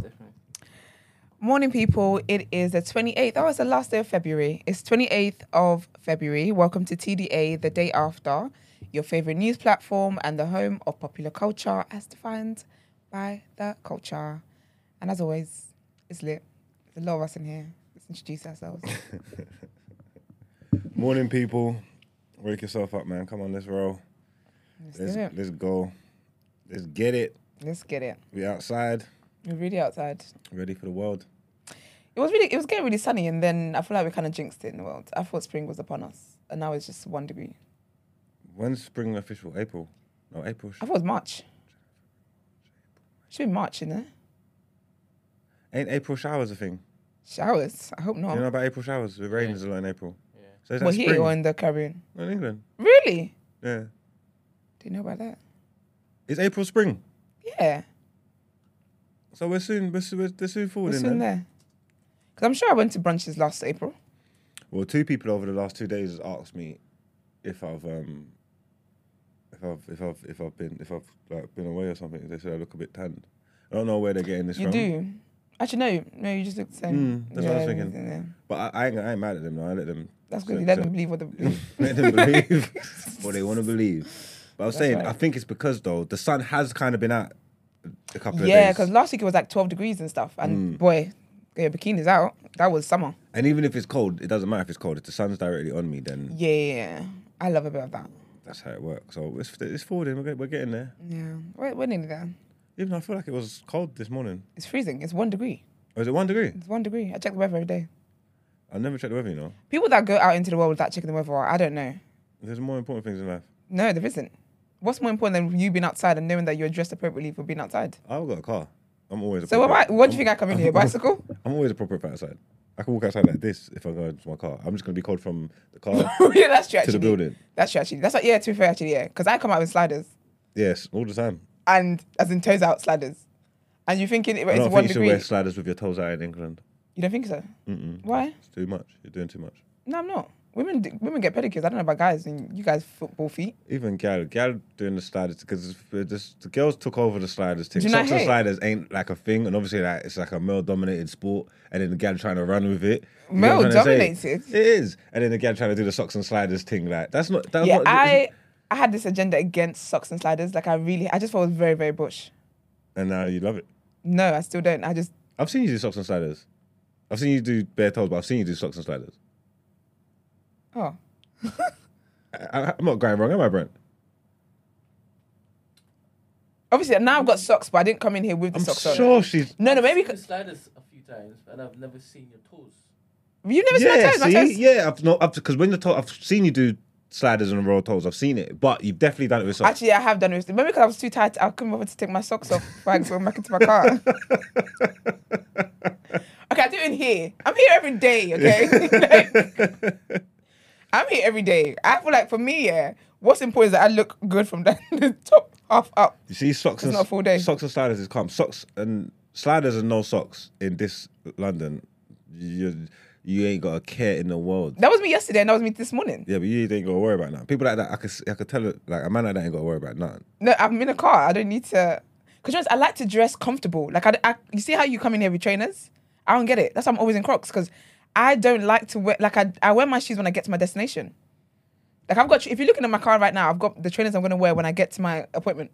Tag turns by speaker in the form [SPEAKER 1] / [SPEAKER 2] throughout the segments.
[SPEAKER 1] Mm-hmm.
[SPEAKER 2] Morning, people. It is the 28th. Oh, it's the last day of February. It's 28th of February. Welcome to TDA, the day after, your favorite news platform and the home of popular culture as defined by the culture. And as always, it's lit. There's a lot of us in here. Let's introduce ourselves.
[SPEAKER 3] Morning, people. Wake yourself up, man. Come on, let's roll.
[SPEAKER 2] Let's
[SPEAKER 3] Let's
[SPEAKER 2] do it.
[SPEAKER 3] let's go. Let's get it.
[SPEAKER 2] Let's get it.
[SPEAKER 3] We outside,
[SPEAKER 2] We're really outside.
[SPEAKER 3] ready for the world.
[SPEAKER 2] It was really, it was getting really sunny, and then I feel like we kind of jinxed it in the world. I thought spring was upon us, and now it's just one degree.
[SPEAKER 3] When's spring official? April? No, April. sh-
[SPEAKER 2] I thought it was March. Should be March, in there.
[SPEAKER 3] Ain't April showers a thing?
[SPEAKER 2] Showers. I hope not.
[SPEAKER 3] You know about April showers? The rain is a lot in April. Yeah. So is that
[SPEAKER 2] well,
[SPEAKER 3] spring?
[SPEAKER 2] Oh. here or in the Caribbean.
[SPEAKER 3] No, in England.
[SPEAKER 2] Really?
[SPEAKER 3] Yeah.
[SPEAKER 2] Do you know about that?
[SPEAKER 3] It's April spring.
[SPEAKER 2] Yeah.
[SPEAKER 3] So we're soon, we're, soon- we're soon forward
[SPEAKER 2] We're
[SPEAKER 3] in
[SPEAKER 2] soon
[SPEAKER 3] that.
[SPEAKER 2] there. Because I'm sure I went to brunches last April.
[SPEAKER 3] Well, two people over the last two days has asked me if I've um if I've if I've if I've been if I've like been away or something. They said I look a bit tanned. I don't know where they're getting this
[SPEAKER 2] You
[SPEAKER 3] from.
[SPEAKER 2] do. Actually, no. No, you just look the same.
[SPEAKER 3] Mm, that's what I was thinking.
[SPEAKER 2] yeah, yeah.
[SPEAKER 3] But I, I, ain't, I ain't mad at them. though. I let them.
[SPEAKER 2] That's good.
[SPEAKER 3] so-
[SPEAKER 2] You let
[SPEAKER 3] so-
[SPEAKER 2] them believe what they
[SPEAKER 3] let them believe what they want to believe. But I was saying,
[SPEAKER 2] right.
[SPEAKER 3] I think it's because though the sun has kind of been out a couple of
[SPEAKER 2] Yeah,
[SPEAKER 3] days. Mm.
[SPEAKER 2] because last week it was like 12 degrees and stuff. And boy, your bikinis out. That was summer.
[SPEAKER 3] and even if it's cold, it doesn't matter if it's cold. If the sun's directly on me, then
[SPEAKER 2] Yeah, yeah, yeah. I love a bit of that.
[SPEAKER 3] that's how it works. So it's it's forwarding. We're, get- we're getting there.
[SPEAKER 2] Yeah. We're, we're nearly there.
[SPEAKER 3] Even though I feel like it was cold this morning.
[SPEAKER 2] It's freezing. It's one degree.
[SPEAKER 3] Or is it one degree?
[SPEAKER 2] It's one degree. I check the weather every day.
[SPEAKER 3] I never checked the weather. You know,
[SPEAKER 2] People that go out into the world without checking the weather, I don't know.
[SPEAKER 3] there's more important things in life.
[SPEAKER 2] No, there isn't. What's more important than you being outside and knowing that you're dressed appropriately for being outside?
[SPEAKER 3] I've got a car. I'm always.
[SPEAKER 2] So what,
[SPEAKER 3] appropriate.
[SPEAKER 2] am I, what do you think I come in here? Bicycle?
[SPEAKER 3] I'm always appropriate for outside. I can walk outside like this if I go into my car. I'm just gonna be cold from the car.
[SPEAKER 2] yeah, that's true.
[SPEAKER 3] To
[SPEAKER 2] Actually.
[SPEAKER 3] the building.
[SPEAKER 2] That's true. Actually, that's like, yeah. To be fair, actually, yeah. Because I come out with sliders
[SPEAKER 3] yes, all the time.
[SPEAKER 2] and as in toes out sliders, and you're thinking it-
[SPEAKER 3] I
[SPEAKER 2] it's
[SPEAKER 3] don't
[SPEAKER 2] one
[SPEAKER 3] think you should
[SPEAKER 2] degree.
[SPEAKER 3] wear sliders with your toes out in England.
[SPEAKER 2] You don't think so? Why?
[SPEAKER 3] It's too much. You're doing too much.
[SPEAKER 2] No, I'm not. Women, do- women get pedicures. I don't know about guys and you guys football feet.
[SPEAKER 3] Even gal, gal doing the sliders because just the girls took over the sliders thing.
[SPEAKER 2] Do you not
[SPEAKER 3] Socks and
[SPEAKER 2] hate?
[SPEAKER 3] sliders ain't like a thing, and obviously like, it's like a male-dominated sport, and then the gal trying to run with it. You know what I'm trying to say?
[SPEAKER 2] Male-dominated?
[SPEAKER 3] It is, and then the gal trying to do the socks and sliders thing. Like that's not. That's
[SPEAKER 2] Yeah,
[SPEAKER 3] not,
[SPEAKER 2] I, I had this agenda against socks and sliders. Like I really, I just thought it was very, very bush.
[SPEAKER 3] And now you love it.
[SPEAKER 2] No, I still don't. I just
[SPEAKER 3] I've seen you do socks and sliders. I've seen you do bare toes, but I've seen you do socks and sliders.
[SPEAKER 2] oh.
[SPEAKER 3] I, I, I'm not going wrong, am I, Brent?
[SPEAKER 2] Obviously, now I've got socks, but I didn't come in here with the
[SPEAKER 3] I'm
[SPEAKER 2] socks
[SPEAKER 3] sure
[SPEAKER 2] on.
[SPEAKER 3] she's.
[SPEAKER 2] No, no,
[SPEAKER 1] I've
[SPEAKER 2] maybe
[SPEAKER 1] seen the sliders a few times, and I've never seen your toes.
[SPEAKER 2] you've never seen
[SPEAKER 3] Yeah,
[SPEAKER 2] my toes. My
[SPEAKER 3] see,
[SPEAKER 2] toes.
[SPEAKER 3] yeah, I've not up because when the toe, I've seen you do sliders and roll toes. I've seen it, but you've definitely done it with socks.
[SPEAKER 2] Actually, I have done it. Maybe because I was too tired, I couldn't remember to take my socks off before I go back into my car. okay, I do it in here. I'm here every day, okay? Like, I'm here every day. I feel like for me, yeah, what's important is that I look good from the, the top half up.
[SPEAKER 3] you see, socks and
[SPEAKER 2] not a full day.
[SPEAKER 3] socks and sliders is calm. Socks and sliders and no socks in this London, you you ain't got a care in the world.
[SPEAKER 2] That was me yesterday and that was me this morning.
[SPEAKER 3] Yeah, but you ain't got to worry about nothing. People like that, I could s- I could tell it like a man like that ain't got to worry about nothing.
[SPEAKER 2] No, I'm in a car. I don't need to. Because I like to dress comfortable. Like, I, I- you see how you come in here with trainers? I don't get it. That's why I'm always in Crocs because I don't like to wear, like, I, I wear my shoes when I get to my destination. Like, I've got, if you're looking at my car right now, I've got the trainers I'm going to wear when I get to my appointment.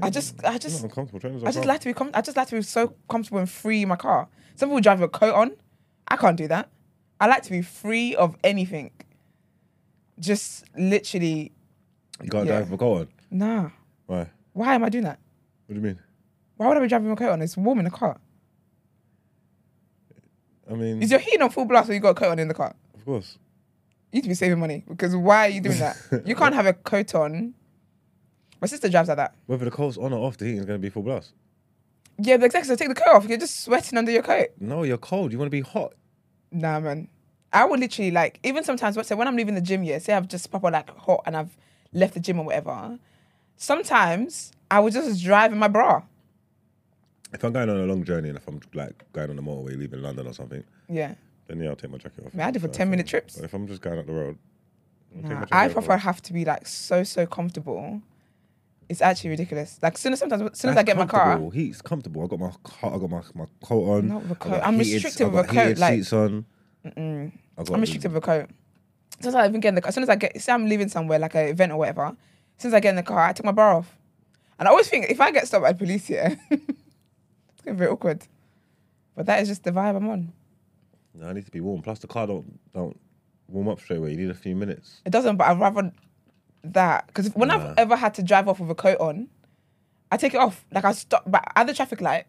[SPEAKER 2] I just, I
[SPEAKER 3] It's
[SPEAKER 2] just,
[SPEAKER 3] not uncomfortable. Trainers are
[SPEAKER 2] I just
[SPEAKER 3] calm.
[SPEAKER 2] like to be, com- I just like to be so comfortable and free in my car. Some people drive with a coat on. I can't do that. I like to be free of anything. Just literally,
[SPEAKER 3] You can't
[SPEAKER 2] yeah.
[SPEAKER 3] drive with a coat on.
[SPEAKER 2] nah.
[SPEAKER 3] Why? What
[SPEAKER 2] Why am I doing that?
[SPEAKER 3] do you mean?
[SPEAKER 2] Why would I be driving my coat on? It's warm in the car.
[SPEAKER 3] I mean,
[SPEAKER 2] Is your heat on full blast or you got a coat on in the car?
[SPEAKER 3] of course.
[SPEAKER 2] You need to be saving money because why are you doing that? you can't have a coat on. My sister drives like that.
[SPEAKER 3] Whether the coat's on or off, the heating's going to be full blast.
[SPEAKER 2] Yeah, but exactly. So take the coat off. You're just sweating under your coat.
[SPEAKER 3] No, you're cold. You want to be hot.
[SPEAKER 2] Nah, man. I would literally like even sometimes. But say when I'm leaving the gym, yeah. Say I've just proper like hot and I've left the gym or whatever. Sometimes I would just drive in my bra.
[SPEAKER 3] If I'm going on a long journey and if I'm like going on the motorway, leaving London or something,
[SPEAKER 2] Yeah.
[SPEAKER 3] then yeah, I'll take my jacket off.
[SPEAKER 2] Man, I do for
[SPEAKER 3] But
[SPEAKER 2] 10
[SPEAKER 3] if
[SPEAKER 2] minute
[SPEAKER 3] I'm-
[SPEAKER 2] trips.
[SPEAKER 3] but if I'm just going up the road, I'll take my
[SPEAKER 2] Nah,
[SPEAKER 3] jacket
[SPEAKER 2] I
[SPEAKER 3] off.
[SPEAKER 2] prefer have to be like so so comfortable It's actually ridiculous. Like soon as sometimes as soon as I get my car,
[SPEAKER 3] Heat's comfortable. I got my car, I got my, my coat on.
[SPEAKER 2] Not with a
[SPEAKER 3] I got
[SPEAKER 2] coat. I'm
[SPEAKER 3] heated-
[SPEAKER 2] restricted
[SPEAKER 3] I
[SPEAKER 2] with a
[SPEAKER 3] got
[SPEAKER 2] coat,
[SPEAKER 3] heated
[SPEAKER 2] like-
[SPEAKER 3] seats on.
[SPEAKER 2] mm-mm.
[SPEAKER 3] I got
[SPEAKER 2] I'm restricted with a coat. Since I even get in the car, as soon as I get, say I'm leaving somewhere like an event or whatever, since I get in the car, I take my bra off. And I always think if I get stopped by the police here, it's gonna be very awkward. But that is just the vibe I'm on.
[SPEAKER 3] No, I need to be warm. Plus, the car don't don't warm up straight away. You need a few minutes.
[SPEAKER 2] It doesn't, but I'd rather that because when
[SPEAKER 3] Nah.
[SPEAKER 2] I've ever had to drive off with a coat on, I take it off. Like I stop but at the traffic light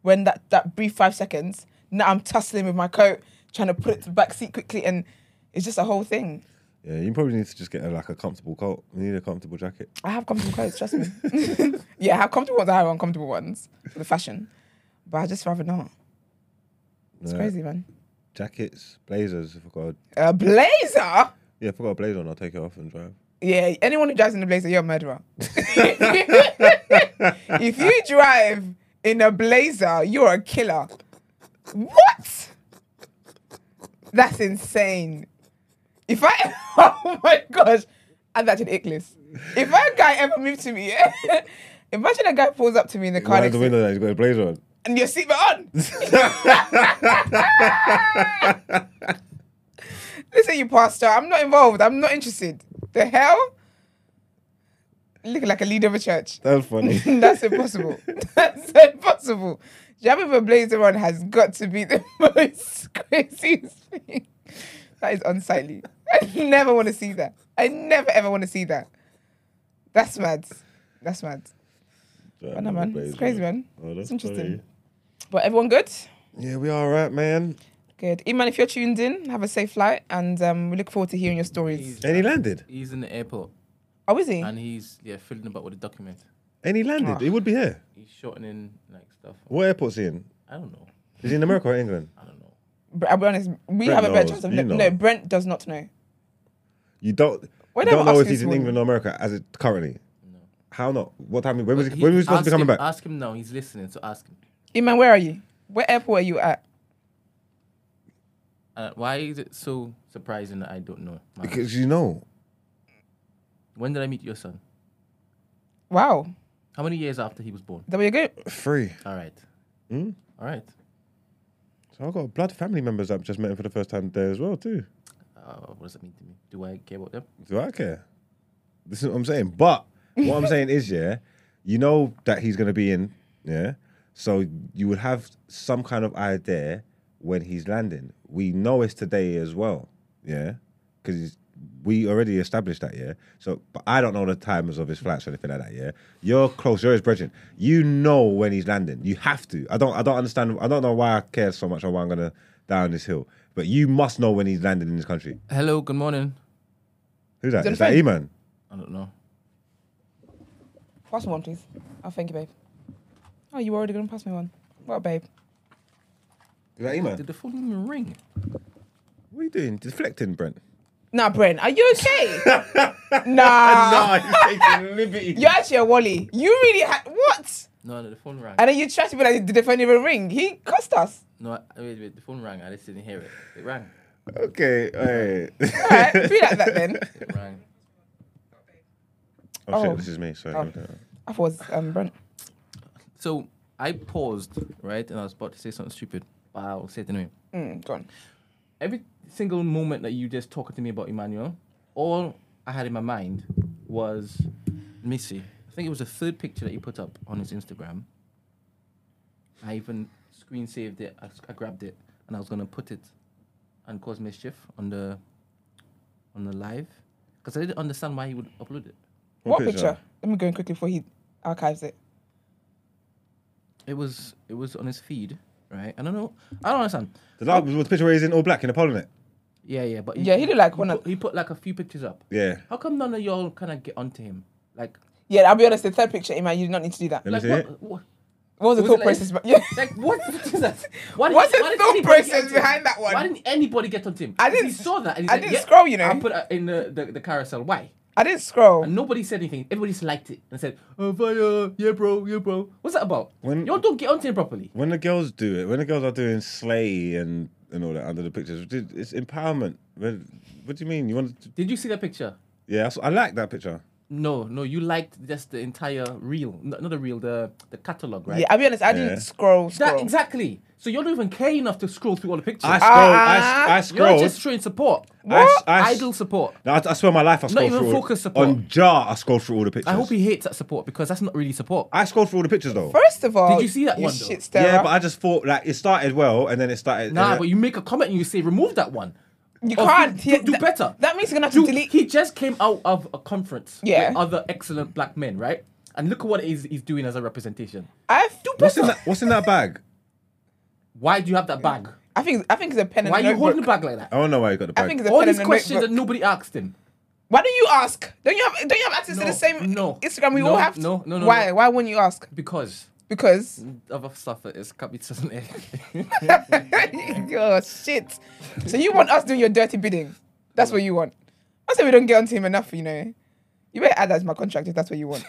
[SPEAKER 2] when that that brief five seconds. Now I'm tussling with my coat, trying to put it to the back seat quickly, and it's just a whole thing.
[SPEAKER 3] Yeah, you probably need to just get a, like a comfortable coat. You need a comfortable jacket.
[SPEAKER 2] I have comfortable clothes, trust me. yeah, I have comfortable ones, I have uncomfortable ones for the fashion, but I just rather not. It's
[SPEAKER 3] Yeah.
[SPEAKER 2] crazy, man.
[SPEAKER 3] Jackets, blazers. If I got a,
[SPEAKER 2] A blazer.
[SPEAKER 3] yeah, if I got a blazer on, I'll take it off and drive.
[SPEAKER 2] Yeah, anyone who drives in a blazer, you're a murderer. if you drive in a blazer, you're a killer. What? That's insane. If I, oh my gosh, add that to the ick list. If a guy ever moved to me, yeah, imagine a guy pulls up to me in the car
[SPEAKER 3] Out
[SPEAKER 2] next
[SPEAKER 3] the
[SPEAKER 2] to
[SPEAKER 3] window, that he's got a blazer on.
[SPEAKER 2] and your seatbelt on. Listen, you pastor, I'm not involved. I'm not interested. The hell? Look like a leader of a church.
[SPEAKER 3] That's funny.
[SPEAKER 2] That's impossible. That's impossible. Jamming with a blazer on has got to be the most craziest thing. That is unsightly. I never want to see that. I never ever want to see that. That's mad. That's mad.
[SPEAKER 3] Drive
[SPEAKER 2] I know,
[SPEAKER 3] with a
[SPEAKER 2] man.
[SPEAKER 3] blazer
[SPEAKER 2] It's crazy,
[SPEAKER 3] on.
[SPEAKER 2] man.
[SPEAKER 3] Oh, that's
[SPEAKER 2] It's interesting.
[SPEAKER 3] funny.
[SPEAKER 2] But everyone good?
[SPEAKER 3] Yeah, we all right, man.
[SPEAKER 2] Good. Iman, if you're tuned in, have a safe flight and um, we look forward to hearing your stories.
[SPEAKER 3] And he landed.
[SPEAKER 1] He's in the airport
[SPEAKER 2] Oh, is he?
[SPEAKER 1] and he's yeah filling about with the document.
[SPEAKER 3] And he
[SPEAKER 2] Ah.
[SPEAKER 3] landed. He would be here.
[SPEAKER 1] He's shortening like stuff.
[SPEAKER 3] What airport's he in?
[SPEAKER 1] I don't know.
[SPEAKER 3] Is he in America or England?
[SPEAKER 1] I don't know.
[SPEAKER 2] Br- I'll be honest, we
[SPEAKER 3] Brent
[SPEAKER 2] have a better
[SPEAKER 3] knows.
[SPEAKER 2] chance of
[SPEAKER 3] You
[SPEAKER 2] kn-
[SPEAKER 3] know.
[SPEAKER 2] No, Brent does not know.
[SPEAKER 3] You don't.
[SPEAKER 2] Why
[SPEAKER 3] you
[SPEAKER 2] don't
[SPEAKER 3] don't
[SPEAKER 2] I
[SPEAKER 3] know
[SPEAKER 2] ask
[SPEAKER 3] if
[SPEAKER 2] you
[SPEAKER 3] he's
[SPEAKER 2] this
[SPEAKER 3] in
[SPEAKER 2] morning?
[SPEAKER 3] England or America as it currently.
[SPEAKER 1] No.
[SPEAKER 3] How not? What time? When was he,
[SPEAKER 1] He-
[SPEAKER 3] when was he supposed to be
[SPEAKER 1] ask
[SPEAKER 3] coming
[SPEAKER 1] him-
[SPEAKER 3] back?
[SPEAKER 1] Ask him now. He's listening, so ask him.
[SPEAKER 2] Iman, where are you? What airport are you at?
[SPEAKER 1] Uh, why is it so surprising that I don't know? man?
[SPEAKER 3] Because you know,
[SPEAKER 1] When did I meet your son?
[SPEAKER 2] Wow.
[SPEAKER 1] How many years after he was born?
[SPEAKER 2] Is That where you go?
[SPEAKER 3] free.
[SPEAKER 1] All right.
[SPEAKER 3] Hmm?
[SPEAKER 1] All right.
[SPEAKER 3] So I've got blood family members that I've just met him for the first time there as well too.
[SPEAKER 1] Uh, what does that mean to me? Do I care about them?
[SPEAKER 3] Do I care? This is what I'm saying. But what I'm saying is, yeah, you know that he's gonna be in, yeah. So you would have some kind of idea when he's landing. We know it's today as well, yeah, because we already established that, yeah. So, but I don't know the times of his flights or anything like that, yeah. You're close. You're his brethren. You know when he's landing. You have to. I don't. I don't understand. I don't know why I care so much or why I'm gonna die on this hill. But you must know when he's landing in this country.
[SPEAKER 1] Hello. Good morning.
[SPEAKER 3] Who's that?
[SPEAKER 2] Is that
[SPEAKER 3] Is that
[SPEAKER 2] a
[SPEAKER 3] E
[SPEAKER 2] friend?
[SPEAKER 3] man?
[SPEAKER 1] I don't know.
[SPEAKER 2] Pass me one, please. Oh, thank you, babe. Oh, you were already going to pass me one. Well, babe.
[SPEAKER 3] Is that E man?
[SPEAKER 1] Did the phone even ring?
[SPEAKER 3] What are you doing? Deflecting, Brent.
[SPEAKER 2] Nah, Brent, are you okay? nah.
[SPEAKER 3] Nah, he's taking liberty.
[SPEAKER 2] You're actually a Wally. You really had. What?
[SPEAKER 1] No, no, the phone rang.
[SPEAKER 2] And then you tried to be like, did the phone even ring? He cussed us.
[SPEAKER 1] No, I- wait, wait. The phone rang. I just didn't hear it. It rang.
[SPEAKER 3] Okay, all right.
[SPEAKER 2] All right, be like that then.
[SPEAKER 1] It rang.
[SPEAKER 3] Oh,
[SPEAKER 2] Oh.
[SPEAKER 3] shit, this is me. Sorry.
[SPEAKER 2] Oh. I thought it was um, Brent.
[SPEAKER 1] So I paused, right, and I was about to say something stupid, but I'll say it anyway.
[SPEAKER 2] Mm, go on.
[SPEAKER 1] every single moment that you just talking to me about Emmanuel, all I had in my mind was Missy. I think it was the third picture that he put up on his Instagram. I even screen saved it. I, s- I grabbed it and I was gonna put it and cause mischief on the on the live because I didn't understand why he would upload it.
[SPEAKER 2] What,
[SPEAKER 3] What
[SPEAKER 2] picture?
[SPEAKER 3] picture?
[SPEAKER 2] Let me go in quickly before he archives it.
[SPEAKER 1] It was it was on his feed, right? I don't know. I don't understand.
[SPEAKER 3] The
[SPEAKER 1] Oh.
[SPEAKER 3] last was the picture where he's in all black in the polo net.
[SPEAKER 1] Yeah, yeah, but
[SPEAKER 2] Yeah, he did, like, one
[SPEAKER 1] he
[SPEAKER 2] of-
[SPEAKER 1] put, he put like a few pictures up.
[SPEAKER 3] Yeah.
[SPEAKER 1] How come none of y'all kind of get onto him? Like,
[SPEAKER 2] Yeah, I'll be honest, the third picture, Iman, you did not need to do that.
[SPEAKER 3] Let me
[SPEAKER 1] like
[SPEAKER 3] see it.
[SPEAKER 1] what, what?
[SPEAKER 2] What was the
[SPEAKER 1] Was
[SPEAKER 2] thought
[SPEAKER 1] it like-
[SPEAKER 2] process? But yeah.
[SPEAKER 1] Like what is that? Why
[SPEAKER 2] What's the
[SPEAKER 1] did
[SPEAKER 2] thought
[SPEAKER 1] anybody get
[SPEAKER 2] process
[SPEAKER 1] onto him?
[SPEAKER 2] behind that one?
[SPEAKER 1] Why didn't anybody get on him?
[SPEAKER 2] I
[SPEAKER 1] Because
[SPEAKER 2] didn't-
[SPEAKER 1] He saw that. And he's
[SPEAKER 2] I
[SPEAKER 1] like,
[SPEAKER 2] didn't
[SPEAKER 1] yeah,
[SPEAKER 2] scroll, you know.
[SPEAKER 1] I put it in the, the, the carousel. Why?
[SPEAKER 2] I didn't scroll.
[SPEAKER 1] And nobody said anything. Everybody just liked it and said, "Oh, fire, yeah, bro, yeah, bro." What's that about?
[SPEAKER 3] When-
[SPEAKER 1] Y'all don't get onto him properly.
[SPEAKER 3] When the girls do it, when the girls are doing sleigh and, and all that under the pictures, dude, it's empowerment. What, what do you mean? You want? To,
[SPEAKER 1] Did you see that picture?
[SPEAKER 3] yeah, I s- I like that picture.
[SPEAKER 1] No, no, you liked just the entire reel, n- not the reel, the the catalog, right?
[SPEAKER 2] Yeah, I'll be honest. I
[SPEAKER 3] Yeah.
[SPEAKER 2] didn't scroll.
[SPEAKER 1] That-
[SPEAKER 2] scroll.
[SPEAKER 1] exactly. So you don't even care enough to scroll through all the pictures.
[SPEAKER 3] I scrolled. I, I
[SPEAKER 1] Ah. You're
[SPEAKER 3] scrolled.
[SPEAKER 1] just showing support.
[SPEAKER 3] I s- I s-
[SPEAKER 1] Idle support.
[SPEAKER 3] No, I, I swear my life, I scrolled
[SPEAKER 1] even
[SPEAKER 3] through all-
[SPEAKER 1] focus support.
[SPEAKER 3] on Jar. I scrolled through all the pictures.
[SPEAKER 1] I hope he hates that support because that's not really support.
[SPEAKER 3] I scrolled through all the pictures though.
[SPEAKER 2] First of all,
[SPEAKER 1] you see that
[SPEAKER 2] you
[SPEAKER 1] one, though?
[SPEAKER 2] Shit stirrer.
[SPEAKER 3] yeah, but I just thought like it started well and then it started. and
[SPEAKER 1] nah,
[SPEAKER 3] then-
[SPEAKER 1] but you make a comment and you say remove that one.
[SPEAKER 2] you
[SPEAKER 1] Or
[SPEAKER 2] can't.
[SPEAKER 1] do-
[SPEAKER 2] Yeah,
[SPEAKER 1] do
[SPEAKER 2] that-
[SPEAKER 1] better.
[SPEAKER 2] That means you're gonna have to
[SPEAKER 1] Dude,
[SPEAKER 2] delete.
[SPEAKER 1] He just came out of a conference
[SPEAKER 2] Yeah.
[SPEAKER 1] with other excellent black men, right? And look at what he's, he's doing as a representation.
[SPEAKER 2] I
[SPEAKER 3] what's in that? What's in that bag?
[SPEAKER 1] Why do you have that bag?
[SPEAKER 2] I think I think it's a pen and
[SPEAKER 1] Why are
[SPEAKER 2] a
[SPEAKER 1] you
[SPEAKER 2] notebook.
[SPEAKER 1] holding the bag like that?
[SPEAKER 3] I don't know why you got the bag.
[SPEAKER 2] I think it's a
[SPEAKER 1] All
[SPEAKER 2] pen
[SPEAKER 1] these
[SPEAKER 2] and a
[SPEAKER 1] questions
[SPEAKER 2] notebook.
[SPEAKER 1] that nobody asked him.
[SPEAKER 2] Why don't you ask? Don't you have don't you have access to
[SPEAKER 1] No,
[SPEAKER 2] the same
[SPEAKER 1] no,
[SPEAKER 2] Instagram we
[SPEAKER 1] no,
[SPEAKER 2] all have?
[SPEAKER 1] no, no, no,
[SPEAKER 2] Why
[SPEAKER 1] no.
[SPEAKER 2] why wouldn't you ask?
[SPEAKER 1] Because
[SPEAKER 2] Because
[SPEAKER 1] other stuff that is coming doesn't it?
[SPEAKER 2] oh shit. So you want us doing your dirty bidding? That's what you want. I say we don't get onto him enough, you know. You better add that as my contract if that's what you want.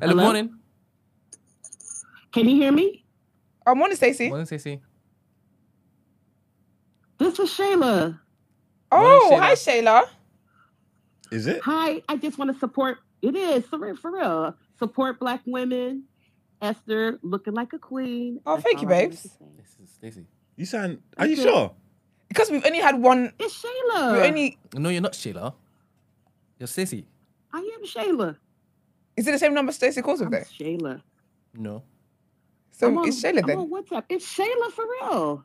[SPEAKER 1] Hello, morning.
[SPEAKER 4] Can you hear me?
[SPEAKER 2] Oh, morning, Stacey.
[SPEAKER 1] Morning, Stacey.
[SPEAKER 4] This is Shayla.
[SPEAKER 2] Oh,
[SPEAKER 1] Morning,
[SPEAKER 2] hi, Shayla.
[SPEAKER 3] Is it?
[SPEAKER 4] Hi, I just want to support. It is for real, for real. Support Black women. Esther looking like a queen.
[SPEAKER 2] Oh, thank you,
[SPEAKER 4] all I wanted
[SPEAKER 2] babes.
[SPEAKER 4] to say.
[SPEAKER 1] This is Stacey.
[SPEAKER 3] You sound. Are you
[SPEAKER 4] Okay.
[SPEAKER 3] sure?
[SPEAKER 2] Because we've only had one.
[SPEAKER 4] It's Shayla.
[SPEAKER 2] We only.
[SPEAKER 1] No, you're not Sheila. You're Stacey.
[SPEAKER 4] I am Shayla.
[SPEAKER 2] Is it the same number Stacey calls with
[SPEAKER 4] I'm
[SPEAKER 2] though?
[SPEAKER 4] Shayla.
[SPEAKER 1] No.
[SPEAKER 4] I'm
[SPEAKER 2] So
[SPEAKER 4] on-
[SPEAKER 2] it's Shayla
[SPEAKER 4] I'm
[SPEAKER 2] then.
[SPEAKER 4] on WhatsApp. It's Shayla for real.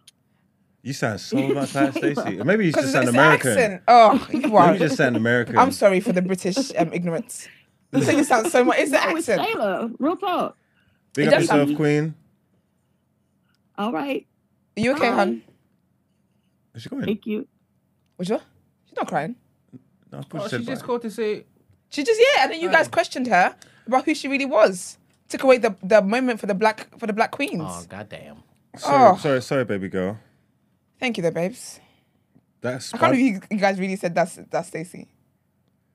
[SPEAKER 3] You sound so much like Stacey. Or Maybe you
[SPEAKER 2] Because
[SPEAKER 3] just sound
[SPEAKER 2] it's an
[SPEAKER 3] American.
[SPEAKER 2] accent. Oh, you
[SPEAKER 3] Maybe
[SPEAKER 2] are.
[SPEAKER 3] you just sound American.
[SPEAKER 2] I'm sorry for the British um, ignorance. You say you sound so much. It's the
[SPEAKER 4] Oh, it's
[SPEAKER 2] accent.
[SPEAKER 4] Shayla. Real talk.
[SPEAKER 3] Big
[SPEAKER 2] It
[SPEAKER 3] up
[SPEAKER 2] does sound-
[SPEAKER 3] yourself, Queen.
[SPEAKER 4] All right.
[SPEAKER 2] Are you okay,
[SPEAKER 4] Hi.
[SPEAKER 2] hon?
[SPEAKER 3] Is she going?
[SPEAKER 4] Thank you.
[SPEAKER 2] Would you? She's not crying.
[SPEAKER 3] No, I thought
[SPEAKER 1] Oh,
[SPEAKER 3] she said
[SPEAKER 1] she just
[SPEAKER 3] bye.
[SPEAKER 1] called to say
[SPEAKER 2] She just yeah, and then you guys questioned her about who she really was. Took away the, the moment for the black for the black queens.
[SPEAKER 1] Oh goddamn!
[SPEAKER 3] Sorry,
[SPEAKER 2] Oh.
[SPEAKER 3] sorry, sorry, baby girl.
[SPEAKER 2] Thank you, though, babes.
[SPEAKER 3] That's
[SPEAKER 2] I can't believe you, you guys really said that's that's Stacey.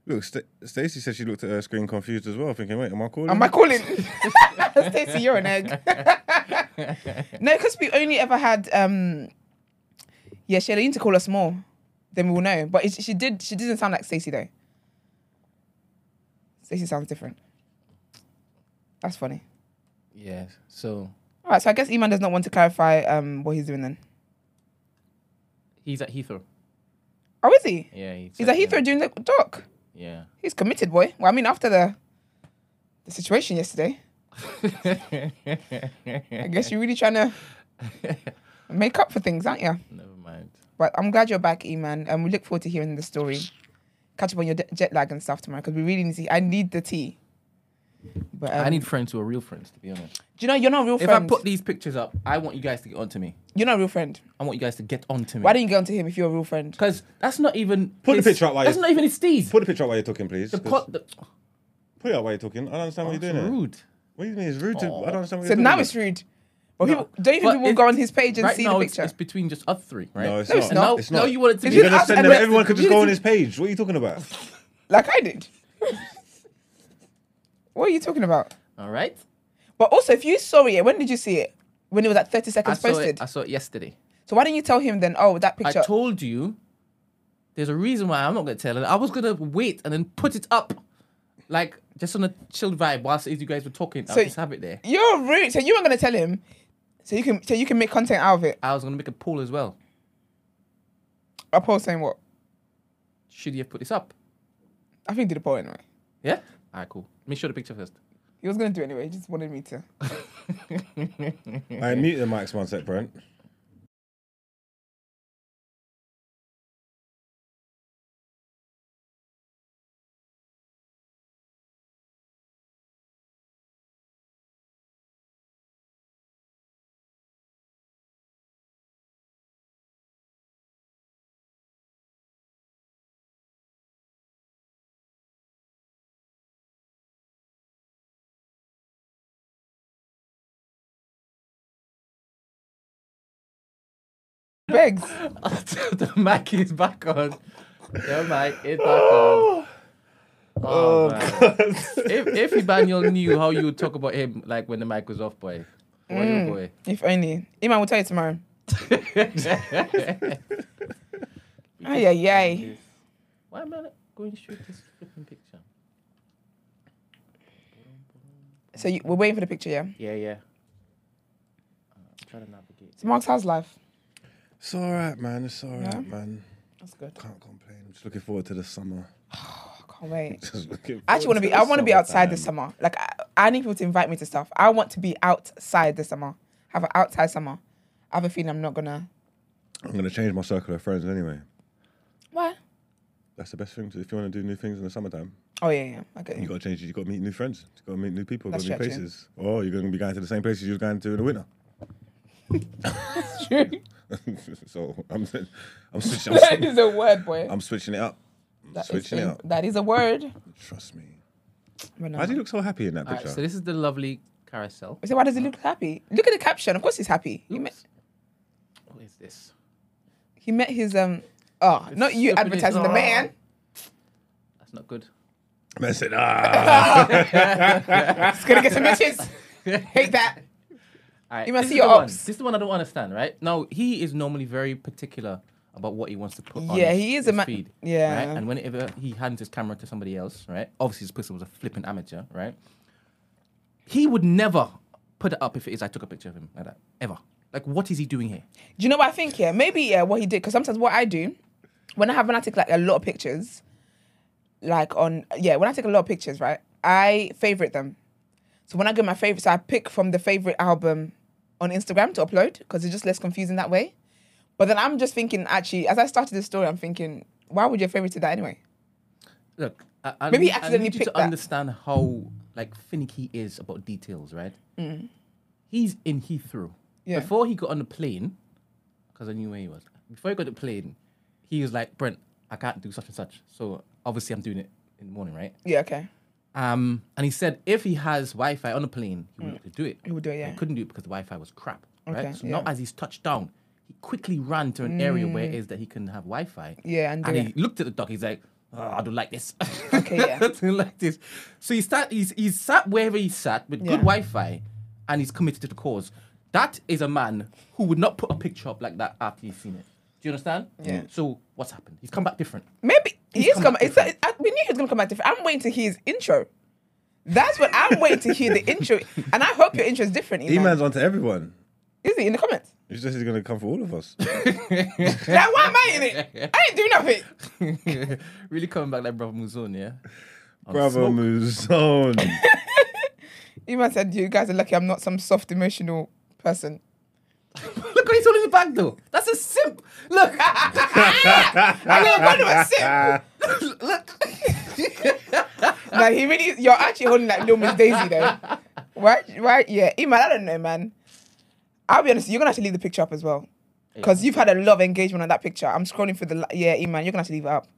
[SPEAKER 3] Look, St- Stacey said she looked at her screen confused as well, thinking, "Wait, am I calling?"
[SPEAKER 2] Am I calling? Stacey, you're an egg. no, because we only ever had um Yeah, Shayla, you need to call us more. Then we'll know. But it's, she did she didn't sound like Stacey though. Stacey sounds different. That's funny.
[SPEAKER 1] Yes. So
[SPEAKER 2] Alright, so I guess Eman does not want to clarify um what he's doing then.
[SPEAKER 1] he's at Heathrow.
[SPEAKER 2] Oh, is he?
[SPEAKER 1] Yeah, he's,
[SPEAKER 2] He's
[SPEAKER 1] at
[SPEAKER 2] at Heathrow doing the talk.
[SPEAKER 1] Yeah.
[SPEAKER 2] He's committed, boy. Well, I mean, after the the situation yesterday, I guess you're really trying to make up for things, aren't you?
[SPEAKER 1] Never mind.
[SPEAKER 2] But I'm glad you're back, Eman, and we look forward to hearing the story. Catch up on your de- jet lag and stuff tomorrow because we really need. To, I need the tea. But um,
[SPEAKER 1] I need friends who are real friends, to be honest.
[SPEAKER 2] do you know you're not a real
[SPEAKER 1] If
[SPEAKER 2] friend?
[SPEAKER 1] I put these pictures up, I want you guys to get onto me.
[SPEAKER 2] you're not a real friend.
[SPEAKER 1] I want you guys to get onto me.
[SPEAKER 2] Why don't you go onto him if you're a real friend?
[SPEAKER 1] Because that's not even.
[SPEAKER 3] Put the
[SPEAKER 1] his-
[SPEAKER 3] picture up while
[SPEAKER 1] That's
[SPEAKER 3] you-
[SPEAKER 1] not even his steez.
[SPEAKER 3] Put the picture up while you're talking, please.
[SPEAKER 1] the
[SPEAKER 3] 'cause-
[SPEAKER 1] pot. The,
[SPEAKER 3] Put it up while you're talking. I don't understand what you're
[SPEAKER 1] that's
[SPEAKER 3] doing. Rude.
[SPEAKER 1] rude.
[SPEAKER 3] What do you mean? It's rude. To, I don't understand what
[SPEAKER 2] So
[SPEAKER 3] you're doing.
[SPEAKER 2] now it's rude. Well, people, don't you think
[SPEAKER 1] But
[SPEAKER 2] people will
[SPEAKER 1] it-
[SPEAKER 2] go on his page and
[SPEAKER 1] right
[SPEAKER 2] see
[SPEAKER 1] now
[SPEAKER 2] the
[SPEAKER 1] it's-
[SPEAKER 2] picture?
[SPEAKER 1] It's, between just us three, right?
[SPEAKER 3] No, it's
[SPEAKER 2] No,
[SPEAKER 3] not.
[SPEAKER 2] it's not.
[SPEAKER 3] It's
[SPEAKER 1] Now,
[SPEAKER 3] not.
[SPEAKER 1] now you want it to
[SPEAKER 2] It's
[SPEAKER 1] be.
[SPEAKER 3] You're
[SPEAKER 2] just
[SPEAKER 3] gonna
[SPEAKER 2] us
[SPEAKER 3] send
[SPEAKER 2] and
[SPEAKER 3] them.
[SPEAKER 2] the-
[SPEAKER 3] Everyone could just go on
[SPEAKER 2] community.
[SPEAKER 3] his page. What are you talking about?
[SPEAKER 2] like I did. what are you talking about?
[SPEAKER 1] All right.
[SPEAKER 2] But also, if you saw it, when did you see it? When it was at 30
[SPEAKER 1] I
[SPEAKER 2] seconds
[SPEAKER 1] saw,
[SPEAKER 2] posted.
[SPEAKER 1] it, I saw it yesterday.
[SPEAKER 2] so why didn't you tell him then, oh, that picture?
[SPEAKER 1] I told you there's a reason why I'm not gonna tell it. I was gonna wait and then put it up, like just on a chilled vibe whilst you guys were talking.
[SPEAKER 2] So-
[SPEAKER 1] I'll just have it there.
[SPEAKER 2] You're rude. So you weren't going to tell him. So you can so you can make content out of it.
[SPEAKER 1] I was gonna make a poll as well.
[SPEAKER 2] A poll saying what?
[SPEAKER 1] Should you have put this up?
[SPEAKER 2] I think he did a poll anyway.
[SPEAKER 1] Yeah. Alright, cool. Make sure the picture first.
[SPEAKER 2] He was going to do it anyway. He just wanted me to.
[SPEAKER 3] I mute the mics one sec, Brent.
[SPEAKER 2] Begs.
[SPEAKER 1] the mic is back on. The mic is back on. Oh, man. If if Emmanuel knew how you would talk about him like when the mic was off, boy. Boy, oh boy.
[SPEAKER 2] If only. Iman will tell you tomorrow. Ay, ay, ay.
[SPEAKER 1] Why am I not going straight to this flipping picture?
[SPEAKER 2] So you, we're waiting for the picture, yeah.
[SPEAKER 1] Yeah, yeah. Uh, try to navigate.
[SPEAKER 2] So Mark's house life.
[SPEAKER 3] It's all right, man. It's all right,
[SPEAKER 2] Yeah?
[SPEAKER 3] man.
[SPEAKER 2] That's good. Oh,
[SPEAKER 3] Can't complain. I'm just looking forward to the summer.
[SPEAKER 2] I can't wait.
[SPEAKER 3] Just looking
[SPEAKER 2] I actually
[SPEAKER 3] forward
[SPEAKER 2] want to be.
[SPEAKER 3] the
[SPEAKER 2] I want to be
[SPEAKER 3] summer,
[SPEAKER 2] outside
[SPEAKER 3] man.
[SPEAKER 2] this summer. Like I, I need people to invite me to stuff. I want to be outside this summer. Have an outside summer. I have a feeling I'm not gonna.
[SPEAKER 3] I'm gonna change my circle of friends anyway.
[SPEAKER 2] Why?
[SPEAKER 3] That's the best thing. To, if you want to do new things in the summertime,
[SPEAKER 2] Oh yeah, yeah. I get
[SPEAKER 3] you
[SPEAKER 2] you.
[SPEAKER 3] gotta change. You gotta meet new friends. You gotta meet new people.
[SPEAKER 2] That's
[SPEAKER 3] Go new
[SPEAKER 2] true, actually.
[SPEAKER 3] places. Or you're gonna be going to the same places you were going to in the winter. so I'm, I'm switching. I'm,
[SPEAKER 2] that
[SPEAKER 3] switching-
[SPEAKER 2] is a word, boy.
[SPEAKER 3] I'm switching it up. I'm
[SPEAKER 2] That is
[SPEAKER 3] switching
[SPEAKER 2] in-
[SPEAKER 3] it up.
[SPEAKER 2] That is a word.
[SPEAKER 3] Trust me.
[SPEAKER 2] But no.
[SPEAKER 3] Why do you look so happy in that
[SPEAKER 1] All right,
[SPEAKER 3] picture?
[SPEAKER 1] so this is the lovely carousel.
[SPEAKER 2] I say, why does he look happy? Look at the caption. Of course he's happy. He met,
[SPEAKER 1] Oops. What is this?
[SPEAKER 2] he met his um. Oh, not you
[SPEAKER 1] stupid is-
[SPEAKER 2] advertising the
[SPEAKER 1] Oh.
[SPEAKER 2] man.
[SPEAKER 1] That's not good.
[SPEAKER 3] Man said, ah.
[SPEAKER 2] It's gonna get some bitches. Hate that.
[SPEAKER 1] All right,
[SPEAKER 2] You must
[SPEAKER 1] this
[SPEAKER 2] see
[SPEAKER 1] is
[SPEAKER 2] your
[SPEAKER 1] the one-
[SPEAKER 2] ops.
[SPEAKER 1] This is the one I don't understand, right? Now, he is normally very particular about what he wants to put on
[SPEAKER 2] Yeah,
[SPEAKER 1] his-
[SPEAKER 2] he is
[SPEAKER 1] his
[SPEAKER 2] a ma-
[SPEAKER 1] feed,
[SPEAKER 2] yeah.
[SPEAKER 1] Right? And whenever he hands his camera to somebody else, right? Obviously, this person was a flipping amateur, right? He would never put it up if it is I took a picture of him like that, ever. Like, what is he doing here?
[SPEAKER 2] Do you know what I think? Yeah, maybe yeah, what he did. Because sometimes what I do, when I have when I take like a lot of pictures, like on yeah, when I take a lot of pictures, right, I favorite them. So when I get my favorites, I pick from the favorite album on Instagram to upload because it's just less confusing that way. But then I'm just thinking, actually, as I started this story, I'm thinking, why would your favorite do that anyway?
[SPEAKER 1] Look, I, I
[SPEAKER 2] Maybe he
[SPEAKER 1] need- I
[SPEAKER 2] accidentally
[SPEAKER 1] need you to
[SPEAKER 2] picked that.
[SPEAKER 1] understand how like finicky he is about details, right? He's in Heathrow.
[SPEAKER 2] Mm. Yeah.
[SPEAKER 1] Before he got on the plane, because I knew where he was. Before he got on the plane, he was like, Brent, I can't do such and such. So obviously I'm doing it in the morning, right?
[SPEAKER 2] Yeah, okay.
[SPEAKER 1] Um, and he said if he has Wi-Fi on the plane, he would be able to do it.
[SPEAKER 2] Mm. He would do it,
[SPEAKER 1] But
[SPEAKER 2] yeah.
[SPEAKER 1] He couldn't do it because the Wi-Fi was crap,
[SPEAKER 2] Okay,
[SPEAKER 1] right? So
[SPEAKER 2] yeah. Mm.
[SPEAKER 1] now as he's touched down, he quickly ran to an area where it is that he can have Wi-Fi.
[SPEAKER 2] Yeah, and do
[SPEAKER 1] and
[SPEAKER 2] it.
[SPEAKER 1] he looked at the dog. He's like, "Oh, I don't like this.
[SPEAKER 2] Okay, yeah.
[SPEAKER 1] I don't like this. So he sat. He's, he sat wherever he sat with
[SPEAKER 2] Yeah.
[SPEAKER 1] good Wi-Fi, and he's committed to the cause. That is a man who would not put a picture up like that after he's seen it. Do you understand? Yeah. So what's happened? He's come back different.
[SPEAKER 2] Maybe he is
[SPEAKER 1] come
[SPEAKER 2] coming.
[SPEAKER 1] back
[SPEAKER 2] It's that, I, we knew he was going to come back different. I'm waiting to hear his intro. That's what I'm waiting to hear the intro, and I hope your intro is different.
[SPEAKER 3] He
[SPEAKER 2] Iman.
[SPEAKER 3] man's onto everyone.
[SPEAKER 2] Is he in the comments?
[SPEAKER 3] He's just he's gonna come for all of us.
[SPEAKER 2] Now why am I in it? I ain't do nothing.
[SPEAKER 1] really coming back like Brother Muzon, yeah. On
[SPEAKER 3] Bravo,
[SPEAKER 1] smoke.
[SPEAKER 3] Muzon.
[SPEAKER 2] Iman said, "You guys are lucky. I'm not some soft emotional person."
[SPEAKER 1] Look what he's holding in the bag though. That's a simp. Look.
[SPEAKER 2] I don't want to accept. Look. no, he really. You're actually holding like little Miss Daisy though. Right, right, yeah. Iman, I don't know, man. I'll be honest. You're gonna have to leave the picture up as well, because you've had a lot of engagement on that picture. I'm scrolling through the. li- Yeah, Iman, you're gonna have to leave it up.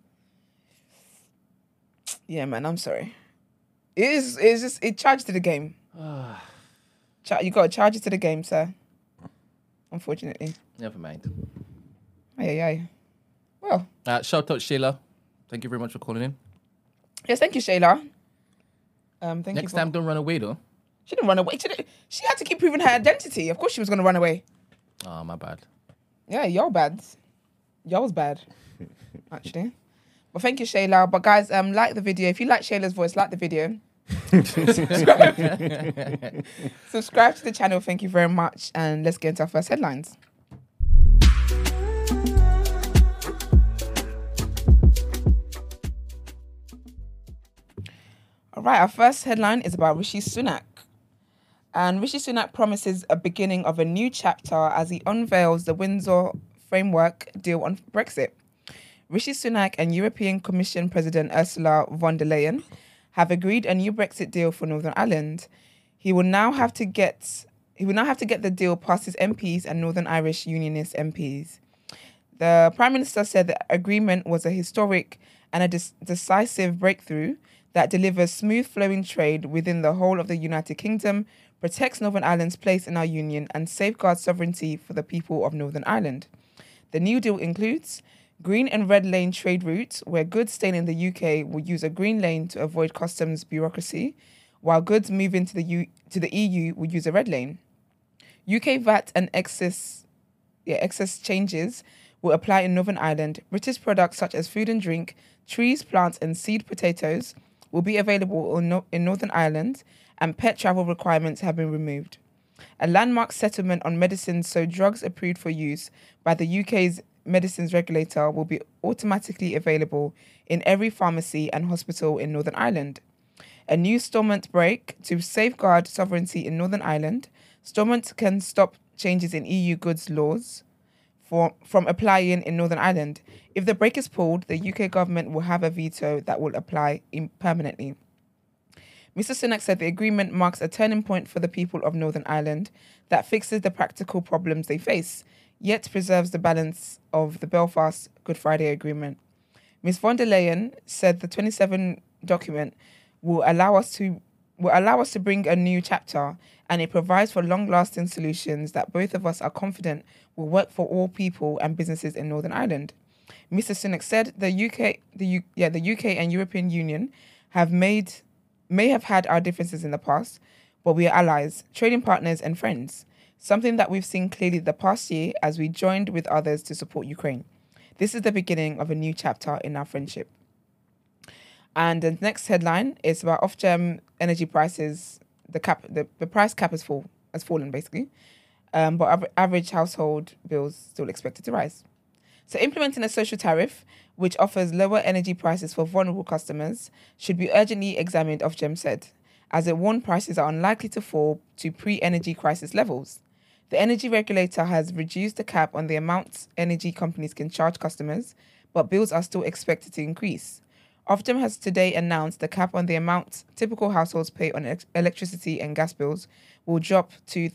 [SPEAKER 2] Yeah, man. I'm sorry. It is. It's just. It charges to the game. Cha- you gotta charge it to the game, sir. Unfortunately.
[SPEAKER 1] Never mind.
[SPEAKER 2] Aye, aye, aye. Well,
[SPEAKER 1] Uh, shout out Sheila. Thank you very much for calling in.
[SPEAKER 2] yes, thank you, Shayla. Um, thank
[SPEAKER 1] Next
[SPEAKER 2] you. for-
[SPEAKER 1] time, don't run away though.
[SPEAKER 2] she didn't run away. She, didn't, she had to keep proving her identity. Of course, she was gonna run away.
[SPEAKER 1] Oh, my bad.
[SPEAKER 2] Yeah, y'all bad. Y'all was bad, actually. But thank you, Shayla. But guys, um, like the video. If you like Shayla's voice, like the video. Subscribe to the channel. Thank you very much. And let's get into our first headlines. All right, our first headline is about Rishi Sunak. And Rishi Sunak promises a beginning of a new chapter as he unveils the Windsor framework deal on Brexit. Rishi Sunak and European Commission President Ursula von der Leyen have agreed a new Brexit deal for Northern Ireland. He will now have to get he will now have to get the deal past his MPs and Northern Irish Unionist MPs. The Prime Minister said the agreement was a historic and a dis- decisive breakthrough that delivers smooth flowing trade within the whole of the United Kingdom, protects Northern Ireland's place in our union, and safeguards sovereignty for the people of Northern Ireland. The New Deal includes green and red lane trade routes, where goods staying in the UK will use a green lane to avoid customs bureaucracy, while goods moving to the, U- to the EU will use a red lane. UK VAT and excess yeah, excess changes will apply in Northern Ireland. British products such as food and drink, trees, plants, and seed potatoes will be available in, Nor- in Northern Ireland, and pet travel requirements have been removed. A landmark settlement on medicines so drugs approved for use by the UK's medicines regulator will be automatically available in every pharmacy and hospital in Northern Ireland. A new Stormont break to safeguard sovereignty in Northern Ireland. Stormont can stop changes in EU goods laws for, from applying in Northern Ireland. If the break is pulled, the UK government will have a veto that will apply im- permanently. Mr. Sunak said the agreement marks a turning point for the people of Northern Ireland that fixes the practical problems they face, yet preserves the balance of the Belfast Good Friday Agreement. Ms. von der Leyen said the 27 document will allow us to will allow us to bring a new chapter and it provides for long-lasting solutions that both of us are confident will work for all people and businesses in Northern Ireland. Mr. Sunak said the UK the U, yeah the UK and European Union have made may have had our differences in the past, but we are allies, trading partners and friends, something that we've seen clearly the past year as we joined with others to support Ukraine. This is the beginning of a new chapter in our friendship. And the next headline is about off-gem energy prices. The cap, the, the price cap has fall has fallen basically, um, but av- average household bills still expected to rise. So implementing a social tariff which offers lower energy prices for vulnerable customers should be urgently examined, Ofgem said, as it warned prices are unlikely to fall to pre-energy crisis levels. The energy regulator has reduced the cap on the amounts energy companies can charge customers, but bills are still expected to increase. Ofgem has today announced the cap on the amount typical households pay on ex- electricity and gas bills will drop to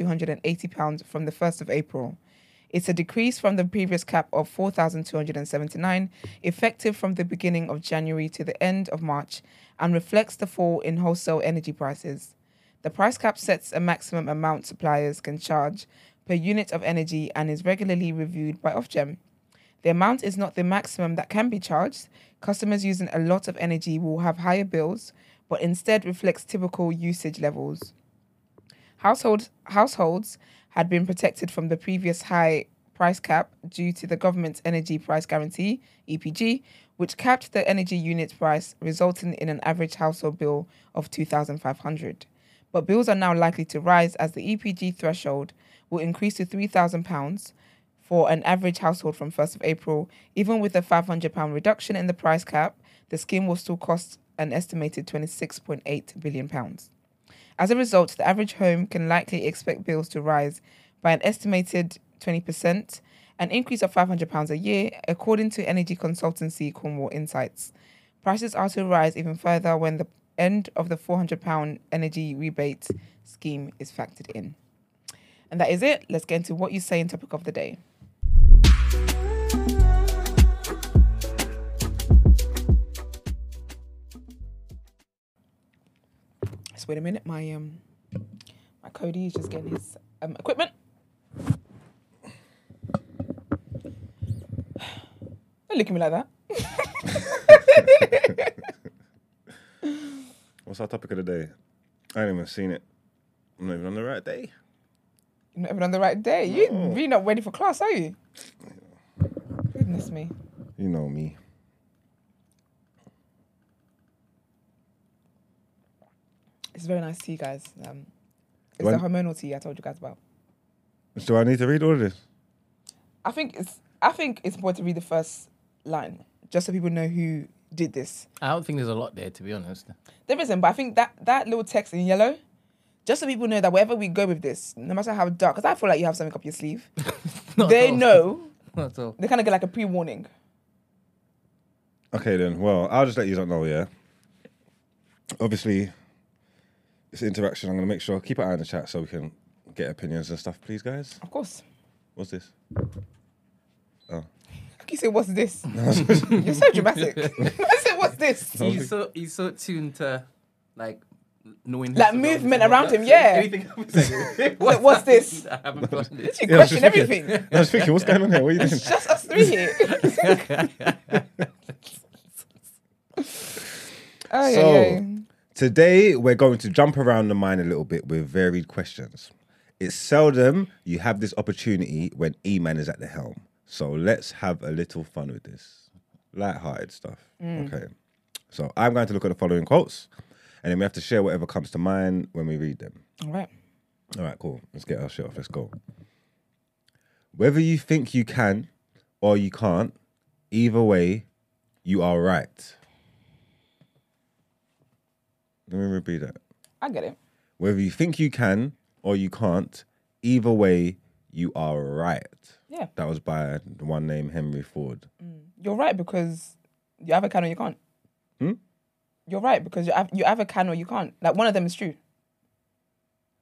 [SPEAKER 2] £3,280 from the 1st of April. It's a decrease from the previous cap of 4,279, effective from the beginning of January to the end of March, and reflects the fall in wholesale energy prices. The price cap sets a maximum amount suppliers can charge per unit of energy and is regularly reviewed by Ofgem. The amount is not the maximum that can be charged. Customers using a lot of energy will have higher bills, but instead reflects typical usage levels. Household, households had been protected from the previous high price cap due to the government's energy price guarantee (EPG), which capped the energy unit price, resulting in an average household bill of 2,500. But bills are now likely to rise as the EPG threshold will increase to 3,000 pounds for an average household from 1st of April. Even with a 500 pound reduction in the price cap, the scheme will still cost an estimated 26.8 billion pounds. As a result, the average home can likely expect bills to rise by an estimated 20%, an increase of £500 a year, according to energy consultancy Cornwall Insights. Prices are to rise even further when the end of the £400 energy rebate scheme is factored in. And that is it. Let's get into what you say in topic of the day. Just wait a minute. My um, my Cody is just getting his um, equipment. Don't look at me like that.
[SPEAKER 3] What's our topic of the day? I ain't even seen it. I'm not even on the right day.
[SPEAKER 2] You're not even on the right day. You really not ready for class, are you? Goodness me.
[SPEAKER 3] You know me.
[SPEAKER 2] It's very nice to you guys. Um, it's
[SPEAKER 3] When-
[SPEAKER 2] the hormonal tea I told you guys about.
[SPEAKER 3] Do I need to read all of this?
[SPEAKER 2] I think it's I think it's important to read the first line just so people know who did this.
[SPEAKER 1] I don't think there's a lot there, to be honest.
[SPEAKER 2] There isn't, but I think that that little text in yellow, just so people know that wherever we go with this, no matter how dark, because I feel like you have something up your sleeve,
[SPEAKER 1] Not at
[SPEAKER 2] they
[SPEAKER 1] all.
[SPEAKER 2] know
[SPEAKER 1] Not at all.
[SPEAKER 2] they kind of get like a pre warning.
[SPEAKER 3] Okay, then. Well, I'll just let you lot know, yeah? Obviously, it's interaction. I'm going to make sure, keep an eye on the chat so we can get opinions and stuff, please, guys.
[SPEAKER 2] Of course.
[SPEAKER 3] What's this?
[SPEAKER 2] How can you say what's this? You're so dramatic. I said what's this?
[SPEAKER 1] He's so he's so tuned to like knowing his
[SPEAKER 2] Like,
[SPEAKER 1] surroundings
[SPEAKER 2] movement
[SPEAKER 1] and
[SPEAKER 2] around
[SPEAKER 1] whatnot.
[SPEAKER 2] him, yeah.
[SPEAKER 1] Anything I was like,
[SPEAKER 2] Like, what's
[SPEAKER 1] that?
[SPEAKER 2] this?
[SPEAKER 1] I haven't got this.
[SPEAKER 2] You
[SPEAKER 3] Yeah, I was
[SPEAKER 2] question
[SPEAKER 3] just thinking-
[SPEAKER 2] everything.
[SPEAKER 3] I was thinking, what's going on here? What are you doing?
[SPEAKER 2] It's just us three here. oh, yeah,
[SPEAKER 3] So-
[SPEAKER 2] yeah.
[SPEAKER 3] Today, we're going to jump around the mine a little bit with varied questions. It's seldom you have this opportunity when E Man is at the helm. So let's have a little fun with this. Light-hearted stuff. Okay. So I'm going to look at the following quotes. and then we have to share whatever comes to mind when we read them.
[SPEAKER 2] All right.
[SPEAKER 3] All right, cool. Let's get our shit off. Let's go. Whether you think you can or you can't, either way, you are right. Let me repeat that.
[SPEAKER 2] I get it.
[SPEAKER 3] Whether you think you can or you can't, either way, you are right.
[SPEAKER 2] Yeah.
[SPEAKER 3] That was by the one named Henry Ford.
[SPEAKER 2] You're right because you either can or you can't. Hmm? You're right because you eith- you either can or you can't. Like one of them is true.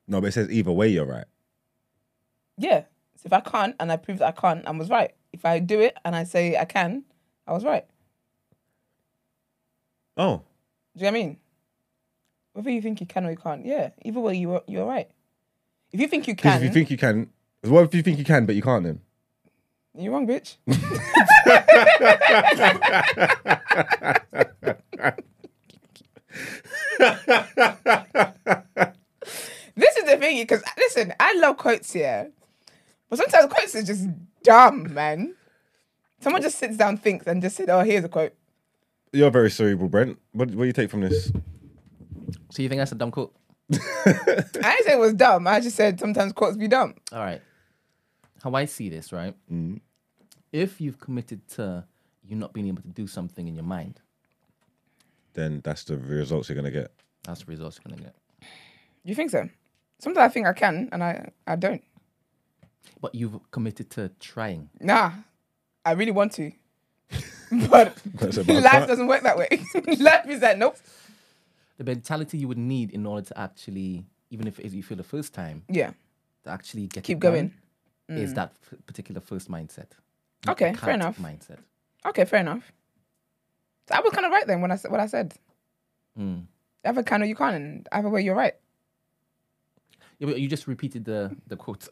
[SPEAKER 3] No, but it says either way, you're right.
[SPEAKER 2] Yeah. So if I can't and I prove that I can't and was right. If I do it and I say I can, I was right.
[SPEAKER 3] Oh,
[SPEAKER 2] Do you know what I mean? Whether you think you can or you can't, yeah. Either way, you are, you're right. If you think you
[SPEAKER 3] because
[SPEAKER 2] can,
[SPEAKER 3] if you think you can, what if you think you can but you can't then?
[SPEAKER 2] you're wrong, bitch. this is the thing, because listen, I love quotes here, but sometimes quotes are just dumb, man. Someone just sits down, thinks, and just said, "Oh, here's a quote."
[SPEAKER 3] You're very cerebral, Brent. What, what do you take from this?
[SPEAKER 1] So you think that's a dumb quote?
[SPEAKER 2] I didn't say it was dumb. I just said sometimes quotes be dumb.
[SPEAKER 1] All right. How I see this, right? If you've committed to you not being able to do something in your mind,
[SPEAKER 3] Then that's the results you're going to get.
[SPEAKER 1] that's the results you're gonna get.
[SPEAKER 2] You think so? Sometimes I think I can, and I I don't.
[SPEAKER 1] But you've committed to trying.
[SPEAKER 2] Nah, I really want to. but
[SPEAKER 3] That's about
[SPEAKER 2] life
[SPEAKER 3] that.
[SPEAKER 2] doesn't work that way. life is like, nope.
[SPEAKER 1] The mentality you would need in order to actually, even if it is you feel the first time,
[SPEAKER 2] Yeah.
[SPEAKER 1] to actually get it
[SPEAKER 2] Keep
[SPEAKER 1] done
[SPEAKER 2] going. Mm.
[SPEAKER 1] is that f- particular first mindset. not the
[SPEAKER 2] Okay, fair
[SPEAKER 1] can't
[SPEAKER 2] enough.
[SPEAKER 1] Mindset.
[SPEAKER 2] Okay, fair enough. So I was kind of right then when I said what I said.
[SPEAKER 3] Hmm.
[SPEAKER 1] Mm.
[SPEAKER 2] Either can or you can't, and either way, you're right.
[SPEAKER 1] Yeah, but you just repeated the the quote.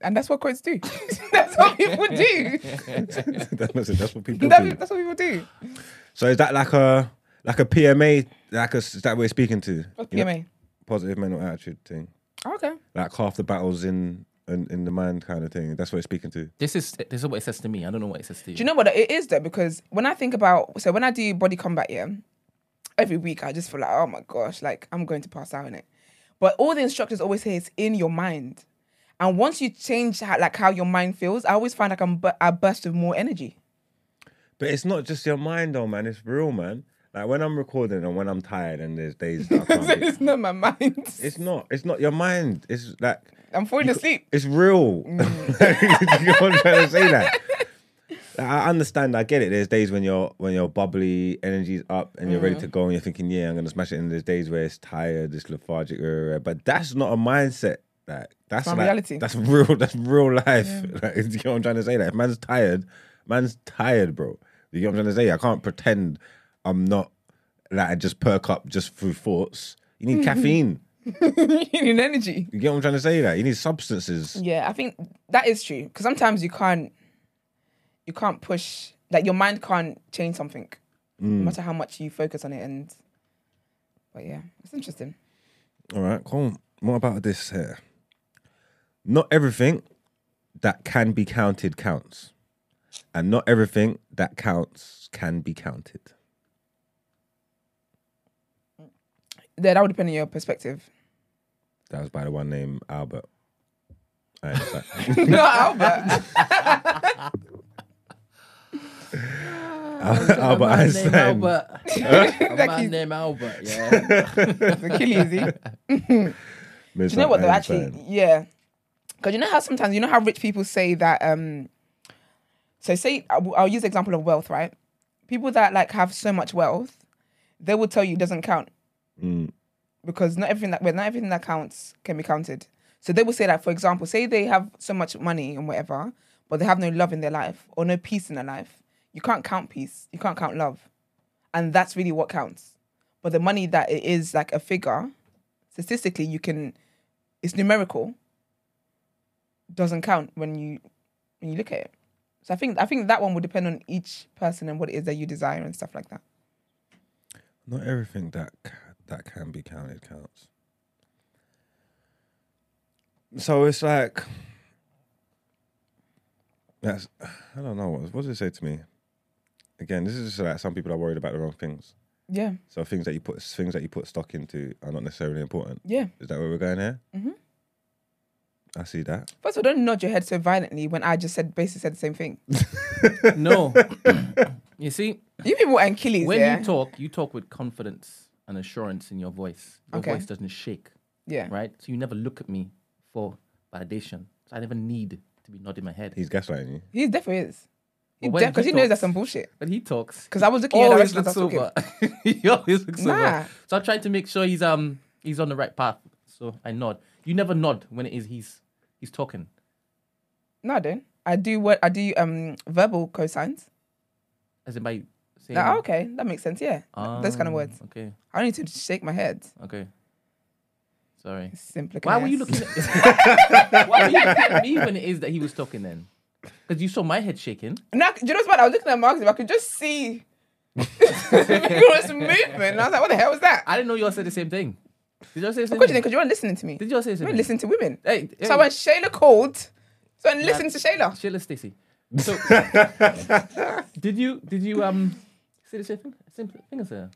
[SPEAKER 2] And that's what quotes do. that's what people do.
[SPEAKER 3] that's, it. that's what people do.
[SPEAKER 2] That- that's what people do.
[SPEAKER 3] So is that like a like a PMA? Like a, is that we're speaking to?
[SPEAKER 2] What's
[SPEAKER 3] You know,
[SPEAKER 2] PMA?
[SPEAKER 3] positive mental attitude thing.
[SPEAKER 2] Oh, okay.
[SPEAKER 3] Like half the battles in, in in the mind kind of thing. That's what it's speaking to.
[SPEAKER 1] This is this is what it says to me. I don't know what it says to you.
[SPEAKER 2] Do you know what it is though? Because when I think about so when I do body combat, yeah, every week I just feel like, oh my gosh, like I'm going to pass out in it. But all the instructors always say it's in your mind, and once you change how, like how your mind feels, I always find like I'm bu- I burst with more energy.
[SPEAKER 3] But it's not just your mind, though, man. It's real, man. Like when I'm recording and when I'm tired and there's days that I
[SPEAKER 2] so
[SPEAKER 3] can't. Be,
[SPEAKER 2] it's not my mind.
[SPEAKER 3] it's not. It's not your mind. It's like
[SPEAKER 2] I'm falling asleep.
[SPEAKER 3] it's real. you know what I'm trying to say that. Like, I understand, I get it. There's days when you're when your bubbly energy's up and you're ready to go and you're thinking, yeah, I'm gonna smash it. And there's days where it's tired, it's lethargic, rah, rah, rah. but that's not a mindset. Like that's
[SPEAKER 2] not
[SPEAKER 3] like-
[SPEAKER 2] reality.
[SPEAKER 3] That's real. That's real life. Like, you know what I'm trying to say? That if man's tired, man's tired, bro. You know what I'm trying to say? I can't pretend I'm not like I just perk up just through thoughts. You need caffeine.
[SPEAKER 2] you need energy.
[SPEAKER 3] You get what I'm trying to say? That you need substances.
[SPEAKER 2] Yeah, I think that is true. Because sometimes you can't, you can't push. Like your mind can't change something, no matter how much you focus on it. And but yeah, it's interesting.
[SPEAKER 3] All right, cool. What about this here? Not everything that can be counted counts, and not everything that counts can be counted.
[SPEAKER 2] Yeah, that would depend on your perspective.
[SPEAKER 3] That was by the one named Albert. Einstein.
[SPEAKER 2] Not Albert.
[SPEAKER 3] Albert
[SPEAKER 1] A man named
[SPEAKER 3] Einstein.
[SPEAKER 1] Albert. A
[SPEAKER 2] Like
[SPEAKER 1] Oh, man
[SPEAKER 2] he's-
[SPEAKER 1] named Albert. Yeah.
[SPEAKER 2] Achilles. eh?
[SPEAKER 3] Mr.
[SPEAKER 2] Do you know what though?
[SPEAKER 3] Einstein.
[SPEAKER 2] Actually, yeah. Because you know how sometimes you know how rich people say that. um So say I will- I'll use the example of wealth, right? People that like have so much wealth, they will tell you it doesn't count
[SPEAKER 3] Mm.
[SPEAKER 2] because not everything that well, not everything that counts can be counted. So they will say that, for example, say they have so much money and whatever, but they have no love in their life or no peace in their life. You can't count peace. You can't count love, and that's really what counts. But the money that it is like a figure, statistically, you can, it's numerical. Doesn't count when you when you look at it. So I think I think that one will depend on each person and what it is that you desire and stuff like that.
[SPEAKER 3] Not everything that ca- that can be counted counts. So it's like that's I don't know what what does it say to me. Again, this is just like some people are worried about the wrong things.
[SPEAKER 2] Yeah.
[SPEAKER 3] So things that you put things that you put stock into are not necessarily important.
[SPEAKER 2] Yeah.
[SPEAKER 3] Is that where we're going here? Mm-hmm. I see that.
[SPEAKER 2] First of all, don't nod your head so violently when I just said basically said the same thing.
[SPEAKER 1] No. you see,
[SPEAKER 2] You people are Achilles,
[SPEAKER 1] when
[SPEAKER 2] yeah.
[SPEAKER 1] you talk, you talk with confidence and assurance in your voice. Your
[SPEAKER 2] Okay.
[SPEAKER 1] voice doesn't shake,
[SPEAKER 2] yeah.
[SPEAKER 1] right? So you never look at me for validation. So I never need to be nodding my head.
[SPEAKER 3] He's gaslighting you.
[SPEAKER 2] He definitely is. He
[SPEAKER 1] But when
[SPEAKER 2] because
[SPEAKER 1] he
[SPEAKER 2] he, knows
[SPEAKER 1] talks-
[SPEAKER 2] that's some bullshit.
[SPEAKER 1] When he talks,
[SPEAKER 2] Because I was looking at the
[SPEAKER 1] always
[SPEAKER 2] direction
[SPEAKER 1] looks
[SPEAKER 2] as I was talking.
[SPEAKER 1] sober. he always looks
[SPEAKER 2] Nah.
[SPEAKER 1] sober. So I try to make sure he's um he's on the right path. So I nod. You never nod when it is he's he's talking.
[SPEAKER 2] No, I don't. I do what I do um verbal cosigns.
[SPEAKER 1] As in by saying
[SPEAKER 2] Like, oh, okay, that makes sense. Yeah, those kind
[SPEAKER 1] "Ah,
[SPEAKER 2] of words.
[SPEAKER 1] Okay,
[SPEAKER 2] I don't need to shake my head.
[SPEAKER 1] okay. Sorry.
[SPEAKER 2] Simply.
[SPEAKER 1] Why were you looking at Why were you looking at me when it is that he was talking then? Because you saw my head shaking.
[SPEAKER 2] No, do you know what's bad? I was looking at Marcus. I could just see vigorous movement. And I was like, what the hell was that?
[SPEAKER 1] I didn't know you all said the same thing. Did you all say the
[SPEAKER 2] Of
[SPEAKER 1] same
[SPEAKER 2] course you
[SPEAKER 1] thing?
[SPEAKER 2] did, because you weren't listening to me.
[SPEAKER 1] Did you all say
[SPEAKER 2] You
[SPEAKER 1] the same
[SPEAKER 2] don't
[SPEAKER 1] thing?
[SPEAKER 2] listen to women.
[SPEAKER 1] Hey, hey,
[SPEAKER 2] So when Shayla called, so I listened to Shayla.
[SPEAKER 1] Sheila Stacy. So did you did you um say the same thing? Same thing as her?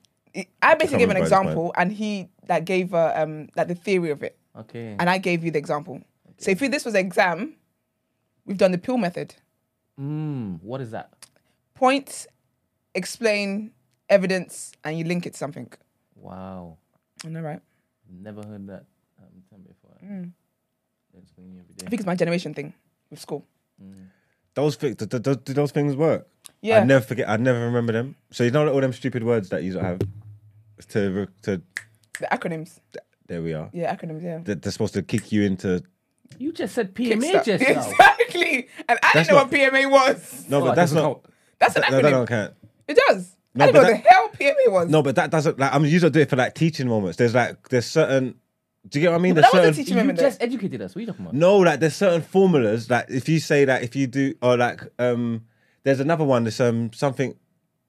[SPEAKER 2] I basically gave an
[SPEAKER 3] remember his point.
[SPEAKER 2] example, and he like gave uh, um like the theory of it,
[SPEAKER 1] Okay.
[SPEAKER 2] and I gave you the example. So if this was an exam, we've done the pill method.
[SPEAKER 1] Mm, what is that?
[SPEAKER 2] Point, explain, evidence, and you link it to something.
[SPEAKER 1] Wow.
[SPEAKER 2] I know, right?
[SPEAKER 1] Never heard that um, term before. It's something new every day.
[SPEAKER 2] I think it's my generation thing with school.
[SPEAKER 3] Those things. Do, do, do those things work?
[SPEAKER 2] Yeah.
[SPEAKER 3] I never forget. I never remember them. So you know all them stupid words that you lot have. To re- to
[SPEAKER 2] The acronyms.
[SPEAKER 3] there we are.
[SPEAKER 2] Yeah, acronyms, yeah.
[SPEAKER 3] That They're supposed to kick you into
[SPEAKER 1] You just said
[SPEAKER 2] Kickstart.
[SPEAKER 1] PMA just now.
[SPEAKER 2] Exactly. And I
[SPEAKER 3] That's
[SPEAKER 2] didn't know
[SPEAKER 3] not-
[SPEAKER 2] what PMA was.
[SPEAKER 3] no,
[SPEAKER 1] Oh,
[SPEAKER 3] but
[SPEAKER 1] it
[SPEAKER 3] that's
[SPEAKER 1] doesn't
[SPEAKER 3] not.
[SPEAKER 1] count.
[SPEAKER 2] That's an
[SPEAKER 3] That,
[SPEAKER 2] acronym.
[SPEAKER 3] that don't count.
[SPEAKER 2] It does.
[SPEAKER 3] No,
[SPEAKER 2] I didn't know
[SPEAKER 3] but
[SPEAKER 2] what the
[SPEAKER 3] that-
[SPEAKER 2] hell PMA was.
[SPEAKER 3] No, but that doesn't. Like I'm mean, usually do it for like teaching moments. There's like there's certain. Do you get what I mean?
[SPEAKER 2] But
[SPEAKER 3] There's
[SPEAKER 2] that was a
[SPEAKER 3] certain.
[SPEAKER 2] teaching
[SPEAKER 1] You
[SPEAKER 2] moment. though.
[SPEAKER 1] just educated us. What are you talking about?
[SPEAKER 3] No, like there's certain formulas that if you say that if you do or like um there's another one, there's um something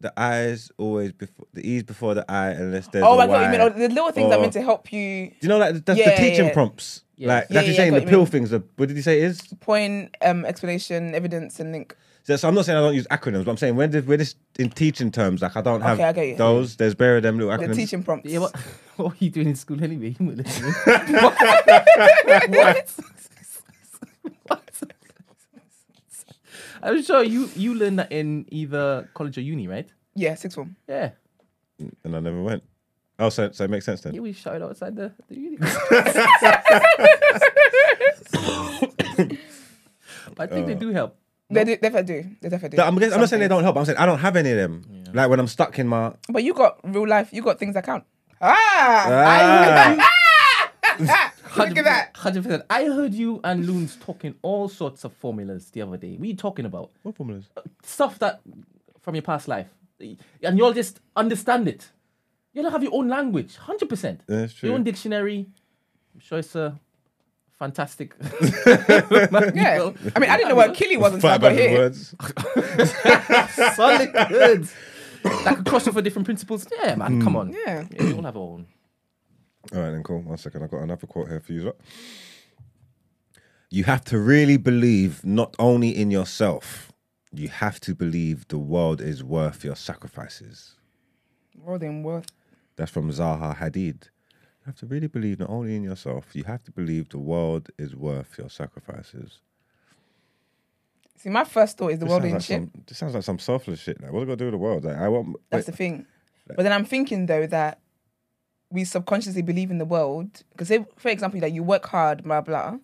[SPEAKER 3] the I's always before the E's before the I unless there's
[SPEAKER 2] Oh,
[SPEAKER 3] a
[SPEAKER 2] I got what you
[SPEAKER 3] Y.
[SPEAKER 2] mean. Oh, the little things that
[SPEAKER 3] Or-
[SPEAKER 2] meant to help you
[SPEAKER 3] Do you know like that's
[SPEAKER 2] Yeah,
[SPEAKER 3] the teaching
[SPEAKER 2] yeah.
[SPEAKER 3] prompts?
[SPEAKER 1] Yeah.
[SPEAKER 3] Like
[SPEAKER 2] Yeah,
[SPEAKER 3] that's
[SPEAKER 2] yeah,
[SPEAKER 3] you
[SPEAKER 2] I
[SPEAKER 3] saying
[SPEAKER 2] got
[SPEAKER 3] the
[SPEAKER 2] what you
[SPEAKER 3] pill
[SPEAKER 2] mean.
[SPEAKER 3] things, the, what did you say it is?
[SPEAKER 2] point, um, explanation, evidence, and link.
[SPEAKER 3] So, so I'm not saying I don't use acronyms, but I'm saying when did when it's in teaching terms, like I don't have
[SPEAKER 2] Okay, I get you.
[SPEAKER 3] those. There's bare them little
[SPEAKER 2] The
[SPEAKER 3] acronyms.
[SPEAKER 2] teaching prompts.
[SPEAKER 1] Yeah, what, what were you doing in school anyway? You weren't listening.
[SPEAKER 2] What?
[SPEAKER 1] What? I'm sure you you learned that in either college or uni, right?
[SPEAKER 2] Yeah, sixth form.
[SPEAKER 1] Yeah.
[SPEAKER 3] And I never went. Oh, so so it makes sense then.
[SPEAKER 1] Yeah, we shouted outside the, the uni. but I think they
[SPEAKER 3] Oh.
[SPEAKER 1] do help.
[SPEAKER 2] They do, definitely do. They definitely do.
[SPEAKER 3] But I'm, guess- I'm not saying they
[SPEAKER 2] Some
[SPEAKER 3] don't help. I'm saying I don't have any of them. Like when I'm stuck in my
[SPEAKER 2] things. But you got real life. You got things that count. Ah!
[SPEAKER 3] ah,
[SPEAKER 2] Look at that.
[SPEAKER 1] 100%. I heard you and Loons talking all sorts of formulas the other day. What are you talking about?
[SPEAKER 3] what formulas?
[SPEAKER 1] Stuff that from your past life. And you all just understand it. You all have your own language. 100%.
[SPEAKER 3] Yeah, that's
[SPEAKER 1] Your
[SPEAKER 3] true.
[SPEAKER 1] own dictionary. I'm sure it's a fantastic.
[SPEAKER 2] Yeah. I mean, I didn't know what Achilles was until I
[SPEAKER 3] Five
[SPEAKER 2] got
[SPEAKER 3] hundred
[SPEAKER 2] here.
[SPEAKER 3] words.
[SPEAKER 1] solid goods. That could cross over different principles. Yeah, man,
[SPEAKER 3] Hmm.
[SPEAKER 1] come on.
[SPEAKER 2] Yeah.
[SPEAKER 1] we all have our own.
[SPEAKER 3] All right, then cool. One second, I've got another quote here for you. Zot. You have to really believe not only in yourself, you have to believe the world is worth your sacrifices.
[SPEAKER 2] World in world.
[SPEAKER 3] That's from Zaha Hadid. You have to really believe not only in yourself, you have to believe the world is worth your sacrifices.
[SPEAKER 2] See, my first thought is the
[SPEAKER 3] This
[SPEAKER 2] world
[SPEAKER 3] sounds
[SPEAKER 2] in
[SPEAKER 3] like
[SPEAKER 2] shit.
[SPEAKER 3] some, this sounds like some selfless shit. Like, what's it got to do with the world? Like, I want.
[SPEAKER 2] That's the thing. But then I'm thinking though that we subconsciously believe in the world because, for example, like you work hard, blah blah.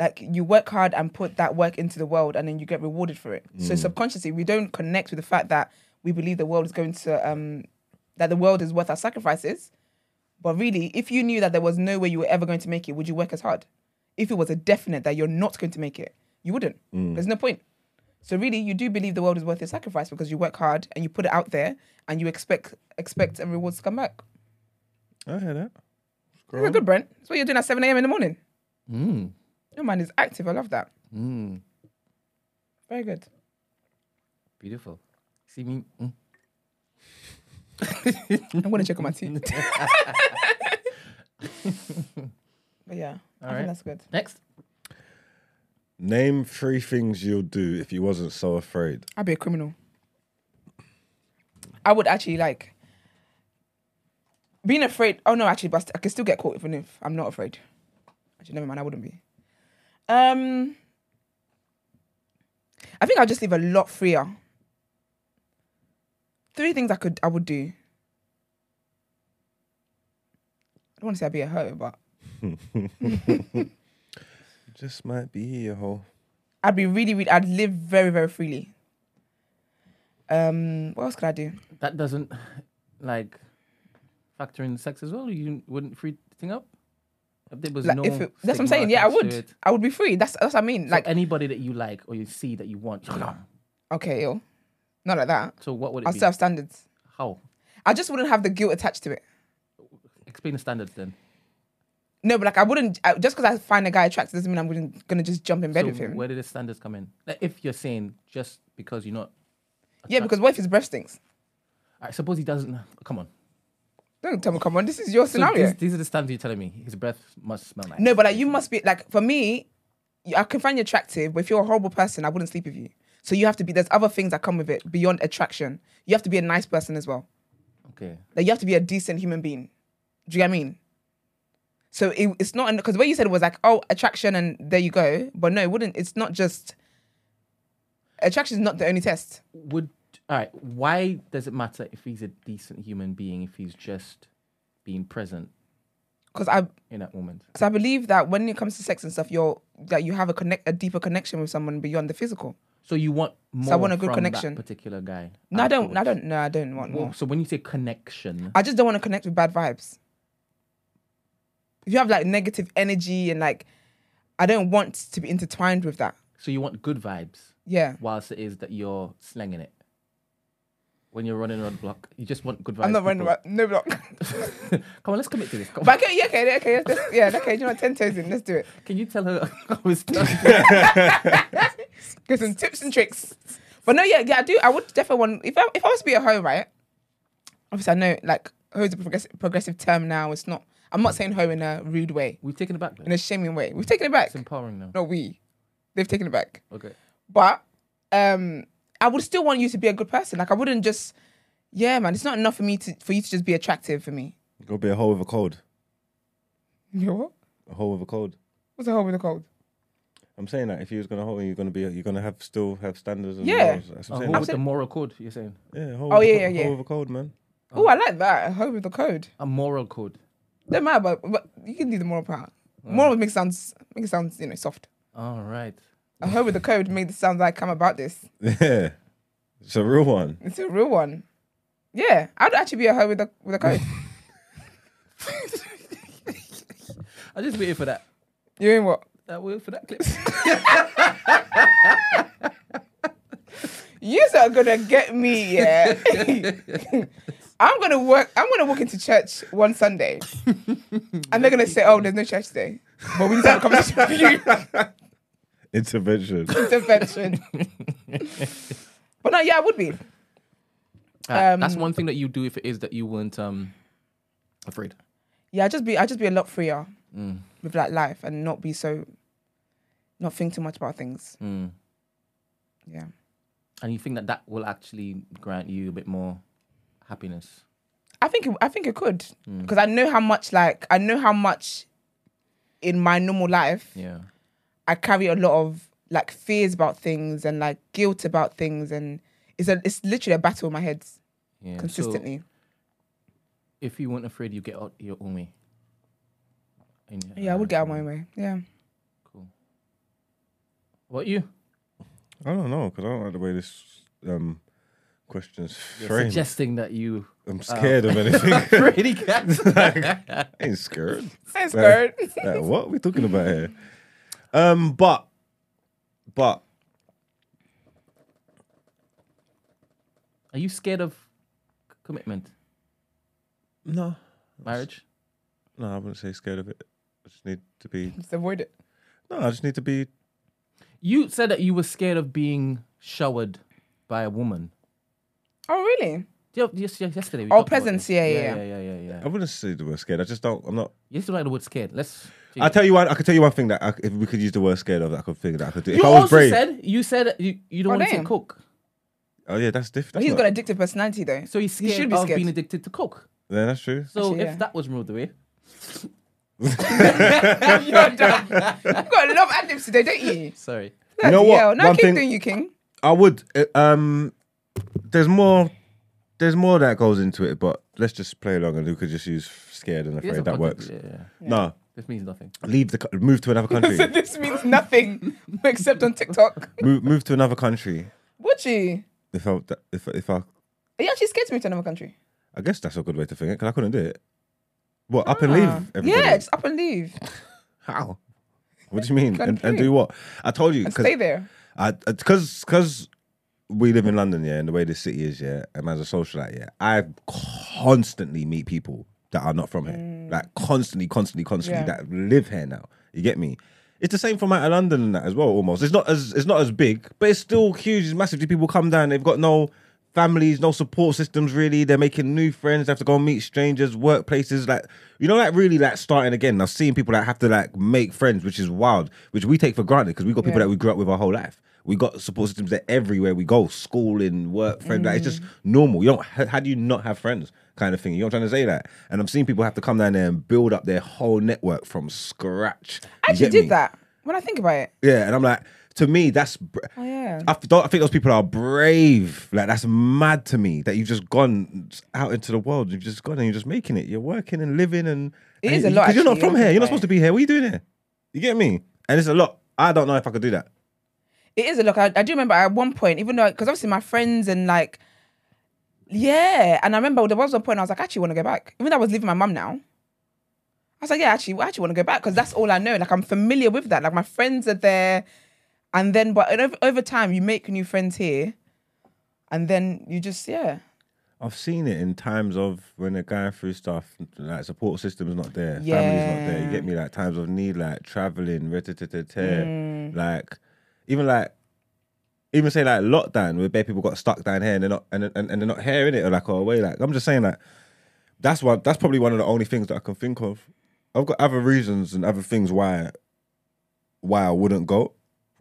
[SPEAKER 2] Like you work hard and put that work into the world, and then you get rewarded for it. So subconsciously, we don't connect with the fact that we believe the world is going to um that the world is worth our sacrifices. But really, if you knew that there was no way you were ever going to make it, would you work as hard? If it was a definite that you're not going to make it, you wouldn't. There's no point. So really, you do believe the world is worth your sacrifice because you work hard and you put it out there and you expect expect and rewards to come back.
[SPEAKER 3] I hear that.
[SPEAKER 2] That's good, Brent. That's what you're doing at 7 a.m. in the morning.
[SPEAKER 1] Mm.
[SPEAKER 2] Your mind is active. I love that.
[SPEAKER 1] Mm.
[SPEAKER 2] Very good.
[SPEAKER 1] Beautiful. See me? Mm.
[SPEAKER 2] I'm gonna check on my teeth. but yeah, I
[SPEAKER 1] right.
[SPEAKER 2] think that's good.
[SPEAKER 1] Next.
[SPEAKER 3] Name three things you'll do if you wasn't so afraid.
[SPEAKER 2] I'd be a criminal. I would actually like being afraid. Oh no, actually, but I can still get caught even if I'm not afraid. Actually, never mind. I wouldn't be. Um, I think I'll just leave a lot freer. Three things I could, I would do. I don't want to say I'd be a hoe, but
[SPEAKER 3] Just might be a whole.
[SPEAKER 2] I'd be really, really, I'd live very, very freely. Um, what else could I do?
[SPEAKER 1] That doesn't like factor in sex as well. You wouldn't free the thing up. If there was
[SPEAKER 2] Like,
[SPEAKER 1] no,
[SPEAKER 2] if it, that's what I'm
[SPEAKER 1] stigma
[SPEAKER 2] saying. Yeah, I
[SPEAKER 1] attached to
[SPEAKER 2] would.
[SPEAKER 1] it.
[SPEAKER 2] I would be free. That's that's what I mean.
[SPEAKER 1] So
[SPEAKER 2] Like,
[SPEAKER 1] anybody that you like or you see that you want.
[SPEAKER 2] okay, ill, not like that.
[SPEAKER 1] So what would it
[SPEAKER 2] I'll
[SPEAKER 1] be?
[SPEAKER 2] still have standards.
[SPEAKER 1] How?
[SPEAKER 2] I just wouldn't have the guilt attached to it.
[SPEAKER 1] Explain the standards then.
[SPEAKER 2] No, but like I wouldn't I, just because I find a guy attractive doesn't mean I'm gonna, gonna just jump in bed
[SPEAKER 1] So
[SPEAKER 2] with him.
[SPEAKER 1] where did the standards come in? Like if you're saying just because you're not,
[SPEAKER 2] Yeah, because what if his breath stinks?
[SPEAKER 1] I suppose he doesn't. Come on.
[SPEAKER 2] Don't tell me, come on, this is your
[SPEAKER 1] So these-
[SPEAKER 2] scenario.
[SPEAKER 1] these, are the standards you're telling me. His breath must smell nice.
[SPEAKER 2] no, but like you must be like for me, you- I can find you attractive, but if you're a horrible person, I wouldn't sleep with you. So you have to be. There's other things that come with it beyond attraction. You have to be a nice person as well.
[SPEAKER 1] Okay.
[SPEAKER 2] Like you have to be a decent human being. Do you get what I mean? So it, it's not because what you said was like, oh, attraction, and there you go. But no, it wouldn't. It's not just attraction is not the only test.
[SPEAKER 1] Would all right. Why does it matter if he's a decent human being if he's just being present
[SPEAKER 2] Because I
[SPEAKER 1] in that moment?
[SPEAKER 2] because I believe that when it comes to sex and stuff, you're that you have a connect a deeper connection with someone beyond the physical.
[SPEAKER 1] So you want more
[SPEAKER 2] I want a good
[SPEAKER 1] from
[SPEAKER 2] connection.
[SPEAKER 1] that particular guy.
[SPEAKER 2] No, I don't. I
[SPEAKER 1] afterwards.
[SPEAKER 2] don't. No, I don't want more.
[SPEAKER 1] Well, so when you say connection,
[SPEAKER 2] I just don't want to connect with bad vibes. If you have like negative energy and like, I don't want to be intertwined with that.
[SPEAKER 1] so you want good vibes,
[SPEAKER 2] Yeah,
[SPEAKER 1] whilst it is that you're slanging it. When you're running around the block, you just want good vibes.
[SPEAKER 2] I'm not running
[SPEAKER 1] people.
[SPEAKER 2] about no block.
[SPEAKER 1] Come on, let's commit to this. Come
[SPEAKER 2] But okay, yeah, okay, yeah, okay, let's, let's, yeah, okay. Do you want ten toes in? Let's do it.
[SPEAKER 1] on. Can you tell her I was
[SPEAKER 2] Give some tips and tricks. But no, yeah, yeah, I do. I would definitely want if I if I was to be a hoe, right? Obviously, I know like hoe is a progressive, progressive term now. It's not. I'm not saying hoe in a rude way,
[SPEAKER 1] We've taken it back.
[SPEAKER 2] in a shaming way. We've taken it back.
[SPEAKER 1] It's empowering now.
[SPEAKER 2] No, we. They've taken it back.
[SPEAKER 1] Okay.
[SPEAKER 2] But um, I would still want you to be a good person. Like I wouldn't just. Yeah, man, it's not enough for me to for you to just be attractive for me.
[SPEAKER 3] Go be a hole with a cold.
[SPEAKER 2] You know what?
[SPEAKER 3] A hole with a cold.
[SPEAKER 2] What's a hoe with a cold?
[SPEAKER 3] I'm saying that if you was gonna hold, you're gonna be, you're gonna have still have standards. And
[SPEAKER 2] Yeah.
[SPEAKER 3] morals. That's what
[SPEAKER 1] A hole
[SPEAKER 3] I'm saying.
[SPEAKER 1] Uh, with the moral code, you're saying?
[SPEAKER 3] yeah, a hole
[SPEAKER 2] Oh,
[SPEAKER 3] with a
[SPEAKER 2] yeah,
[SPEAKER 3] co-
[SPEAKER 2] yeah,
[SPEAKER 3] hole
[SPEAKER 2] yeah.
[SPEAKER 3] with a cold, man.
[SPEAKER 2] Oh, I like that. A hoe with a code.
[SPEAKER 1] A moral code.
[SPEAKER 2] Don't matter, but, but you can do the moral part. Moral makes sounds make it sounds you know soft.
[SPEAKER 1] All right.
[SPEAKER 2] I heard with the code made it sound like I'm about this.
[SPEAKER 3] Yeah, it's a real one.
[SPEAKER 2] It's a real one. Yeah, I'd actually be a hoe with the with a code.
[SPEAKER 1] I just waited for that.
[SPEAKER 2] you mean what?
[SPEAKER 1] I waited for that clip.
[SPEAKER 2] Yous are gonna get me, yeah. I'm gonna work. I'm gonna walk into church one Sunday, and they're gonna say, "Oh, there's no church today," but we need to have a conversation with you.
[SPEAKER 3] Intervention.
[SPEAKER 2] Intervention. but no, yeah, I would be.
[SPEAKER 1] Ah, that's
[SPEAKER 2] Um,
[SPEAKER 1] one thing that you do if it is that you weren't um afraid.
[SPEAKER 2] yeah, I just be I just be a lot freer
[SPEAKER 1] Mm.
[SPEAKER 2] with like life and not be so not think too much about
[SPEAKER 1] Mm.
[SPEAKER 2] things. Yeah.
[SPEAKER 1] And you think that that will actually grant you a bit more happiness.
[SPEAKER 2] I think it, I think it could
[SPEAKER 1] Mm.
[SPEAKER 2] because I know how much like I know how much in my normal life
[SPEAKER 1] Yeah.
[SPEAKER 2] I carry a lot of like fears about things and like guilt about things and it's a it's literally a battle in my head
[SPEAKER 1] Yeah. So
[SPEAKER 2] consistently.
[SPEAKER 1] if you weren't afraid, you get out your own way. And
[SPEAKER 2] yeah, I would get out of
[SPEAKER 1] Mm.
[SPEAKER 2] my own way. Yeah.
[SPEAKER 1] Cool. What you?
[SPEAKER 3] I don't know because I don't like the way this um question's framed.
[SPEAKER 1] Suggesting that you
[SPEAKER 3] I'm scared of anything.
[SPEAKER 1] really get.
[SPEAKER 3] I ain't scared.
[SPEAKER 2] I'm scared.
[SPEAKER 3] Like, what are we talking about here? Um, but, but
[SPEAKER 1] Are you scared of c- commitment,
[SPEAKER 3] no,
[SPEAKER 1] marriage?
[SPEAKER 3] no, I wouldn't say scared of it. I just need to be.
[SPEAKER 2] Just avoid it.
[SPEAKER 3] No, I just need to be.
[SPEAKER 1] You said that you were scared of being showered by a woman.
[SPEAKER 2] Oh really?
[SPEAKER 1] Do you- Yes, yes, yesterday. we
[SPEAKER 2] Oh,
[SPEAKER 1] talked about
[SPEAKER 2] presents,
[SPEAKER 1] this.
[SPEAKER 2] yeah, yeah, yeah.
[SPEAKER 1] yeah, yeah, yeah, yeah, yeah.
[SPEAKER 3] I wouldn't say the word scared. I just don't. I'm not.
[SPEAKER 1] You used to like the word scared. Let's.
[SPEAKER 3] I'll tell you one. I could tell you one thing that I, if we could use the word scared of, that I could figure that I could do.
[SPEAKER 1] you
[SPEAKER 3] if I was
[SPEAKER 1] also
[SPEAKER 3] brave,
[SPEAKER 1] said you said that you, you don't
[SPEAKER 2] Oh,
[SPEAKER 1] want to
[SPEAKER 2] damn.
[SPEAKER 1] take coke.
[SPEAKER 3] Oh yeah, that's different.
[SPEAKER 2] But he's got addictive personality though.
[SPEAKER 1] So he's
[SPEAKER 2] He
[SPEAKER 1] scared
[SPEAKER 2] should be
[SPEAKER 1] of
[SPEAKER 2] scared.
[SPEAKER 1] being addicted to coke.
[SPEAKER 3] yeah, that's true.
[SPEAKER 1] So
[SPEAKER 2] Actually,
[SPEAKER 1] if
[SPEAKER 2] yeah.
[SPEAKER 1] that was ruled away,
[SPEAKER 2] You're done. You've got a lot of adlibs today, don't you?
[SPEAKER 1] sorry.
[SPEAKER 3] you know what?
[SPEAKER 2] Yeah, no,
[SPEAKER 3] One
[SPEAKER 2] keep
[SPEAKER 3] thing
[SPEAKER 2] doing you, King.
[SPEAKER 3] I would. uh, Um, there's more. There's more that goes into it, but let's just play along and Luca just use scared and
[SPEAKER 1] He has
[SPEAKER 3] afraid.
[SPEAKER 1] no
[SPEAKER 3] That
[SPEAKER 1] contact-
[SPEAKER 3] works.
[SPEAKER 1] Yeah, yeah.
[SPEAKER 3] No,
[SPEAKER 1] This means nothing.
[SPEAKER 3] leave the co- move to another country.
[SPEAKER 2] So this means nothing except on TikTok.
[SPEAKER 3] move, move to another country.
[SPEAKER 2] Would you?
[SPEAKER 3] If I if if I
[SPEAKER 2] Are you actually scared to move to another country?
[SPEAKER 3] I guess that's a good way to think it because I couldn't do it. What up and
[SPEAKER 2] Ah,
[SPEAKER 3] leave? Everybody?
[SPEAKER 2] Yeah, just up and leave.
[SPEAKER 3] How? What do you mean? And, and
[SPEAKER 2] Country.
[SPEAKER 3] do what? I told you
[SPEAKER 2] And
[SPEAKER 3] because
[SPEAKER 2] stay there.
[SPEAKER 3] I because because we live in London, yeah, and the way this city is, yeah, and as a socialite, yeah, I constantly meet people that are not from here, like constantly, constantly, constantly
[SPEAKER 2] Mm. Yeah.
[SPEAKER 3] that live here now. You get me? It's the same from out of London and that as well. Almost, it's not as it's not as big, but it's still huge. It's massive. The People come down, they've got no families, no support systems. Really, they're making new friends. They have to go and meet strangers, workplaces, like you know, like really, like starting again. I've seen people that have to like make friends, which is wild, which we take for granted because we got people
[SPEAKER 2] Yeah.
[SPEAKER 3] that we grew up with our whole life. We got support systems that everywhere we go, school and work, friend. Like it's just
[SPEAKER 2] Mm.
[SPEAKER 3] normal. You don't. How, how do you not have friends? Kind of thing. You know what I'm trying to say? That. And I've seen people have to come down there and build up their whole network from scratch. You
[SPEAKER 2] I actually
[SPEAKER 3] get
[SPEAKER 2] did
[SPEAKER 3] me?
[SPEAKER 2] that when I think about it.
[SPEAKER 3] Yeah, and I'm like, to me, that's. Br-
[SPEAKER 2] Oh, yeah.
[SPEAKER 3] I f- don't. I think those people are brave. Like that's mad to me that you've just gone out into the world. You've just gone and you're just making it. You're working and living and.
[SPEAKER 2] It
[SPEAKER 3] and
[SPEAKER 2] is a lot,
[SPEAKER 3] you're not
[SPEAKER 2] actually,
[SPEAKER 3] from here. You're
[SPEAKER 2] isn't
[SPEAKER 3] not
[SPEAKER 2] it?
[SPEAKER 3] supposed to be here. What are you doing here? You get me? And it's a lot. I don't know if I could do that.
[SPEAKER 2] It is a look. I, I do remember at one point, even though because obviously my friends and like, yeah. And I remember there was one point I was like, I actually want to go back. Even though I was leaving my mum now, I was like, yeah, actually, I actually want to go back because that's all I know. Like I'm familiar with that. Like my friends are there, and then but over, over time you make new friends here, and then you just yeah.
[SPEAKER 3] I've seen it in times of when they're going through stuff, like support system's not there, family's not there. You
[SPEAKER 2] Yeah.
[SPEAKER 3] get me? Like times of need, like traveling, mm. like even like even say like lockdown where bare people got stuck down here and they're not and and, and they're not hearing it or like or away. Like I'm just saying like that's one that's probably one of the only things that I can think of. I've got other reasons and other things why why I wouldn't go,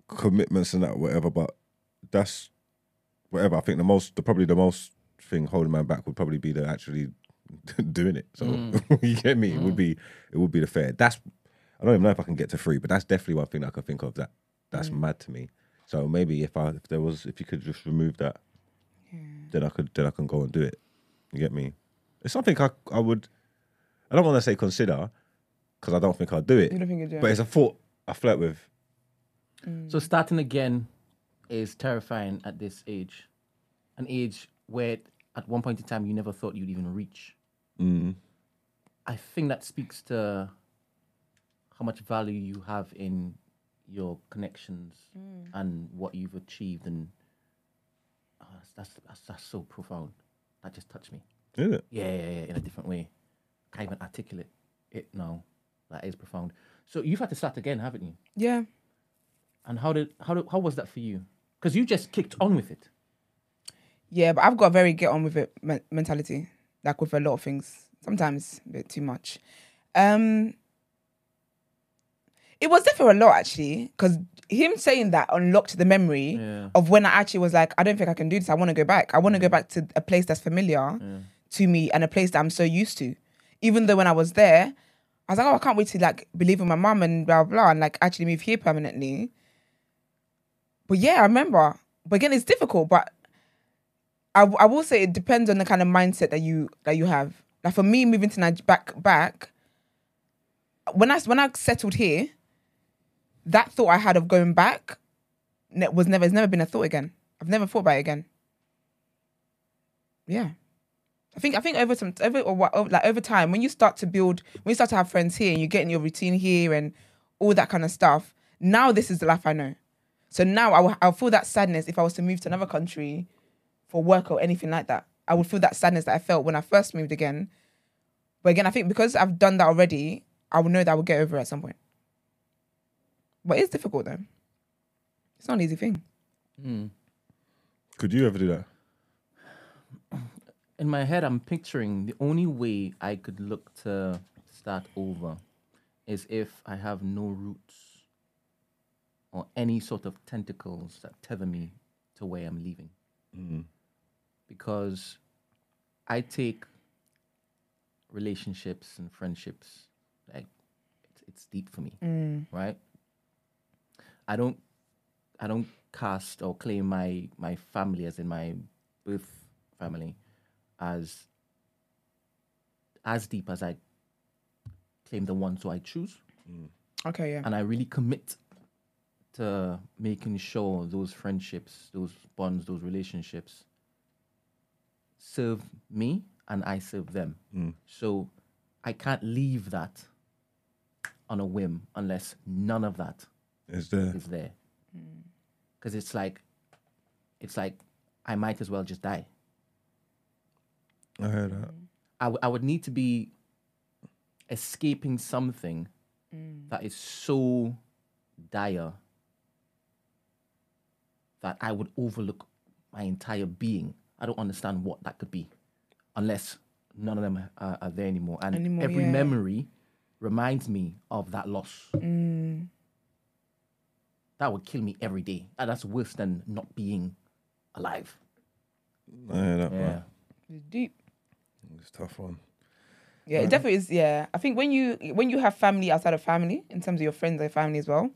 [SPEAKER 3] commitments and that whatever. But that's whatever. I think the most the probably the most thing holding man back would probably be the actually doing it. So
[SPEAKER 2] Mm.
[SPEAKER 3] you get me? It would be it would be the fair. That's I don't even know if I can get to three, but that's definitely one thing that I can think of that that's
[SPEAKER 2] Mm.
[SPEAKER 3] mad to me. So maybe if I if there was if you could just remove that, then I could then I can go and do it. You get me? It's something I I would I don't want to say consider because I don't think I'll do it.
[SPEAKER 2] You don't think you'd do it?
[SPEAKER 3] But it's a thought I flirt with.
[SPEAKER 2] Mm.
[SPEAKER 1] So starting again is terrifying at this age, an age where at one point in time you never thought you'd even reach.
[SPEAKER 3] Mm.
[SPEAKER 1] I think that speaks to how much value you have in your connections
[SPEAKER 2] Mm.
[SPEAKER 1] and what you've achieved, and oh, that's, that's that's that's so profound. That just touched me.
[SPEAKER 3] Is it?
[SPEAKER 1] Yeah, yeah, yeah, in a different way. Can't even articulate it now. That is profound. So you've had to start again, haven't you?
[SPEAKER 2] Yeah.
[SPEAKER 1] And how did how did, how was that for you? Because you just kicked on with it.
[SPEAKER 2] Yeah, but I've got a very get on with it men- mentality, like with a lot of things. Sometimes a bit too much. Um, it was there for a lot actually, because him saying that unlocked the memory
[SPEAKER 1] Yeah.
[SPEAKER 2] of when I actually was like, I don't think I can do this. I want to go back. I want to go back to a place that's familiar to me and a place that I'm so used to. Even though when I was there, I was like, oh, I can't wait to like believe in my mum and blah blah, and like actually move here permanently. But yeah, I remember. But again, it's difficult. But I, w- I will say it depends on the kind of mindset that you that you have. Like for me, moving to Niger back back, when I s- when I settled here, that thought I had of going back ne- was never has never been a thought again. I've never thought about it again. Yeah, I think I think over some over or what, over, like over time when you start to build when you start to have friends here and you get in your routine here and all that kind of stuff. Now this is the life I know. So now I will I'll feel that sadness if I was to move to another country for work or anything like that. I would feel that sadness that I felt when I first moved again. But again, I think because I've done that already, I will know that I will get over it at some point. But it's difficult though. It's not an easy thing.
[SPEAKER 3] Could you ever do that?
[SPEAKER 1] In my head, I'm picturing the only way I could look to start over is if I have no roots or any sort of tentacles that tether me to where I'm leaving. because I take relationships and friendships like it's, it's deep for me, right? I don't I don't cast or claim my my family as in my birth family as as deep as I claim the ones who I choose
[SPEAKER 2] Okay, yeah.
[SPEAKER 1] and I really commit to making sure those friendships, those bonds, those relationships serve me and I serve them.
[SPEAKER 3] Mm.
[SPEAKER 1] So I can't leave that on a whim unless none of that
[SPEAKER 3] Is there?
[SPEAKER 1] is there. Because it's like, it's like I might as well just die.
[SPEAKER 3] I heard that.
[SPEAKER 1] I, w- I would need to be escaping something
[SPEAKER 2] Mm.
[SPEAKER 1] that is so dire that I would overlook my entire being. I don't understand what that could be unless none of them are, are there anymore. And
[SPEAKER 2] Anymore,
[SPEAKER 1] every
[SPEAKER 2] yeah.
[SPEAKER 1] memory reminds me of that loss.
[SPEAKER 2] Mm.
[SPEAKER 1] That would kill me every day. And that's worse than not being alive.
[SPEAKER 3] I heard that,
[SPEAKER 1] Yeah.
[SPEAKER 3] man.
[SPEAKER 2] It's deep.
[SPEAKER 3] It's a tough one.
[SPEAKER 2] Yeah, it definitely is. Yeah, I think when you when you have family outside of family, in terms of your friends and family as well,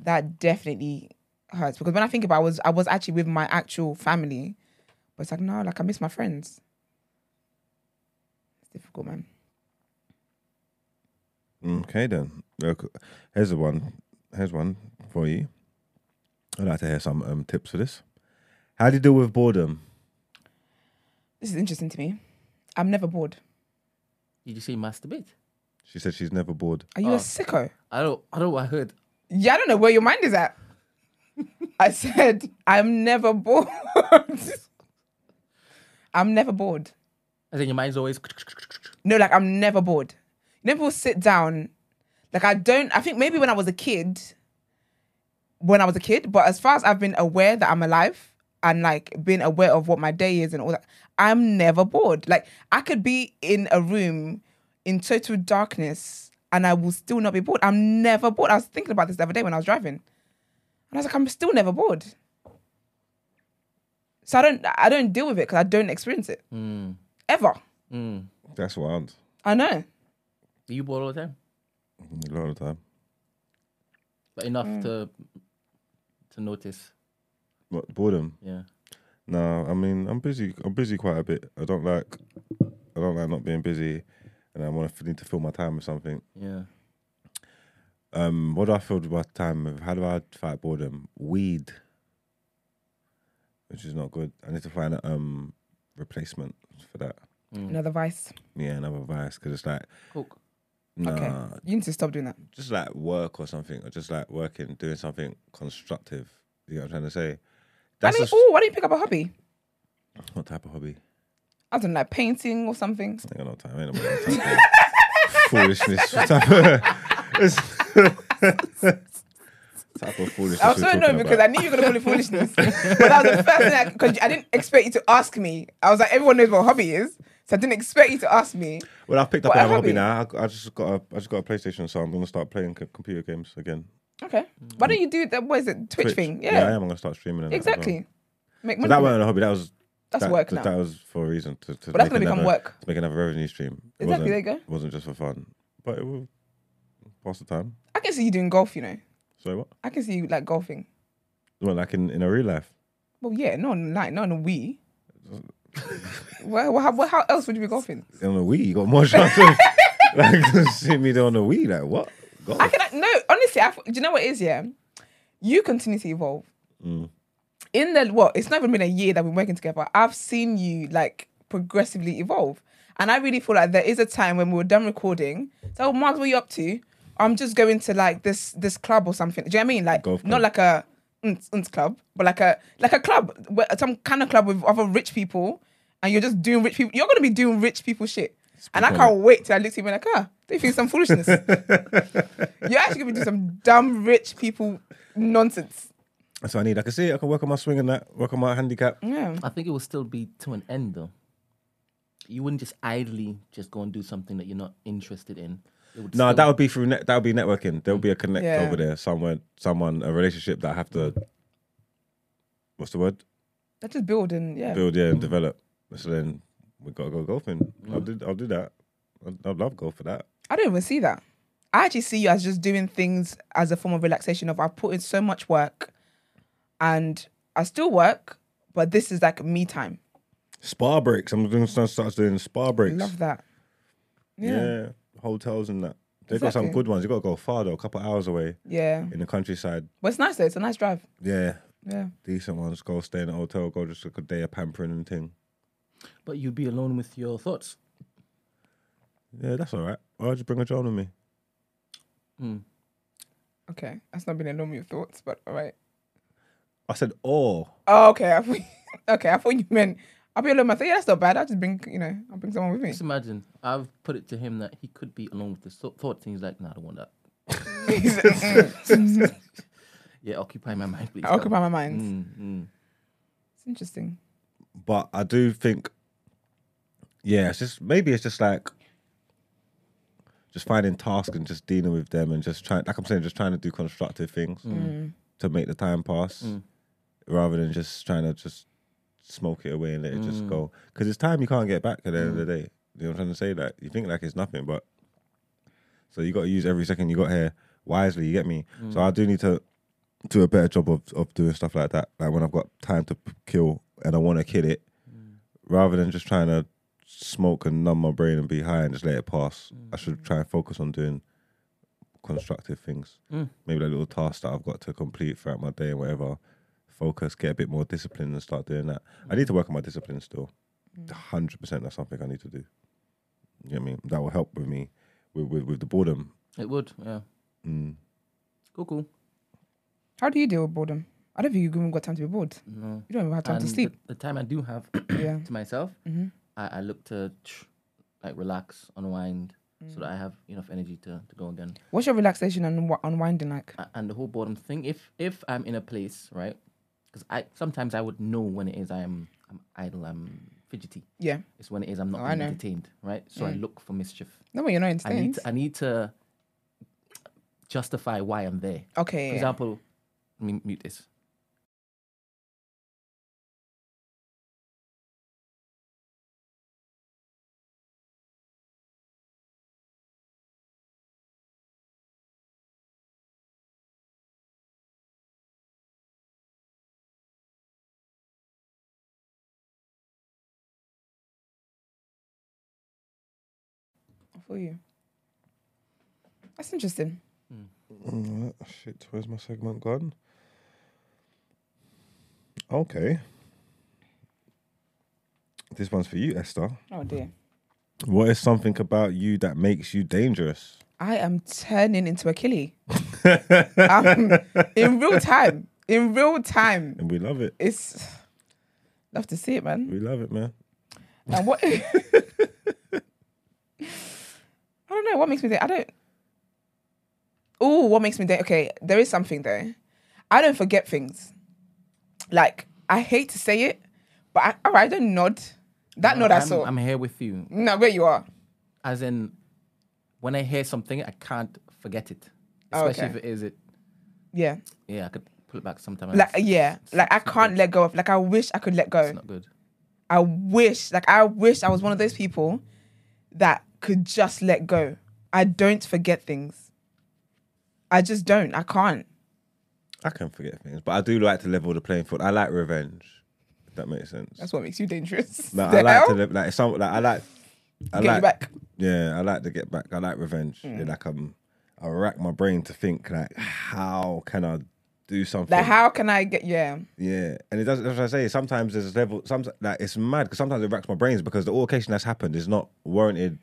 [SPEAKER 2] that definitely hurts. Because when I think about, it, I was I was actually with my actual family, but it's like no, like I miss my friends. It's difficult, man.
[SPEAKER 3] Okay then. Look, here's the one. Here's one for you. I'd like to hear some um, tips for this. How do you deal with boredom?
[SPEAKER 2] This is interesting to me. I'm never bored.
[SPEAKER 1] Did you say masturbate?
[SPEAKER 3] She said she's never bored.
[SPEAKER 2] Are you
[SPEAKER 1] Oh.
[SPEAKER 2] a sicko?
[SPEAKER 1] I don't, I don't, I heard
[SPEAKER 2] Yeah, I don't know where your mind is at. I said I'm never bored. I'm never bored.
[SPEAKER 1] I think your mind's always.
[SPEAKER 2] No, like I'm never bored. You know, people sit down. Like I don't. I think maybe when I was a kid, when I was a kid, but as far as I've been aware that I'm alive and like being aware of what my day is and all that, I'm never bored. Like I could be in a room in total darkness and I will still not be bored. I'm never bored. I was thinking about this the other day when I was driving, and I was like, I'm still never bored. So I don't. I don't deal with it because I don't experience it ever.
[SPEAKER 1] Mm.
[SPEAKER 3] That's wild.
[SPEAKER 2] I know.
[SPEAKER 1] Are you bored all the time?
[SPEAKER 3] A lot of time.
[SPEAKER 1] But enough to to notice.
[SPEAKER 3] What boredom?
[SPEAKER 1] Yeah.
[SPEAKER 3] No, I mean I'm busy. I'm busy quite a bit. I don't like. I don't like not being busy, and I want to need to fill my time with something.
[SPEAKER 1] Yeah.
[SPEAKER 3] Um, what do I fill my time with? How do I fight boredom? Weed, which is not good. I need to find a um replacement for that.
[SPEAKER 2] Another vice.
[SPEAKER 3] Yeah, another vice because it's like
[SPEAKER 1] Coke.
[SPEAKER 3] nah,
[SPEAKER 2] Okay. You need to stop doing that.
[SPEAKER 3] just like work or something, or just like working, doing something constructive. You know what I'm trying to say? That's
[SPEAKER 2] I mean,
[SPEAKER 3] just-
[SPEAKER 2] oh, why don't you pick up a hobby?
[SPEAKER 3] what type of hobby?
[SPEAKER 2] I don't know, like painting or something.
[SPEAKER 3] I ain't got no time. Ain't nobody got time for foolishness. What type of, it's, type of foolishness?
[SPEAKER 2] I was so
[SPEAKER 3] we're
[SPEAKER 2] annoyed
[SPEAKER 3] talking
[SPEAKER 2] because I
[SPEAKER 3] about?
[SPEAKER 2] knew you were gonna call it foolishness. but that was the first thing because I, didn't expect you to ask me. I was like, everyone knows what a hobby is, so I didn't expect you to ask me.
[SPEAKER 3] well, I've picked up
[SPEAKER 2] What, a
[SPEAKER 3] another hobby
[SPEAKER 2] hobby?
[SPEAKER 3] now. I, I just got a, I just got a PlayStation, so I'm gonna start playing c- computer games again.
[SPEAKER 2] Okay, why don't you do that? What is it, Twitch, thing? Yeah,
[SPEAKER 3] I am. I'm gonna start streaming. and that as well.
[SPEAKER 2] exactly. Make money.
[SPEAKER 3] But that
[SPEAKER 2] from it.
[SPEAKER 3] wasn't a hobby. That was
[SPEAKER 2] That's
[SPEAKER 3] that,
[SPEAKER 2] work
[SPEAKER 3] that,
[SPEAKER 2] now.
[SPEAKER 3] that was for a reason. To, to
[SPEAKER 2] But that's gonna
[SPEAKER 3] make
[SPEAKER 2] become
[SPEAKER 3] another-
[SPEAKER 2] work.
[SPEAKER 3] To make another revenue stream. It
[SPEAKER 2] Exactly,
[SPEAKER 3] wasn't-
[SPEAKER 2] there you go.
[SPEAKER 3] It wasn't just for fun, but it will pass the time.
[SPEAKER 2] I can see you doing golf. You know,
[SPEAKER 3] So what?
[SPEAKER 2] I can see you like golfing.
[SPEAKER 3] Well, like in, in a real life.
[SPEAKER 2] Well, yeah, no, like not on a Wii. well, well, how, well, how else would you be golfing?
[SPEAKER 3] on the Wii, you got more chance of like see me there on the Wii. Like what? Golf.
[SPEAKER 2] I can no. Honestly, I, f- do you know what it is? Yeah, you continue to evolve. In the well, it's not even been a year that we've been working together. I've seen you like progressively evolve, and I really feel like there is a time when we were done recording. So, Mark, what are you up to? I'm just going to like this this club or something. Do you know what I mean? Like
[SPEAKER 3] Golf club.
[SPEAKER 2] not like a unts, unts club, but like a like a club, where, some kind of club with other rich people, and you're just doing rich people. You're gonna be doing rich people shit. and I
[SPEAKER 3] on
[SPEAKER 2] can't wait till I look at you and be like, ah, do you think some foolishness? You're actually gonna do some dumb rich people nonsense.
[SPEAKER 3] That's what I need. I can see it. I can work on my swing and that. Work on my handicap.
[SPEAKER 2] Yeah.
[SPEAKER 1] I think it will still be to an end though. You wouldn't just idly just go and do something that you're not interested in. It would
[SPEAKER 3] No,
[SPEAKER 1] still-
[SPEAKER 3] that would be through. Net, that would be networking. There will be a connect
[SPEAKER 2] Yeah.
[SPEAKER 3] over there. Someone, someone, a relationship that I have to. What's the word?
[SPEAKER 2] Let's just build and yeah.
[SPEAKER 3] build, yeah, and develop. So then we gotta go golfing. I'll do, I'll do that. I'd, I'd love golf for that.
[SPEAKER 2] I don't even see that. I actually see you as just doing things as a form of relaxation. Of I put in so much work, and I still work, but this is like me time.
[SPEAKER 3] Spa breaks. I'm gonna start start doing spa breaks.
[SPEAKER 2] Love that.
[SPEAKER 3] yeah.
[SPEAKER 2] Yeah,
[SPEAKER 3] hotels and that. They've got some
[SPEAKER 2] Exactly.
[SPEAKER 3] good ones. You gotta go far though, a couple hours away
[SPEAKER 2] yeah.
[SPEAKER 3] in the countryside.
[SPEAKER 2] But it's nice though. It's a nice drive.
[SPEAKER 3] Yeah,
[SPEAKER 2] Yeah.
[SPEAKER 3] decent ones. Go stay in a hotel. Go just like a day of pampering and thing.
[SPEAKER 1] But you'd be alone with your thoughts.
[SPEAKER 3] Yeah, that's all right. Or I'll just bring a drone with me.
[SPEAKER 2] Okay. That's not been along with your thoughts, but all right.
[SPEAKER 3] I said, oh,
[SPEAKER 2] Oh, okay. I thought, okay. I thought you meant I'll be alone. I thought yeah, that's not bad. I'll just bring you know I'll bring someone with me.
[SPEAKER 1] Just imagine, I've put it to him that he could be alone with the so- thoughts, and he's like, "No, I don't want that."
[SPEAKER 2] He's like, mm,
[SPEAKER 1] Yeah, occupy my mind, please.
[SPEAKER 2] I occupy my mind.
[SPEAKER 1] Mm, mm.
[SPEAKER 2] It's interesting.
[SPEAKER 3] but I do think, yeah, it's just maybe it's just like just finding tasks and just dealing with them and just trying, like I'm saying, just trying to do constructive things to make the time pass rather than just trying to just smoke it away and let it just go. Because it's time you can't get back at the end of the day. You know what I'm trying to say? Like, you think like it's nothing, but so you got to use every second you got here wisely. You get me? So I do need to do a better job of, of doing stuff like that. Like when I've got time to p- kill and I want to kill it, rather than just trying to smoke and numb my brain and be high and just let it pass. I should try and focus on doing constructive things. Maybe like little tasks that I've got to complete throughout my day and whatever. Focus, get a bit more discipline and start doing that. I need to work on my discipline still. Mm. Hundred percent, that's something I need to do. You know what I mean? That will help with me with with, with the boredom.
[SPEAKER 1] It would, yeah.
[SPEAKER 3] Mm.
[SPEAKER 1] Cool, cool.
[SPEAKER 2] How do you deal with boredom? I don't think you've even got time to be bored.
[SPEAKER 1] No.
[SPEAKER 2] You don't even have time to
[SPEAKER 1] And the-
[SPEAKER 2] sleep.
[SPEAKER 1] The, time I do have
[SPEAKER 2] Yeah. Mm-hmm.
[SPEAKER 1] to myself, I, I look to tr- like relax, unwind,
[SPEAKER 2] Mm.
[SPEAKER 1] so that I have enough energy to, to go again.
[SPEAKER 2] What's your relaxation and wa- unwinding like?
[SPEAKER 1] A- And the whole boredom thing, if if I'm in a place, right? Because I sometimes I would know when it is I'm I'm idle, I'm fidgety.
[SPEAKER 2] Yeah.
[SPEAKER 1] It's when it is I'm not
[SPEAKER 2] Oh, I
[SPEAKER 1] being
[SPEAKER 2] know. Mm.
[SPEAKER 1] entertained, right? So I look for mischief.
[SPEAKER 2] No, well, you're not
[SPEAKER 1] I need
[SPEAKER 2] entertained.
[SPEAKER 1] to, uh, I need to justify why I'm there.
[SPEAKER 2] Okay.
[SPEAKER 1] For example, let me mute this.
[SPEAKER 2] I feel you. That's interesting.
[SPEAKER 3] Mm, shit, where's my segment gone? Okay. This one's for you, Esther.
[SPEAKER 2] Oh dear.
[SPEAKER 3] What is something about you that makes you dangerous?
[SPEAKER 2] I am turning into a killie. Um, in real time. In real time.
[SPEAKER 3] And we love it.
[SPEAKER 2] It's love to see it, man.
[SPEAKER 3] We love it, man.
[SPEAKER 2] And what? I don't know. What makes me think? I don't. Oh, what makes me think? Okay, there is something there. I don't forget things. Like I hate to say it, but I, all right, I don't nod. That nod I
[SPEAKER 1] I'm-
[SPEAKER 2] saw.
[SPEAKER 1] I'm here with you.
[SPEAKER 2] no, where you are.
[SPEAKER 1] as in when I hear something, I can't forget it,
[SPEAKER 2] Oh,
[SPEAKER 1] especially
[SPEAKER 2] okay.
[SPEAKER 1] if it is it.
[SPEAKER 2] Yeah,
[SPEAKER 1] Yeah, I could pull it back sometime. and
[SPEAKER 2] like
[SPEAKER 1] it's-
[SPEAKER 2] yeah, like I can't let go of. Like I wish I could let go.
[SPEAKER 1] it's not good.
[SPEAKER 2] I wish, like, I wish I was one of those people that could just let go. I don't forget things. I just don't. I can't.
[SPEAKER 3] I can forget things, but I do like to level the playing field. I like revenge. If that makes sense.
[SPEAKER 2] That's what makes you dangerous.
[SPEAKER 3] No,
[SPEAKER 2] The
[SPEAKER 3] I like
[SPEAKER 2] hell?
[SPEAKER 3] to live like some like I like I
[SPEAKER 2] Get you
[SPEAKER 3] like
[SPEAKER 2] back. Hmm.
[SPEAKER 3] Yeah, I like to get back. I like revenge. Yeah, like I'm I rack my brain to think like how can I do something?
[SPEAKER 2] Like, how can I get? Yeah,
[SPEAKER 3] Yeah, and it doesn't. That's what I say. Sometimes there's level. Some like it's mad because sometimes it racks my brains because the altercation that's happened is not warranted.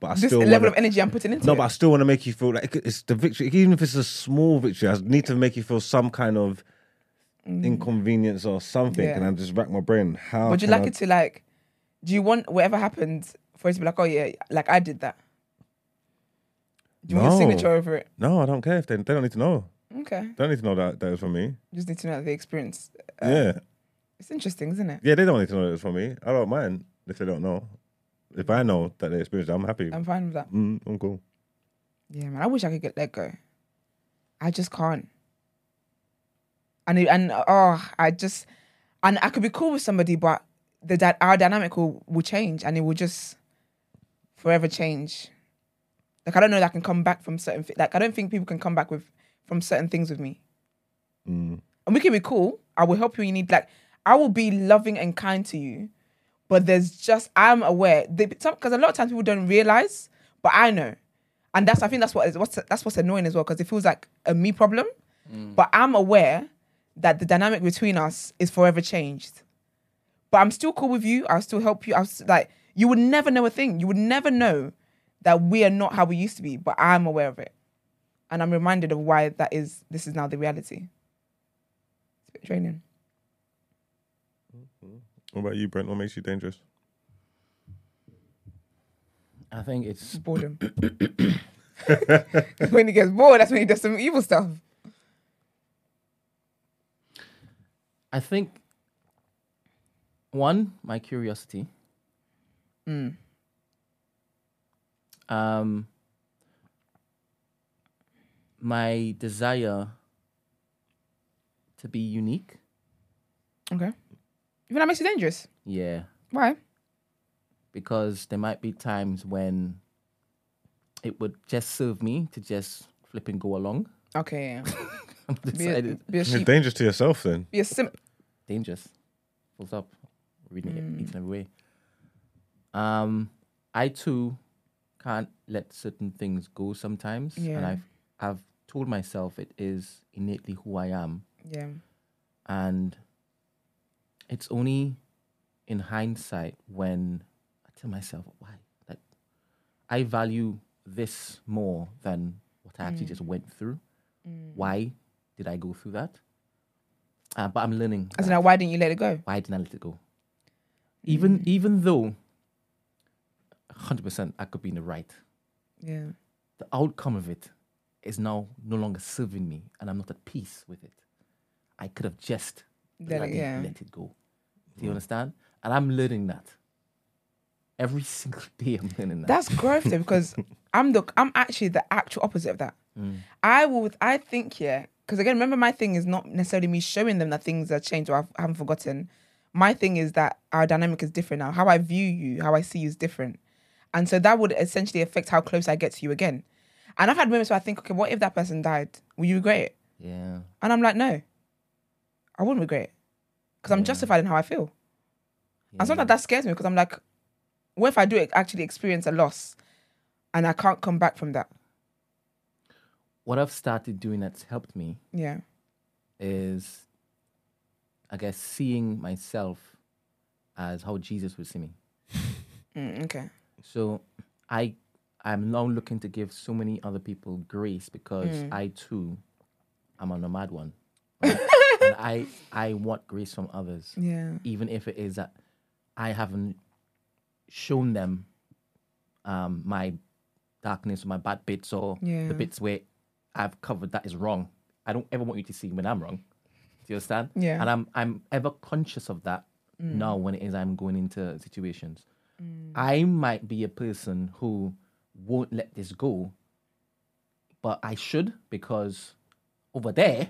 [SPEAKER 3] But I
[SPEAKER 2] just the
[SPEAKER 3] still
[SPEAKER 2] level
[SPEAKER 3] wanna-
[SPEAKER 2] of energy I'm putting into
[SPEAKER 3] no,
[SPEAKER 2] it.
[SPEAKER 3] but I still want to make you feel like it- it's the victory, even if it's a small victory. I need to make you feel some kind of inconvenience or something,
[SPEAKER 2] Mm. Yeah.
[SPEAKER 3] and I just rack my brain. How
[SPEAKER 2] Would you
[SPEAKER 3] can
[SPEAKER 2] like
[SPEAKER 3] I-
[SPEAKER 2] it to like? Do you want whatever happens for it to be like, oh yeah, like I did that? Do you want
[SPEAKER 3] No.
[SPEAKER 2] your signature over it?
[SPEAKER 3] No, I don't care if they, they don't need to know.
[SPEAKER 2] Okay,
[SPEAKER 3] They don't need to know that that was from me.
[SPEAKER 2] just need to know the experience. Uh,
[SPEAKER 3] yeah,
[SPEAKER 2] It's interesting, isn't it?
[SPEAKER 3] yeah, they don't need to know it was from me. I don't mind if they don't know. If I know that they experienced, it, I'm happy.
[SPEAKER 2] I'm
[SPEAKER 3] I'm,
[SPEAKER 2] fine with that.
[SPEAKER 3] mm, I'm cool.
[SPEAKER 2] Yeah, man. I wish I could get let go. I just can't. And it- and oh, I just and I could be cool with somebody, but the that our dynamic will, will change and it will just forever change. Like I don't know that I can come back from certain thi- like I don't think people can come back with from certain things with me. And we can be cool. I will help you. when You need like I will be loving and kind to you, but there's just I'm aware because a lot of times people don't realize, but I know, and that's I think that's what is what's that's what's annoying as well because it feels like a me problem, but I'm aware that the dynamic between us is forever changed. But I'm still cool with you. I'll still help you. I'll s like you would never know a thing. You would never know that we are not how we used to be. But I'm aware of it, and I'm reminded of why that is. This is now the reality. It's a bit draining.
[SPEAKER 3] What about you, Brent? What makes you dangerous?
[SPEAKER 1] I think it's
[SPEAKER 2] It's boredom. when he gets bored, that's when he does some evil stuff.
[SPEAKER 1] I think one, my curiosity.
[SPEAKER 2] Mm.
[SPEAKER 1] Um, my desire to be unique.
[SPEAKER 2] Okay. Even that makes you dangerous.
[SPEAKER 1] Yeah,
[SPEAKER 2] Why?
[SPEAKER 1] because there might be times when it would just serve me to just flip and go along.
[SPEAKER 2] Okay. yeah.
[SPEAKER 1] I'm
[SPEAKER 2] Be a,
[SPEAKER 1] decided
[SPEAKER 2] be a
[SPEAKER 3] You're
[SPEAKER 2] sheep.
[SPEAKER 3] dangerous to yourself then.
[SPEAKER 2] Be a simp.
[SPEAKER 1] dangerous. Full stop. Reading
[SPEAKER 2] Hmm.
[SPEAKER 1] it each and every way. Um, I too can't let certain things go sometimes, and
[SPEAKER 2] Yeah.
[SPEAKER 1] I've I've told myself it is innately who I am,
[SPEAKER 2] Yeah.
[SPEAKER 1] and it's only in hindsight when I tell myself why like I value this more than what I
[SPEAKER 2] Hmm.
[SPEAKER 1] actually just went through. Why did I go through that? Uh, but I'm learning.
[SPEAKER 2] As in,
[SPEAKER 1] that
[SPEAKER 2] like, why didn't you let it go?
[SPEAKER 1] why didn't I let it
[SPEAKER 2] Mm.
[SPEAKER 1] go? Even even though, hundred percent, I could be in the right.
[SPEAKER 2] Yeah.
[SPEAKER 1] The outcome of it is now no longer serving me, and I'm not at peace with it. I could have just
[SPEAKER 2] Let it-
[SPEAKER 1] bloody
[SPEAKER 2] yeah. Mm.
[SPEAKER 1] let it go. Do you understand? And I'm learning that. Every single day, I'm learning that.
[SPEAKER 2] That's growth though, because I'm the I'm actually the actual opposite of that. I will I think yeah, because again, remember my thing is not necessarily me showing them that things have changed or I've, I haven't forgotten. My thing is that our dynamic is different now. How I view you, how I see you is different, and so that would essentially affect how close I get to you again. And I've had moments where I think, okay, what if that person died? Will you regret it?
[SPEAKER 1] yeah.
[SPEAKER 2] And I'm like, no, I wouldn't regret it because I'm justified in how I feel. And sometimes that scares me because I'm like, what if I do actually experience a loss and I can't come back from that?
[SPEAKER 1] What I've started doing that's helped me
[SPEAKER 2] Yeah.
[SPEAKER 1] is, I guess, seeing myself as how Jesus would see me.
[SPEAKER 2] Mm, okay.
[SPEAKER 1] So I I'm now looking to give so many other people grace because I too am a nomad one. Right? and I I want grace from others.
[SPEAKER 2] Yeah.
[SPEAKER 1] Even if it is that I haven't shown them um my darkness or my bad bits or
[SPEAKER 2] Yeah.
[SPEAKER 1] the bits where I've covered that is wrong. I don't ever want you to see when I'm wrong. Do you understand?
[SPEAKER 2] Yeah. Mm.
[SPEAKER 1] And I'm I'm ever conscious of that now when it is I'm going into situations. I might be a person who won't let this go, but I should because over there,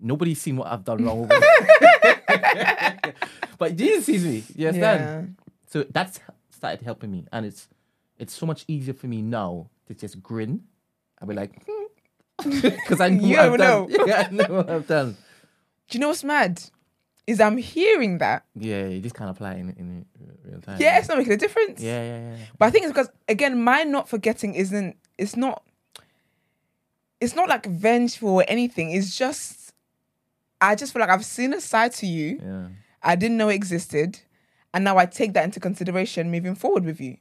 [SPEAKER 1] nobody's seen what I've done wrong. Over there. but Jesus sees me. You understand?
[SPEAKER 2] Yeah.
[SPEAKER 1] So that's started helping me, and it's it's so much easier for me now to just grin. I'll be like, because I know
[SPEAKER 2] You don't
[SPEAKER 1] what I've done.
[SPEAKER 2] know.
[SPEAKER 1] Yeah, I know what I've done.
[SPEAKER 2] Do you know what's mad? Is I'm hearing that.
[SPEAKER 1] Yeah, you just can't apply it in, in real time.
[SPEAKER 2] Yeah, it's not making a difference.
[SPEAKER 1] Yeah, yeah, yeah.
[SPEAKER 2] But I think it's because again, my not forgetting isn't it's not it's not like vengeful or anything. It's just I just feel like I've seen a side to you
[SPEAKER 1] Yeah.
[SPEAKER 2] I didn't know existed, and now I take that into consideration moving forward with you.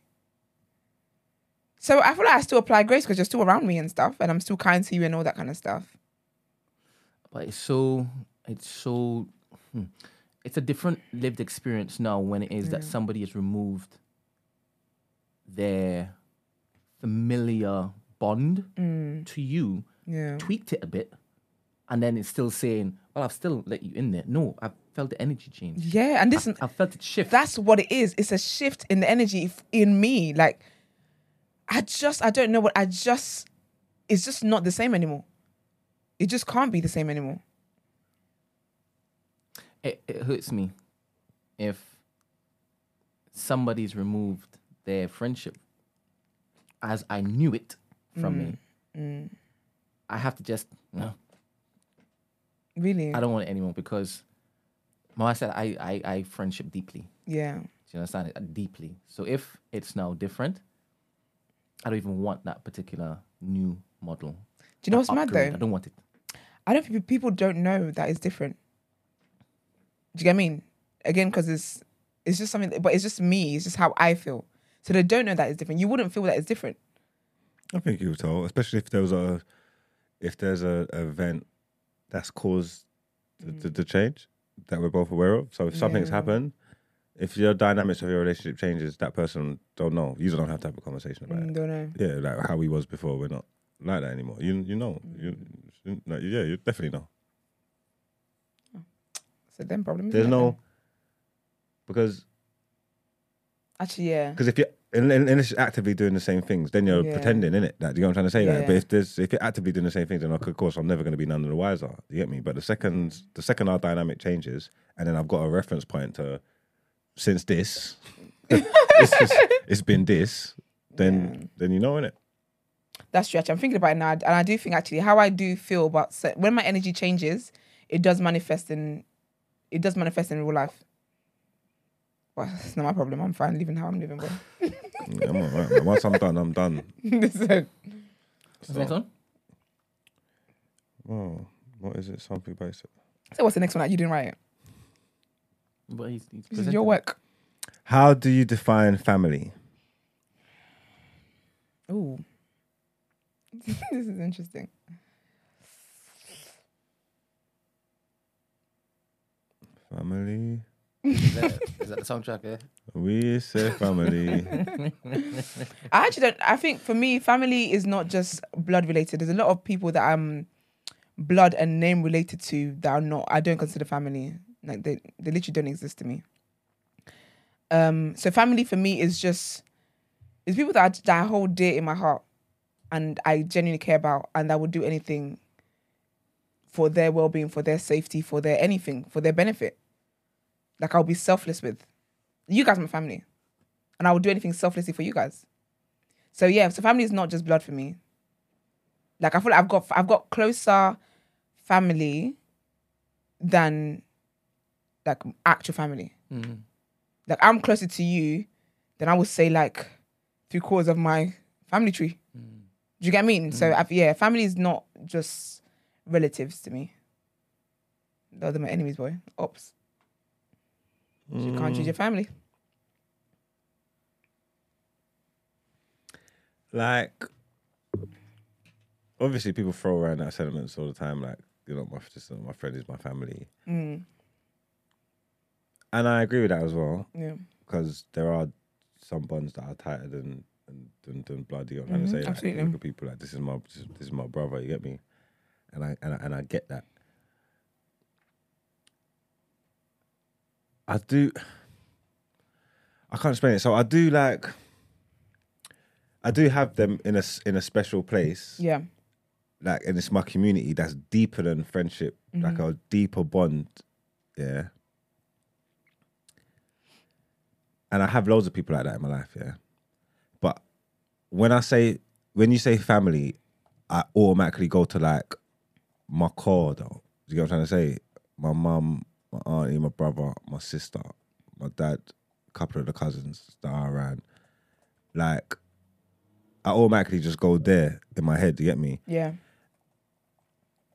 [SPEAKER 2] So I feel like I still apply grace because you're still around me and stuff, and I'm still kind to you and all that kind of stuff.
[SPEAKER 1] But it's so it's so hmm. it's a different lived experience now when it is that somebody has removed their familiar bond to you,
[SPEAKER 2] Yeah.
[SPEAKER 1] tweaked it a bit, and then it's still saying, "Well, I've still let you in there." No, I felt the energy change.
[SPEAKER 2] Yeah, and listen,
[SPEAKER 1] I felt it shift.
[SPEAKER 2] that's what it is. It's a shift in the energy f- in me. Like, I just, I don't know what I just. It's just not the same anymore. It just can't be the same anymore.
[SPEAKER 1] it, it hurts me if somebody's removed their friendship as I knew it from me.
[SPEAKER 2] Mm,
[SPEAKER 1] I have to just no.
[SPEAKER 2] Really?
[SPEAKER 1] I don't want it anymore because, well, I said I I, I friendship deeply.
[SPEAKER 2] Yeah.
[SPEAKER 1] Do you understand it deeply? So if it's now different, I don't even want that particular new model.
[SPEAKER 2] Do you know what's mad
[SPEAKER 1] Upgrade. I
[SPEAKER 2] though?
[SPEAKER 1] don't want it.
[SPEAKER 2] I don't think people don't know that it's different. Do you get what I mean? Again, because it's it's just something, but it's just me. It's just how I feel. So they don't know that it's different. You wouldn't feel that it's different.
[SPEAKER 3] I think you were told, especially if there was a if there's a, a event that's caused the, the, the change that we're both aware of. So if something's happened, if your dynamics of your relationship changes, that person don't know. You don't have to have a conversation about
[SPEAKER 2] Mm,
[SPEAKER 3] it.
[SPEAKER 2] don't know.
[SPEAKER 3] Yeah, like how we was before, we're not like that anymore. You you know, you, you like, yeah, you definitely know.
[SPEAKER 2] So then problem. isn't
[SPEAKER 3] There's
[SPEAKER 2] it
[SPEAKER 3] no
[SPEAKER 2] then?
[SPEAKER 3] because
[SPEAKER 2] Actually, yeah.
[SPEAKER 3] Because if you're un- un- unless you're actively doing the same things, then you're
[SPEAKER 2] Yeah.
[SPEAKER 3] pretending, innit? That do you know what I'm trying to say? Like, but
[SPEAKER 2] Yeah.
[SPEAKER 3] if there's if you're actively doing the same things, then of course I'm never going to be none of the wiser. You get me? But the second the second our dynamic changes, and then I've got a reference point to since this, it's, just, it's been this. Then then you know, innit?
[SPEAKER 2] That's true. Actually, I'm thinking about it now, and I do think actually how I do feel about se- when my energy changes, it does manifest in, it does manifest in real life. Well, it's not my problem. I'm fine living how I'm living. But
[SPEAKER 3] Yeah, I'm all right, man. Once I'm done, I'm done.
[SPEAKER 2] listen,
[SPEAKER 1] What's the next one?
[SPEAKER 3] Oh, what is it? Something basic.
[SPEAKER 2] so what's the next one that you didn't write? It?
[SPEAKER 1] But he's,
[SPEAKER 2] This
[SPEAKER 1] he's
[SPEAKER 2] is
[SPEAKER 1] presented
[SPEAKER 2] your
[SPEAKER 1] it.
[SPEAKER 2] work.
[SPEAKER 3] How do you define family?
[SPEAKER 2] Ooh, this is interesting.
[SPEAKER 3] Family.
[SPEAKER 1] Is that, is that the soundtrack? Yeah.
[SPEAKER 3] We say family.
[SPEAKER 2] I actually don't. I think for me, family is not just blood related. There's a lot of people that I'm blood and name related to that are not. I don't consider family. Like they, they literally don't exist to me. Um. So family for me is just is people that I, that I hold dear in my heart, and I genuinely care about, and I would do anything for their well being, for their safety, for their anything, for their benefit. Like I'll be selfless with you guys, are my family, and I will do anything selflessly for you guys. So yeah, so family is not just blood for me. Like I feel like I've got I've got closer family than like actual family.
[SPEAKER 1] Mm.
[SPEAKER 2] Like I'm closer to you than I would say like three quarters of my family tree. Do you get what I mean? So i yeah, family is not just relatives to me. They're my enemies, boy. Ops. So you can't choose your family.
[SPEAKER 3] like obviously people throw around that sentiments all the time like you're not my just not my friend is my family
[SPEAKER 2] Mm,
[SPEAKER 3] and i agree with that as well
[SPEAKER 2] yeah.
[SPEAKER 3] because there are some bonds that are tighter than than, than, than blood you know what i'm
[SPEAKER 2] Mhm,
[SPEAKER 3] trying to say like, you
[SPEAKER 2] absolutely.
[SPEAKER 3] look at people like this is my this, is my brother you get me and I, and I and i get that i do i can't explain it so i do like i do have them in a s- in a special place
[SPEAKER 2] Yeah.
[SPEAKER 3] like and it's my community that's deeper than friendship like a deeper bond yeah and i have loads of people like that in my life yeah but when i say when you say family i automatically go to like my core though Do you get what i'm trying to say my mum my auntie my brother my sister my dad a couple of the cousins that are around like i automatically just go there in my head Do you get me
[SPEAKER 2] Yeah.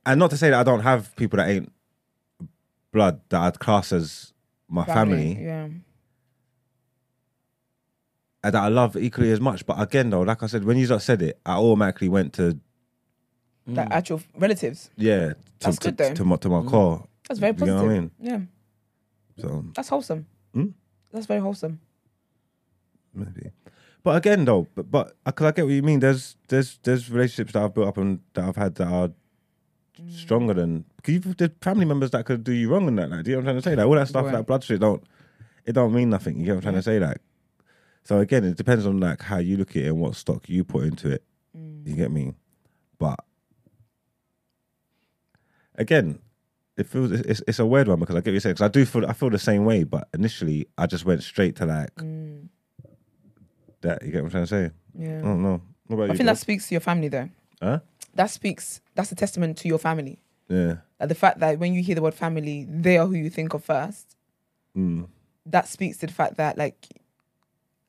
[SPEAKER 3] and not to say that I don't have people that ain't blood that I'd class as my family,
[SPEAKER 2] Yeah.
[SPEAKER 3] and that I love equally as much. But again, though, like I said, when you just said it, I automatically went to
[SPEAKER 2] Like actual relatives.
[SPEAKER 3] yeah to
[SPEAKER 2] That's
[SPEAKER 3] to,
[SPEAKER 2] good, though. Mm.
[SPEAKER 3] to my to my core.
[SPEAKER 2] That's very
[SPEAKER 3] Do you
[SPEAKER 2] positive.
[SPEAKER 3] know what I mean?
[SPEAKER 2] Yeah,
[SPEAKER 3] So
[SPEAKER 2] that's wholesome.
[SPEAKER 3] Hmm?
[SPEAKER 2] That's very wholesome.
[SPEAKER 3] maybe. But again, though, but but because I get what you mean. There's there's there's relationships that I've built up and that I've had that are stronger than because you've there's family members that could do you wrong and that. Like, do you know what I'm trying to say? Like all that stuff,
[SPEAKER 2] Right.
[SPEAKER 3] that blood shit, don't it don't mean nothing. You get what I'm trying to say? Like, so again, it depends on like how you look at it and what stock you put into it. You get me? But again, it feels it's, it's- it's a weird one because I get what you're saying. Because I do feel I feel the same way, but initially I just went straight to like
[SPEAKER 2] Mm,
[SPEAKER 3] that. You get what I'm trying to say?
[SPEAKER 2] yeah.
[SPEAKER 3] I don't know. What about
[SPEAKER 2] I
[SPEAKER 3] you?
[SPEAKER 2] think that speaks to your family, though.
[SPEAKER 3] Oh, Huh?
[SPEAKER 2] That speaks. That's a testament to your family.
[SPEAKER 3] bro? yeah.
[SPEAKER 2] Like the fact that when you hear the word family, they are who you think of first.
[SPEAKER 3] Mm.
[SPEAKER 2] That speaks to the fact that, like,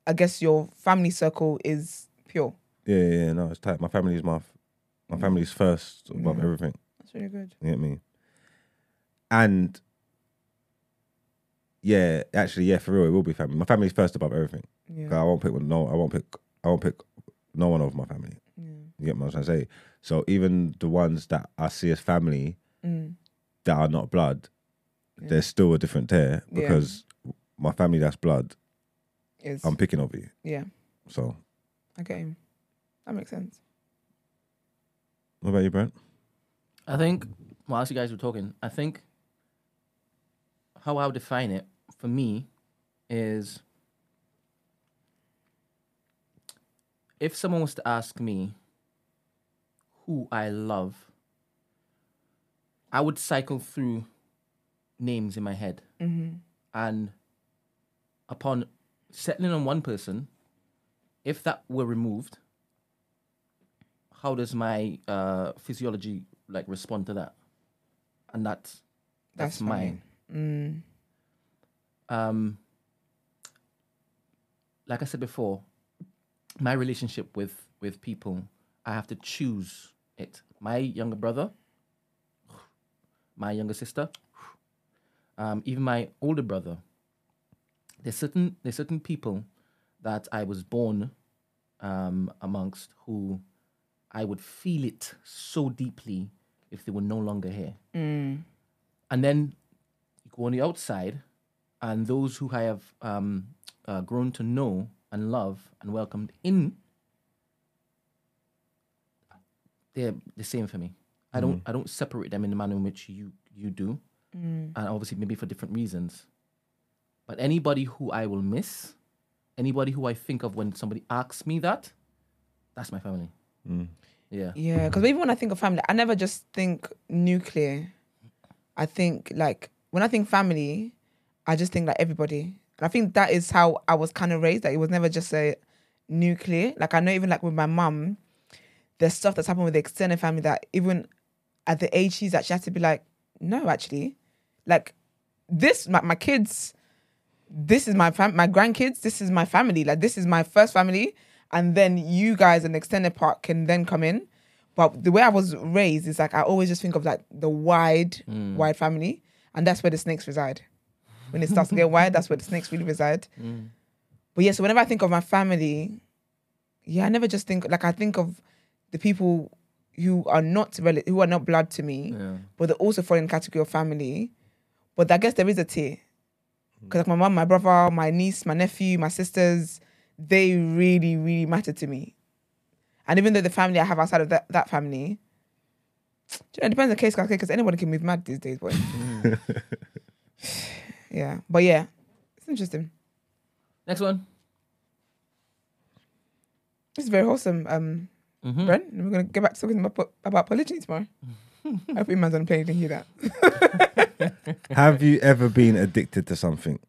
[SPEAKER 2] I guess your family circle is pure.
[SPEAKER 3] yeah, yeah, yeah. No, it's tight. My family's my f- my family's first above
[SPEAKER 2] Mm.
[SPEAKER 3] everything.
[SPEAKER 2] That's really good.
[SPEAKER 3] You get me? And yeah, actually, yeah, for real, it will be family. My family's first above everything.
[SPEAKER 2] Yeah.
[SPEAKER 3] 'Cause I won't pick one. No, I won't pick. I won't pick no one over my family.
[SPEAKER 2] yeah.
[SPEAKER 3] You get what I'm trying to say? So even the ones that I see as family
[SPEAKER 2] Mm.
[SPEAKER 3] that are not blood,
[SPEAKER 2] Yeah.
[SPEAKER 3] there's still a different tear
[SPEAKER 2] Yeah.
[SPEAKER 3] because my family that's blood,
[SPEAKER 2] Is
[SPEAKER 3] I'm picking over you.
[SPEAKER 2] yeah.
[SPEAKER 3] So
[SPEAKER 2] I get him. That makes sense.
[SPEAKER 3] what about you, Brent?
[SPEAKER 1] I think, well, as you guys were talking, I think how I would define it for me is if someone was to ask me who I love, I would cycle through names in my head.
[SPEAKER 2] Mm-hmm.
[SPEAKER 1] And upon settling on one person, if that were removed, how does my uh, physiology like respond to that? And that's that's,
[SPEAKER 2] That's
[SPEAKER 1] mine.
[SPEAKER 2] Mm.
[SPEAKER 1] Um, like I said before, my relationship with with people, I have to choose it. My younger brother, my younger sister, um, even my older brother. There's certain there's certain people that I was born um, amongst who I would feel it so deeply if they were no longer here.
[SPEAKER 2] Mm.
[SPEAKER 1] And then you go on the outside, and those who I have um, uh, grown to know and love and welcomed in, they're the same for me. I don't I don't separate them in the manner in which you you do,
[SPEAKER 2] Mm.
[SPEAKER 1] and obviously maybe for different reasons. But anybody who I will miss, anybody who I think of when somebody asks me that, that's my family.
[SPEAKER 3] Mm.
[SPEAKER 1] Yeah.
[SPEAKER 2] Yeah, because even when I think of family, I never just think nuclear. I think like when I think family, I just think like everybody. And I think that is how I was kind of raised. That it was never just a nuclear. Like I know even like with my mum, there's stuff that's happened with the extended family that even at the age she's actually had to be like, no, actually, like this my, my kids, this is my fam- my grandkids, this is my family. Like this is my first family, and then you guys an extended part can then come in. But the way I was raised is like I always just think of like the wide, wide family, and that's where the snakes reside. When it starts to get wide, that's where the snakes really reside. But yeah, so whenever I think of my family, yeah, I never just think like I think of the people who are not rel- who are not blood to me,
[SPEAKER 1] Yeah.
[SPEAKER 2] but they're also fall in the category of family. But I guess there is a tier because like my mum, my brother, my niece, my nephew, my sisters, they really, really matter to me. And even though the family I have outside of that, that family, do you know, it depends on case by case because anyone can move mad these days, boy. yeah, but yeah, it's interesting.
[SPEAKER 1] Next one.
[SPEAKER 2] It's very wholesome, um,
[SPEAKER 1] Mhm.
[SPEAKER 2] Brent. And we're gonna get back to talking about, about polygyny tomorrow. I hope your man's on the plane didn't hear that.
[SPEAKER 3] Have you ever been addicted to something?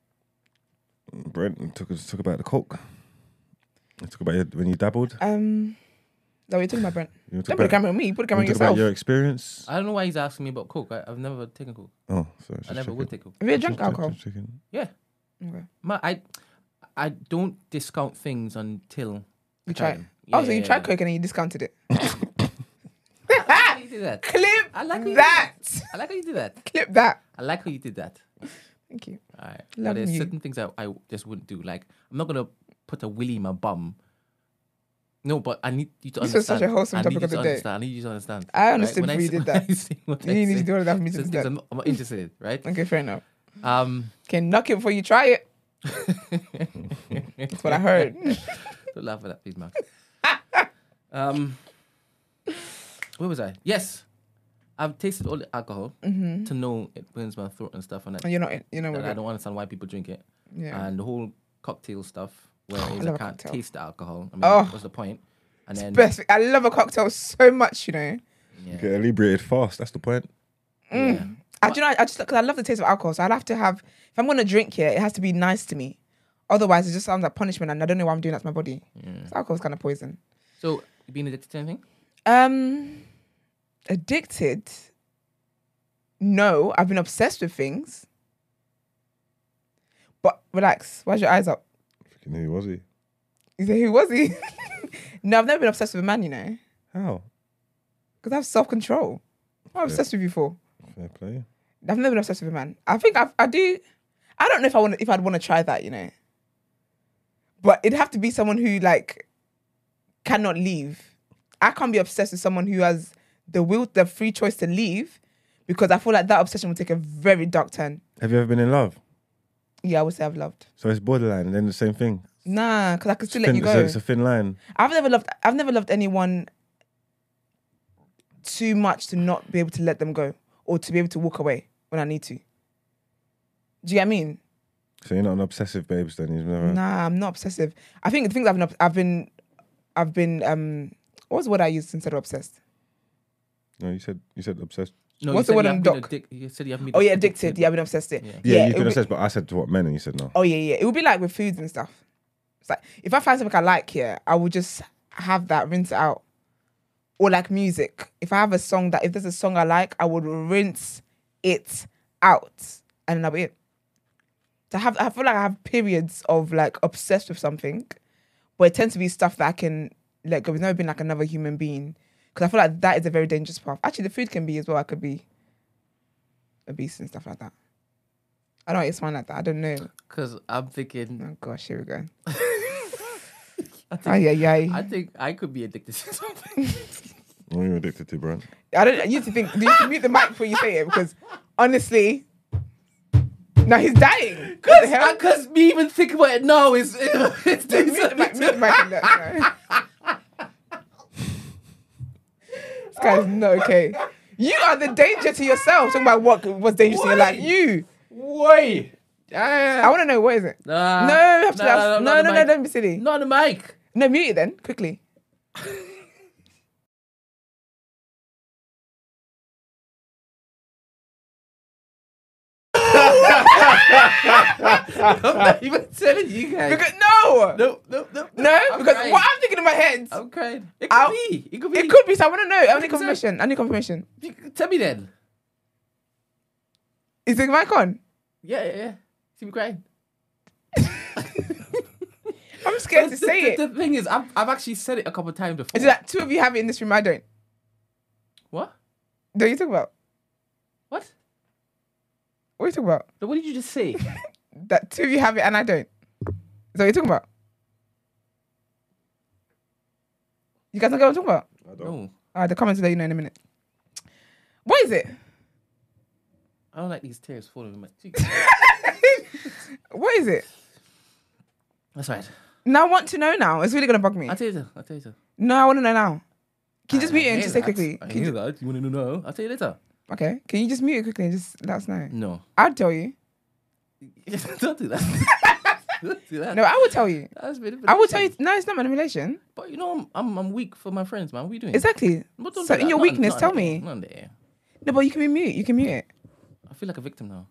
[SPEAKER 3] Brent talk talk about the coke. Talk about your, when you dabbled.
[SPEAKER 2] Um, that we're talking about Brent.
[SPEAKER 3] You wanna talk
[SPEAKER 2] Don't put a
[SPEAKER 3] about,
[SPEAKER 2] camera on me. Put a
[SPEAKER 3] you
[SPEAKER 2] camera on
[SPEAKER 3] wanna talk about
[SPEAKER 2] yourself.
[SPEAKER 3] your experience.
[SPEAKER 1] I don't know why he's asking me about coke. I, I've never taken coke.
[SPEAKER 3] Oh, sorry. just
[SPEAKER 1] I never
[SPEAKER 3] checking.
[SPEAKER 1] would take coke.
[SPEAKER 2] Have you ever
[SPEAKER 3] Just-
[SPEAKER 2] drunk
[SPEAKER 3] just-
[SPEAKER 2] alcohol?
[SPEAKER 3] just checking.
[SPEAKER 1] Yeah.
[SPEAKER 2] Okay.
[SPEAKER 1] My, I, I don't discount things until
[SPEAKER 2] You try. it.
[SPEAKER 1] them.
[SPEAKER 2] Oh, so you tried coke and then you discounted it.
[SPEAKER 1] I like how you did that.
[SPEAKER 2] Clip
[SPEAKER 1] I like how you did
[SPEAKER 2] that.
[SPEAKER 1] I like how you did that.
[SPEAKER 2] Clip that.
[SPEAKER 1] I like how you did that.
[SPEAKER 2] Thank you.
[SPEAKER 1] All right.
[SPEAKER 2] Love
[SPEAKER 1] But there's
[SPEAKER 2] you.
[SPEAKER 1] certain things I, I just wouldn't do. Like I'm not gonna put a willy in my bum. No, but I need you to
[SPEAKER 2] This
[SPEAKER 1] understand.
[SPEAKER 2] was such a wholesome
[SPEAKER 1] I need
[SPEAKER 2] topic
[SPEAKER 1] you
[SPEAKER 2] of
[SPEAKER 1] to
[SPEAKER 2] the day.
[SPEAKER 1] Understand. I need you to understand.
[SPEAKER 2] I understood
[SPEAKER 1] When
[SPEAKER 2] before you
[SPEAKER 1] say-
[SPEAKER 2] did
[SPEAKER 1] when
[SPEAKER 2] that.
[SPEAKER 1] I say what
[SPEAKER 2] You
[SPEAKER 1] I
[SPEAKER 2] didn't need
[SPEAKER 1] say,
[SPEAKER 2] to do all of that for me to
[SPEAKER 1] certain
[SPEAKER 2] do
[SPEAKER 1] things
[SPEAKER 2] that.
[SPEAKER 1] I'm not, I'm not interested in, right?
[SPEAKER 2] Okay, fair enough.
[SPEAKER 1] Um,
[SPEAKER 2] Can knock it before you try it. That's what I heard.
[SPEAKER 1] Don't laugh at that, please, Mark. um, where was I? Yes, I've tasted all the alcohol
[SPEAKER 2] Mm-hmm.
[SPEAKER 1] to know it burns my throat and stuff, and, I,
[SPEAKER 2] And you're not. You know
[SPEAKER 1] and I
[SPEAKER 2] what?
[SPEAKER 1] don't understand why people drink it.
[SPEAKER 2] Oh, Yeah. Oh,
[SPEAKER 1] And the whole cocktail stuff, where it is
[SPEAKER 2] love
[SPEAKER 1] I
[SPEAKER 2] a
[SPEAKER 1] can't
[SPEAKER 2] cocktail.
[SPEAKER 1] taste the alcohol. I mean,
[SPEAKER 2] Oh.
[SPEAKER 1] what's the point? And then
[SPEAKER 2] Best. I love a cocktail so much. You know.
[SPEAKER 1] yeah,
[SPEAKER 3] Get inebriated fast. That's the point.
[SPEAKER 1] yeah.
[SPEAKER 2] Mm. I do you know. I just because I love the taste of alcohol, so I'd have to have. If I'm gonna drink here, it has to be nice to me. Otherwise, it just sounds like punishment, and I don't know why I'm doing that to my body. 'Cause Alcohol's kind of poison.
[SPEAKER 1] So you being addicted to anything?
[SPEAKER 2] Um, addicted. No, I've been obsessed with things. But relax. Why's your eyes up?
[SPEAKER 3] Fucking who was he?
[SPEAKER 2] You say, who was he? no, I've never been obsessed with a man. You know,
[SPEAKER 3] How?
[SPEAKER 2] because I have self control. I'm obsessed with you for.
[SPEAKER 3] Fair play.
[SPEAKER 2] I've never been obsessed with a man. I think I've, I do. I don't know if I want if I'd want to try that, you know. But it'd have to be someone who like cannot leave. I can't be obsessed with someone who has the will, the free choice to leave, because I feel like that obsession will take a very dark turn.
[SPEAKER 3] Have you ever been in love?
[SPEAKER 2] Yeah, I would say I've loved.
[SPEAKER 3] So it's borderline, and then the same thing.
[SPEAKER 2] Nah, because I could still
[SPEAKER 3] Thin-
[SPEAKER 2] let you
[SPEAKER 3] so
[SPEAKER 2] go.
[SPEAKER 3] it's a thin line.
[SPEAKER 2] I've never loved. I've never loved anyone too much to not be able to let them go or to be able to walk away when I need to. Do you get what I mean?
[SPEAKER 3] So you're not an obsessive babes then. You've never.
[SPEAKER 2] Nah, I'm not obsessive. I think the things I've been, I've been, I've been. Um, what was the word I used instead of obsessed?
[SPEAKER 3] No, you said you said obsessed.
[SPEAKER 1] No,
[SPEAKER 2] What's the
[SPEAKER 1] you said
[SPEAKER 2] word
[SPEAKER 1] you
[SPEAKER 2] on
[SPEAKER 1] have been
[SPEAKER 2] doc?
[SPEAKER 1] addic- you said you have been
[SPEAKER 2] Oh yeah, addicted. Yeah, I've been obsessed. It.
[SPEAKER 1] Yeah.
[SPEAKER 3] Yeah,
[SPEAKER 2] it
[SPEAKER 3] you've
[SPEAKER 2] would
[SPEAKER 3] been
[SPEAKER 2] be-
[SPEAKER 3] obsessed, but I said to what men, and you said no.
[SPEAKER 2] Oh yeah, yeah. It would be like with foods and stuff. It's like if I find something I like here, I will just have that rinse it out. Or like music. If I have a song that if there's a song I like, I would rinse it out, and that'll be it. To have, I feel like I have periods of like obsessed with something, but it tends to be stuff that I can let go. It's never been like another human being because I feel like that is a very dangerous path. Actually, the food can be as well. I could be obese and stuff like that. I don't explain like that. I don't know.
[SPEAKER 1] Because I'm thinking,
[SPEAKER 2] Oh gosh, here we go.
[SPEAKER 1] I think,
[SPEAKER 2] Ay, ay,
[SPEAKER 1] I
[SPEAKER 2] ay.
[SPEAKER 1] think I could be addicted to something.
[SPEAKER 3] What are you addicted to, Brent?
[SPEAKER 2] I don't. You need to think. Do you need to mute the mic before you say it? Because honestly, now he's dying. What the hell?
[SPEAKER 1] Because me even think about it now is it's doing
[SPEAKER 2] Mute the
[SPEAKER 1] something
[SPEAKER 2] mic.
[SPEAKER 1] to
[SPEAKER 2] Mute the mic. and let us know. This guy's not okay. You are the danger to yourself. Talking about what was dangerous in your life.
[SPEAKER 1] Why?
[SPEAKER 2] You.
[SPEAKER 1] Wait.
[SPEAKER 2] I want to know what is it.
[SPEAKER 1] Nah.
[SPEAKER 2] no, you have to-
[SPEAKER 1] Nah,
[SPEAKER 2] no,
[SPEAKER 1] not
[SPEAKER 2] no,
[SPEAKER 1] the
[SPEAKER 2] no,
[SPEAKER 1] mic.
[SPEAKER 2] don't be silly.
[SPEAKER 1] Not on the mic.
[SPEAKER 2] No, mute it then quickly.
[SPEAKER 1] I'm not even telling you guys.
[SPEAKER 2] Because no, no,
[SPEAKER 1] no, no, no, I'm
[SPEAKER 2] because
[SPEAKER 1] crying.
[SPEAKER 2] what I'm thinking in my head.
[SPEAKER 1] I'm crying. It could
[SPEAKER 2] I'll-
[SPEAKER 1] be. It could be.
[SPEAKER 2] It could be. So I want to know. I need
[SPEAKER 1] Exact-
[SPEAKER 2] confirmation. I need confirmation.
[SPEAKER 1] be. Tell me then.
[SPEAKER 2] Is the mic on?
[SPEAKER 1] Yeah, yeah, yeah. See me crying.
[SPEAKER 2] I'm scared to
[SPEAKER 1] The-
[SPEAKER 2] say it.
[SPEAKER 1] the, the thing is, I've, I've actually said it a couple of times before.
[SPEAKER 2] Is it that two of you have it in this room? I don't.
[SPEAKER 1] What?
[SPEAKER 2] Don't you talk about?
[SPEAKER 1] What?
[SPEAKER 2] What are you talking about?
[SPEAKER 1] No, What did you just say?
[SPEAKER 2] That two of you have it and I don't. Is that what you're talking about? You guys don't get what I'm talking about?
[SPEAKER 3] I
[SPEAKER 1] no,
[SPEAKER 2] Uh, the comments will let you know in a minute. What is it?
[SPEAKER 1] I don't like these tears falling on my cheeks.
[SPEAKER 2] What is it?
[SPEAKER 1] That's right.
[SPEAKER 2] Now I want to know now. It's really gonna bug me.
[SPEAKER 1] I'll tell you later. I'll tell you later.
[SPEAKER 2] No, I want to know now. Can you just
[SPEAKER 1] I- I
[SPEAKER 2] mute it and
[SPEAKER 1] hear
[SPEAKER 2] just say
[SPEAKER 1] that.
[SPEAKER 2] quickly?
[SPEAKER 1] I
[SPEAKER 2] Can you
[SPEAKER 1] hear that. You want to know? I'll tell you later.
[SPEAKER 2] ju- okay. Can you just mute it quickly and just let us know?
[SPEAKER 1] No.
[SPEAKER 2] I'll tell you.
[SPEAKER 1] don't do that. don't do that.
[SPEAKER 2] No, I will tell you.
[SPEAKER 1] That's been
[SPEAKER 2] I will tell you. No, it's not manipulation.
[SPEAKER 1] But you know, I'm, I'm, I'm weak for my friends, man. What are you doing?
[SPEAKER 2] Exactly.
[SPEAKER 1] But don't
[SPEAKER 2] So
[SPEAKER 1] do that.
[SPEAKER 2] in your
[SPEAKER 1] Not on-
[SPEAKER 2] weakness,
[SPEAKER 1] not on
[SPEAKER 2] tell
[SPEAKER 1] the air.
[SPEAKER 2] me.
[SPEAKER 1] Not on the air.
[SPEAKER 2] No, but you can be mute. You can mute it.
[SPEAKER 1] I feel like a victim now.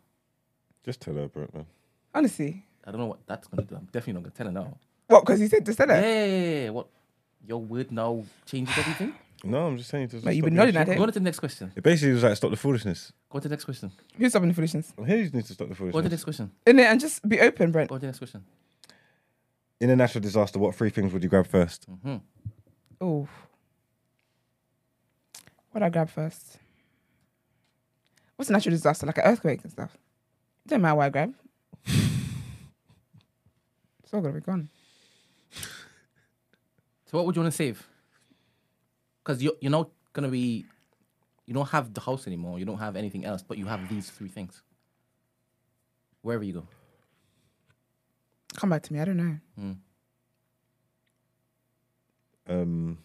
[SPEAKER 3] Just tell her, Brent, man.
[SPEAKER 2] Honestly.
[SPEAKER 1] I don't know what that's gonna do. I'm definitely not gonna tell her now.
[SPEAKER 2] What? Because he said to say
[SPEAKER 1] Yeah,
[SPEAKER 2] that.
[SPEAKER 1] yeah, yeah, yeah. What? Your word now changes everything.
[SPEAKER 3] No, I'm just saying. Just
[SPEAKER 2] Mate, you've
[SPEAKER 3] stop
[SPEAKER 2] been
[SPEAKER 3] being
[SPEAKER 2] nodding
[SPEAKER 3] stupid.
[SPEAKER 2] at it.
[SPEAKER 1] Go on to the next question.
[SPEAKER 3] It basically was like stop the foolishness.
[SPEAKER 1] Go on to the next question.
[SPEAKER 2] Who's stopping the foolishness?
[SPEAKER 3] Here you need to stop the
[SPEAKER 1] Go on to the
[SPEAKER 3] foolishness.
[SPEAKER 1] next question.
[SPEAKER 2] In it and just be open, Brent.
[SPEAKER 1] Go on to the next question.
[SPEAKER 3] In a natural disaster, what three things would you grab first?
[SPEAKER 1] Mm-hmm.
[SPEAKER 2] Oh. What I grab first? What's a natural disaster? Like an earthquake and stuff. Don't matter what I grab. it's all gonna be gone.
[SPEAKER 1] So what would you want to save? Because you're you're not gonna be, you don't have the house anymore. You don't have anything else, but you have these three things. Wherever you go,
[SPEAKER 2] Come back to me. I don't know.
[SPEAKER 1] Mm.
[SPEAKER 3] Um,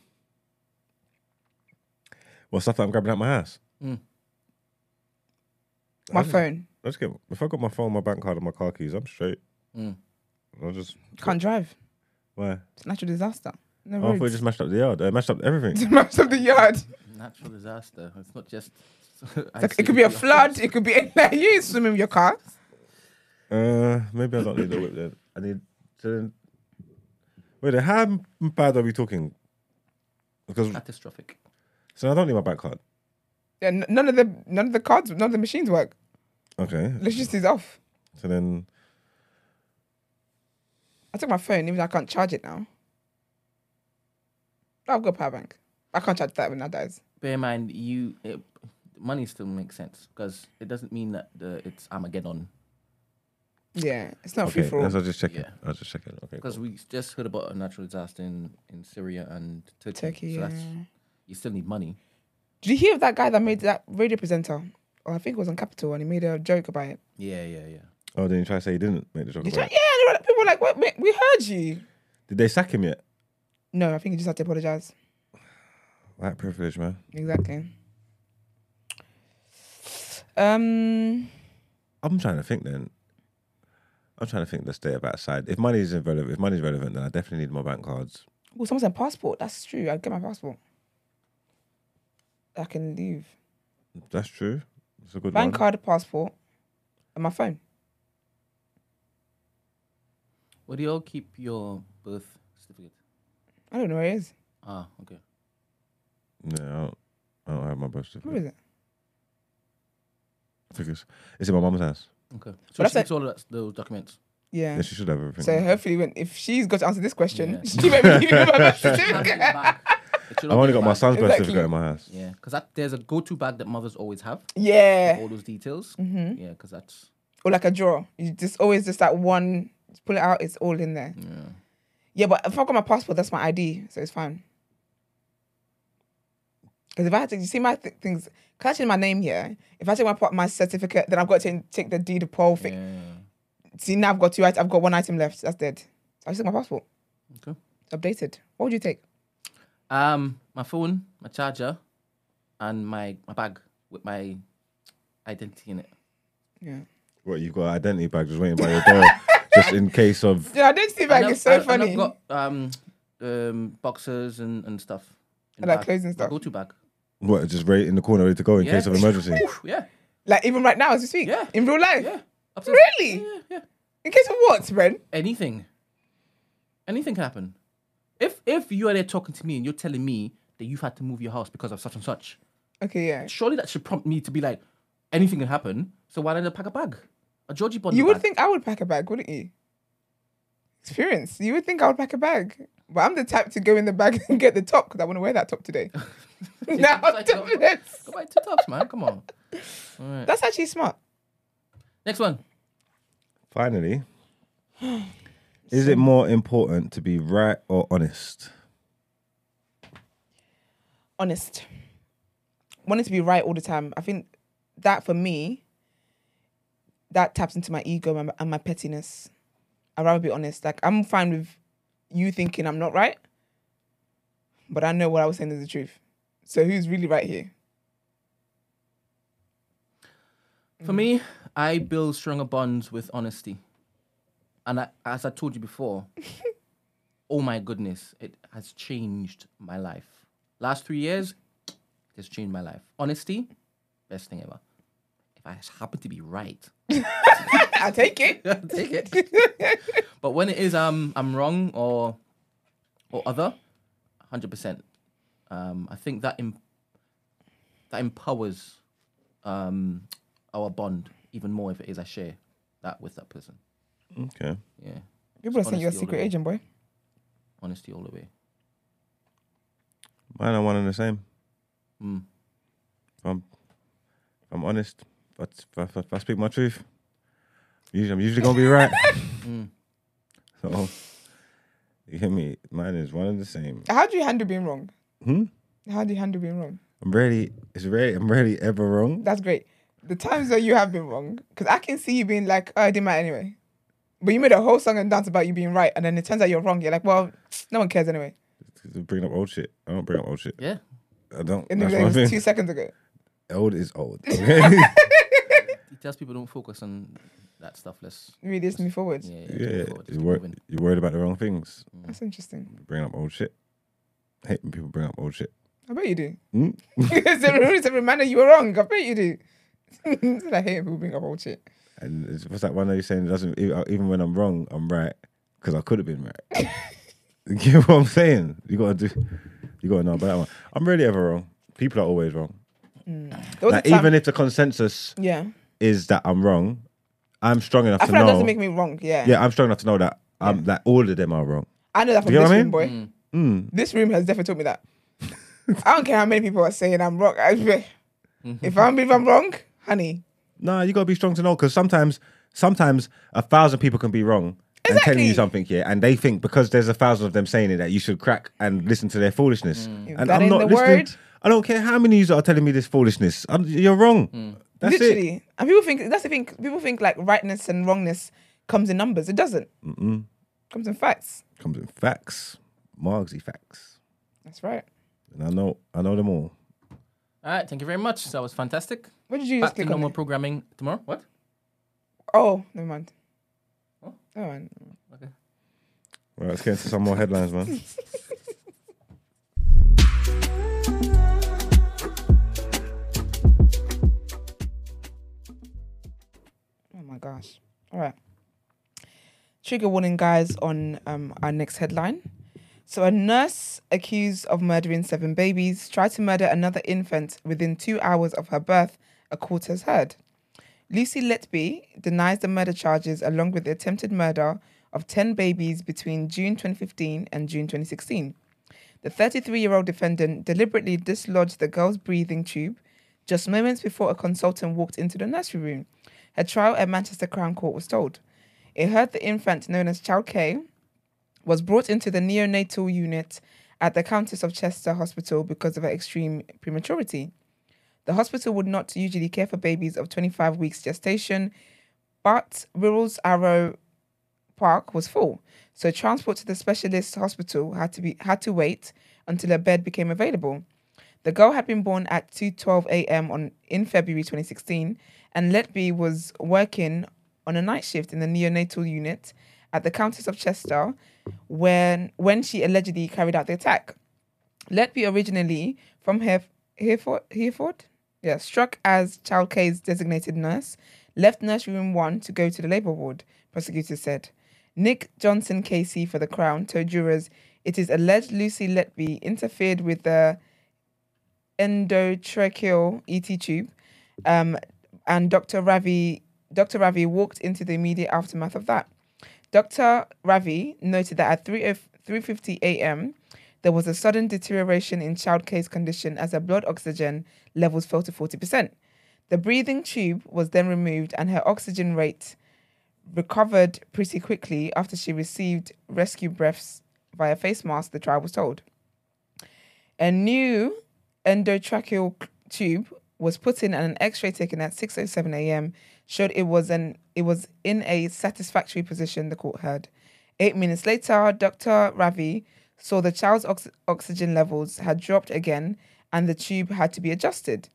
[SPEAKER 3] well, stuff that I'm grabbing out my house.
[SPEAKER 1] Mm,
[SPEAKER 2] My phone
[SPEAKER 3] Let's get. If I got my phone, my bank card, and my car keys, I'm straight.
[SPEAKER 1] Mm.
[SPEAKER 3] I'll just.
[SPEAKER 2] can't drive.
[SPEAKER 3] Why?
[SPEAKER 2] It's a natural disaster. No
[SPEAKER 3] Oh, I thought we
[SPEAKER 2] roads.
[SPEAKER 3] just mashed up the yard. I mashed up everything.
[SPEAKER 2] Maps of the yard.
[SPEAKER 1] natural disaster. It's not just I
[SPEAKER 2] Like,
[SPEAKER 1] see
[SPEAKER 2] it could be a
[SPEAKER 1] you.
[SPEAKER 2] flood. It could be like, you ain't swimming with your car.
[SPEAKER 3] Uh, maybe I don't need the whip then. I need to. Wait, then how bad are we talking? Because
[SPEAKER 2] Uh.
[SPEAKER 1] Catastrophic.
[SPEAKER 3] so I don't need my back card.
[SPEAKER 2] Yeah, n- none of the none of the cards, none of the machines work.
[SPEAKER 3] Okay,
[SPEAKER 2] Electricity's off.
[SPEAKER 3] so then
[SPEAKER 2] I took my phone, even though I can't charge it now. Oh, I've got a power bank. I can't charge that when that dies.
[SPEAKER 1] Bear in mind, you it, money still makes sense because it doesn't mean that the, it's Armageddon.
[SPEAKER 2] Yeah, it's not
[SPEAKER 3] okay.
[SPEAKER 2] free for all.
[SPEAKER 3] That's, I'll just check it.
[SPEAKER 1] Yeah.
[SPEAKER 3] I'll just check it. Okay.
[SPEAKER 1] Because we just heard about a natural disaster in, in Syria and Turkey.
[SPEAKER 2] Turkey.
[SPEAKER 1] So
[SPEAKER 2] yeah.
[SPEAKER 1] that's, you still need money.
[SPEAKER 2] Did you hear of that guy that made that radio presenter? Or I think it was on Capital, and he made a joke about it.
[SPEAKER 1] Yeah, yeah, yeah.
[SPEAKER 3] Oh, then you try to say he didn't make the joke.
[SPEAKER 2] Did
[SPEAKER 3] about
[SPEAKER 2] you, yeah, they
[SPEAKER 3] it.
[SPEAKER 2] were- people were like, "What? we- We heard you."
[SPEAKER 3] Did they sack him yet?
[SPEAKER 2] No, I think he just had to apologize.
[SPEAKER 3] That privilege, man.
[SPEAKER 2] Exactly. Um.
[SPEAKER 3] I'm trying to think then. I'm trying to think the state of outside. If money is relevant, if money's relevant, then I definitely need my bank cards.
[SPEAKER 2] Well, someone said passport. That's true. I'd get my passport. I can leave.
[SPEAKER 3] That's true. It's a good
[SPEAKER 2] Bank
[SPEAKER 3] one.
[SPEAKER 2] card, passport, and my phone.
[SPEAKER 1] Where do you all keep your birth certificate?
[SPEAKER 2] I don't know where it is.
[SPEAKER 1] Ah, okay.
[SPEAKER 3] No, I don't, I don't have my birth
[SPEAKER 2] Where is
[SPEAKER 3] certificate.
[SPEAKER 2] it?
[SPEAKER 3] Figures. It's in my mum's house.
[SPEAKER 1] Okay. So
[SPEAKER 2] But
[SPEAKER 1] she
[SPEAKER 2] that's
[SPEAKER 1] keeps all of that, those documents.
[SPEAKER 2] Yeah.
[SPEAKER 3] Yeah, she should have everything.
[SPEAKER 2] so hopefully, when if she's got to answer this question,
[SPEAKER 1] Yeah.
[SPEAKER 2] she won't be giving me my birth
[SPEAKER 1] It should
[SPEAKER 2] certificate.
[SPEAKER 1] all
[SPEAKER 3] I've
[SPEAKER 1] be
[SPEAKER 3] only
[SPEAKER 1] in a
[SPEAKER 3] got my
[SPEAKER 1] bag.
[SPEAKER 3] son's birth
[SPEAKER 2] Exactly.
[SPEAKER 3] certificate in my house.
[SPEAKER 1] Yeah, because that there's a go-to bag that mothers always have. with
[SPEAKER 2] Yeah.
[SPEAKER 1] All those details.
[SPEAKER 2] hmm
[SPEAKER 1] Yeah, because that's
[SPEAKER 2] Or like a drawer. You just always just that one. just pull it out. It's all in there.
[SPEAKER 1] yeah.
[SPEAKER 2] Yeah, but if I got my passport, that's my ID, so it's fine. Because if I had to, you see my th- things, cause I change my name here. If I take my pa- my certificate, then I've got to take the deed of poll thing.
[SPEAKER 1] yeah.
[SPEAKER 2] See now I've got two. it- I've got one item left. That's dead. So I just take my passport.
[SPEAKER 1] Okay.
[SPEAKER 2] It's updated. What would you take?
[SPEAKER 1] Um, my phone, my charger, and my my bag with my identity in it.
[SPEAKER 2] Yeah.
[SPEAKER 3] What, you've got an identity bag just waiting by your door just in case of.
[SPEAKER 2] Yeah, identity bag
[SPEAKER 1] And
[SPEAKER 2] is
[SPEAKER 1] I've-
[SPEAKER 2] so
[SPEAKER 1] and-
[SPEAKER 2] funny.
[SPEAKER 1] And I've got um, um boxes and, and stuff. in
[SPEAKER 2] And,
[SPEAKER 1] the
[SPEAKER 2] like,
[SPEAKER 1] bag.
[SPEAKER 2] clothes and
[SPEAKER 1] My
[SPEAKER 2] stuff.
[SPEAKER 1] Go-to bag.
[SPEAKER 3] What, just right in the corner ready to go in
[SPEAKER 1] Yeah.
[SPEAKER 3] case of emergency?
[SPEAKER 1] Yeah,
[SPEAKER 2] like even right now as we speak.
[SPEAKER 1] Yeah.
[SPEAKER 2] In real life.
[SPEAKER 1] yeah. Upstairs.
[SPEAKER 2] Really?
[SPEAKER 1] Yeah, yeah.
[SPEAKER 2] In case of what, Ren?
[SPEAKER 1] anything. Anything can happen. If if you are there talking to me and you're telling me that you've had to move your house because of such and such,
[SPEAKER 2] Okay, yeah.
[SPEAKER 1] surely that should prompt me to be like, anything can happen. So why don't I pack a bag, a Georgie bond?
[SPEAKER 2] You would
[SPEAKER 1] bag.
[SPEAKER 2] think I would pack a bag, wouldn't you? Experience. You would think I would pack a bag. But I'm the type to go in the bag and get the top because I want to wear that top today. now
[SPEAKER 1] It's
[SPEAKER 2] I'm
[SPEAKER 1] like, oh,
[SPEAKER 2] topless.
[SPEAKER 1] Go buy two tops, man. Come on. All right.
[SPEAKER 2] That's actually smart.
[SPEAKER 1] Next one.
[SPEAKER 3] Finally, is it more important to be right or honest?
[SPEAKER 2] Honest. Wanting to be right all the time. I think that for me, that taps into my ego and my, and my pettiness. I'd rather be honest. Like I'm fine with you thinking I'm not right, but I know what I was saying is the truth. So who's really right here?
[SPEAKER 1] For me, I build stronger bonds with honesty. And I, as I told you before, oh my goodness, it has changed my life. Last three years, it has changed my life. Honesty, best thing ever. If I happen to be right,
[SPEAKER 2] I take it.
[SPEAKER 1] take it. but when it is, um, I'm wrong or or other, hundred percent. Um, I think that em- that empowers um our bond even more if it is I share that with that person.
[SPEAKER 3] Okay.
[SPEAKER 1] Yeah,
[SPEAKER 2] People are saying you're a
[SPEAKER 1] Honesty all the
[SPEAKER 2] secret
[SPEAKER 1] way.
[SPEAKER 2] agent, boy.
[SPEAKER 1] honesty all the way.
[SPEAKER 3] Mine are one and the same.
[SPEAKER 1] Mm.
[SPEAKER 3] If I'm, if I'm honest, if I, if I- if I speak my truth, usually I'm usually gonna be right. So you hear me? Mine is one and the same.
[SPEAKER 2] How do you handle being wrong?
[SPEAKER 3] Hmm?
[SPEAKER 2] How do you handle being wrong?
[SPEAKER 3] I'm rarely, it's rarely, I'm rarely ever wrong.
[SPEAKER 2] That's great. The times that you have been wrong, because I can see you being like, oh, it didn't matter anyway. But you made a whole song and dance about you being right, and then it turns out you're wrong. You're like, well, no one cares anyway.
[SPEAKER 3] Bringing up old shit. I don't bring up old shit.
[SPEAKER 1] Yeah,
[SPEAKER 3] I don't.
[SPEAKER 2] And then
[SPEAKER 3] That's
[SPEAKER 2] it
[SPEAKER 3] one
[SPEAKER 2] was two
[SPEAKER 3] thing.
[SPEAKER 2] seconds ago.
[SPEAKER 3] Old is old. Okay?
[SPEAKER 1] he tells people don't focus on that stuff. Let's
[SPEAKER 2] Really, this me forward.
[SPEAKER 1] yeah, yeah,
[SPEAKER 3] yeah.
[SPEAKER 1] keep forward,
[SPEAKER 3] You're,
[SPEAKER 1] keep
[SPEAKER 3] wor-
[SPEAKER 1] moving.
[SPEAKER 3] you're worried about the wrong things.
[SPEAKER 2] That's interesting.
[SPEAKER 3] Bring up old shit. Hmm? hate when people bring up old shit.
[SPEAKER 2] I bet you do. it's, a, it's a reminder you were wrong. I bet you do. I hate people bring up old shit.
[SPEAKER 3] And it's- what's that one that you're saying? It doesn't e- even when I'm wrong, I'm right because I could have been right. you get what I'm saying? You gotta do. You gotta know about that one. I'm really ever wrong. People are always wrong.
[SPEAKER 2] There was
[SPEAKER 3] Like,
[SPEAKER 2] a time,
[SPEAKER 3] even if the consensus
[SPEAKER 2] yeah,
[SPEAKER 3] is that I'm wrong, I'm strong enough
[SPEAKER 2] I
[SPEAKER 3] to
[SPEAKER 2] feel like that
[SPEAKER 3] know.
[SPEAKER 2] doesn't make me wrong. Yeah,
[SPEAKER 3] yeah, I'm strong enough to know that I'm that all of them are wrong.
[SPEAKER 2] I know that from
[SPEAKER 3] You get
[SPEAKER 2] this
[SPEAKER 3] what I Mm.
[SPEAKER 2] room, boy. This room has definitely taught me that. I don't care how many people are saying I'm wrong. I- if I'm if I'm wrong, honey,
[SPEAKER 3] Nah, you gotta be strong to know because sometimes, sometimes a thousand people can be wrong and telling
[SPEAKER 2] Exactly.
[SPEAKER 3] you something here, and they think because there's a thousand of them saying it that you should crack and listen to their foolishness.
[SPEAKER 2] Mm.
[SPEAKER 3] And
[SPEAKER 2] that ain't the word.
[SPEAKER 3] I don't care how many of you are telling me this foolishness. I'm, you're wrong.
[SPEAKER 2] Mm.
[SPEAKER 3] That's it.
[SPEAKER 2] literally. And people think that's the thing. People think like rightness and wrongness comes in numbers. It doesn't. Mm-mm. Comes in facts.
[SPEAKER 3] Comes in facts, Margsy facts,
[SPEAKER 2] That's right.
[SPEAKER 3] and I know, I know them all.
[SPEAKER 1] All right, thank you very much. That was fantastic.
[SPEAKER 2] What did you
[SPEAKER 1] Back
[SPEAKER 2] just
[SPEAKER 1] to
[SPEAKER 2] click on?
[SPEAKER 1] normal programming tomorrow. What?
[SPEAKER 2] Oh, never mind.
[SPEAKER 1] Huh?
[SPEAKER 2] Never mind.
[SPEAKER 3] Right, let's get into some more headlines, man.
[SPEAKER 2] Oh my gosh. All right. Trigger warning, guys, on um, our next headline. So, a nurse accused of murdering seven babies tried to murder another infant within two hours of her birth, a court has heard. Lucy Letby denies the murder charges along with the attempted murder of 10 babies between June 2015 and June 2016. The 33 year old defendant deliberately dislodged the girl's breathing tube just moments before a consultant walked into the nursery room. Her trial at Manchester Crown Court was told. It heard the infant, known as Child K, was brought into the neonatal unit at the Countess of Chester Hospital because of her extreme prematurity. The hospital would not usually care for babies of 25 weeks gestation, but Wirral's Arrow Park was full, so transport to the specialist hospital had to be had to wait until a bed became available. The girl had been born at 2:12 a.m. on in February 2016, and Letby was working on a night shift in the neonatal unit at the Countess of Chester when when she allegedly carried out the attack. Letby originally from Heref- Hereford, Hereford, yeah, struck as Child K's designated nurse, left Nursery Room 1 to go to the labour ward, prosecutors said. Nick Johnson KC for the Crown told jurors it is alleged Lucy Letby interfered with the endotracheal ET tube, um, and Dr. Ravi Dr. Ravi walked into the immediate aftermath of that. Dr. Ravi noted that at oh, 3 3:50 a.m. there was a sudden deterioration in child K's condition as her blood oxygen levels fell to 40%. The breathing tube was then removed and her oxygen rate recovered pretty quickly after she received rescue breaths via face mask, the trial was told. A new endotracheal c- tube was put in and an x-ray taken at 6.07 a.m. showed it was an it was in a satisfactory position, the court heard. Eight minutes later, Dr. Ravi saw the child's ox- oxygen levels had dropped again and the tube had to be adjusted.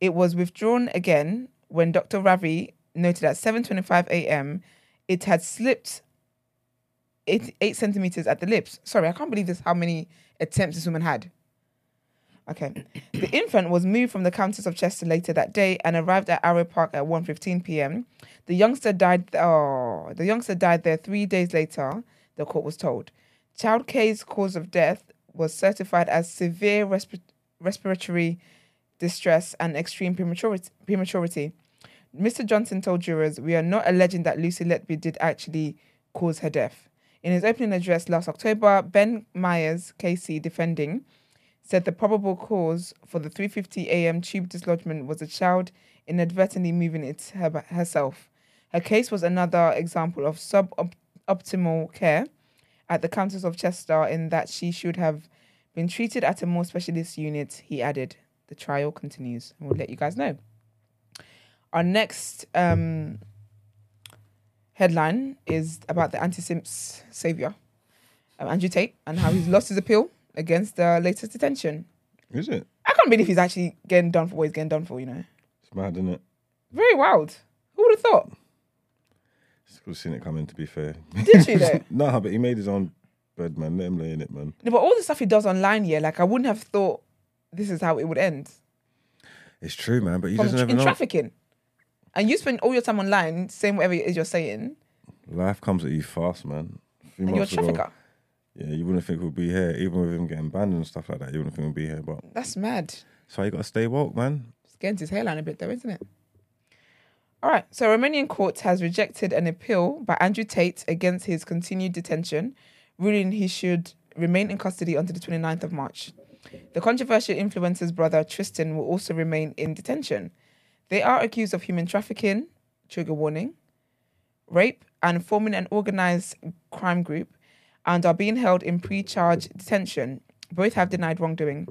[SPEAKER 2] It was withdrawn again when Dr. Ravi noted at 7.25 a.m. it had slipped eight, eight centimeters at the lips. Sorry, I can't believe this, how many attempts this woman had. Okay. The infant was moved from the Countess of Chester later that day and arrived at Arrow Park at 1.15 p.m. The youngster died. oh, the youngster died there three days later. The court was told. Child K's cause of death was certified as severe respi- respiratory distress and extreme prematurity. prematurity. Mr. Johnson told jurors, "We are not alleging that Lucy Letby did actually cause her death." In his opening address last October, Ben Myers, KC, defending, said the probable cause for the 3:50 a.m. tube dislodgement was a child inadvertently moving it her, herself. Her case was another example of suboptimal care at the Countess of Chester in that she should have been treated at a more specialist unit, he added. The trial continues, and we'll let you guys know. Our next um, headline is about the anti-Simps savior, um, Andrew Tate, and how he's lost his appeal against the latest detention.
[SPEAKER 3] Is it?
[SPEAKER 2] I can't believe he's actually getting done for what he's getting done for, you know.
[SPEAKER 3] It's mad, isn't it?
[SPEAKER 2] Very wild. Who would have thought?
[SPEAKER 3] Still seen it coming. To be fair,
[SPEAKER 2] Did you though?
[SPEAKER 3] nah, but he made his own bed, man. Let him lay in it, man.
[SPEAKER 2] No, but all the stuff he does online, yeah, like I wouldn't have thought this is how it would end
[SPEAKER 3] It's true, man, but you
[SPEAKER 2] from
[SPEAKER 3] just
[SPEAKER 2] tr-
[SPEAKER 3] never
[SPEAKER 2] in
[SPEAKER 3] know.
[SPEAKER 2] trafficking. And you spend all your time online saying whatever it is you're saying,
[SPEAKER 3] Life comes at you fast, man. A few
[SPEAKER 2] and you're a
[SPEAKER 3] months ago,
[SPEAKER 2] trafficker.
[SPEAKER 3] Yeah, you wouldn't think we'd be here, even with him getting banned and stuff like that. You wouldn't think we'd be here, but
[SPEAKER 2] That's mad.
[SPEAKER 3] so you gotta stay woke, man.
[SPEAKER 2] It's getting to his hairline a bit, though, isn't it? All right. So, Romanian court has rejected an appeal by Andrew Tate against his continued detention, ruling he should remain in custody until the 29th of March. The controversial influencer's brother, Tristan, will also remain in detention. They are accused of human trafficking, trigger warning, rape, and forming an organized crime group, and are being held in pre charge detention. Both have denied wrongdoing.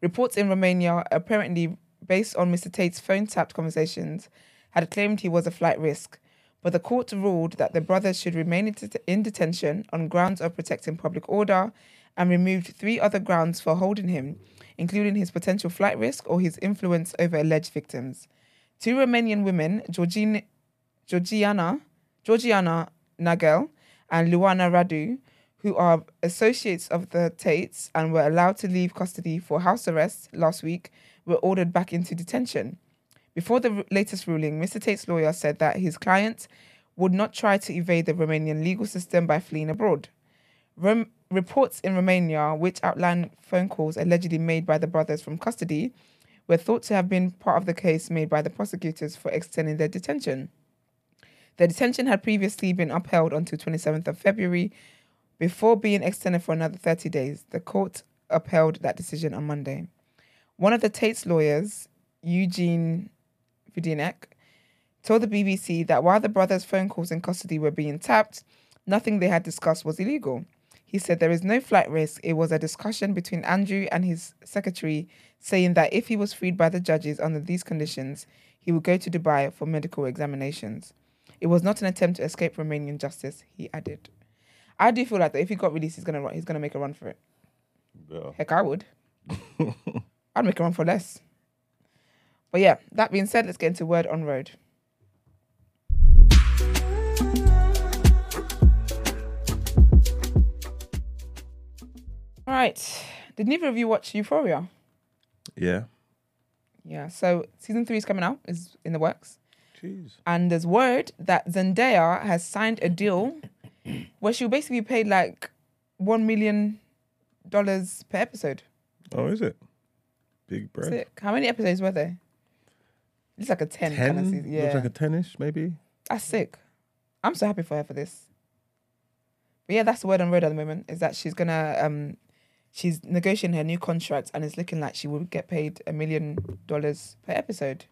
[SPEAKER 2] Reports in Romania, apparently based on Mr. Tate's phone tapped conversations, had claimed he was a flight risk, but the court ruled that the brothers should remain in, det- in detention on grounds of protecting public order and removed three other grounds for holding him, including his potential flight risk or his influence over alleged victims. Two Romanian women, Georgine, Georgiana, Georgiana Nagel and Luana Radu, who are associates of the Tates and were allowed to leave custody for house arrest last week, were ordered back into detention. Before the r- latest ruling, Mr. Tate's lawyer said that his client would not try to evade the Romanian legal system by fleeing abroad. Rom- reports in Romania, which outline phone calls allegedly made by the brothers from custody, were thought to have been part of the case made by the prosecutors for extending their detention. Their detention had previously been upheld until 27th of February before being extended for another 30 days. The court upheld that decision on Monday. One of the Tate's lawyers, Eugene Vidinek, told the BBC that while the brothers' phone calls in custody were being tapped, nothing they had discussed was illegal. He said there is no flight risk. It was a discussion between Andrew and his secretary, saying that if he was freed by the judges under these conditions, he would go to Dubai for medical examinations. It was not an attempt to escape Romanian justice, he added. I do feel like that if he got released, he's gonna run, he's gonna make a run for it.
[SPEAKER 3] Yeah.
[SPEAKER 2] Heck, I would. I'd make a run for less. But yeah, that being said, let's get into word on road. All right. Did neither of you watch Euphoria?
[SPEAKER 3] Yeah.
[SPEAKER 2] Yeah. So season three is coming out. Is in the works.
[SPEAKER 3] Jeez.
[SPEAKER 2] and there's word that Zendaya has signed a deal where she'll basically be paid like one million dollars per episode.
[SPEAKER 3] Oh, is it? Big bread.
[SPEAKER 2] That's it. How many episodes were there? It's like a ten.
[SPEAKER 3] Ten?
[SPEAKER 2] Kind of season. Yeah,
[SPEAKER 3] Looks like a tennis, maybe.
[SPEAKER 2] that's sick. I'm so happy for her for this. But yeah, that's the word on road at the moment is that she's gonna um, she's negotiating her new contract and it's looking like she will get paid a million dollars per episode.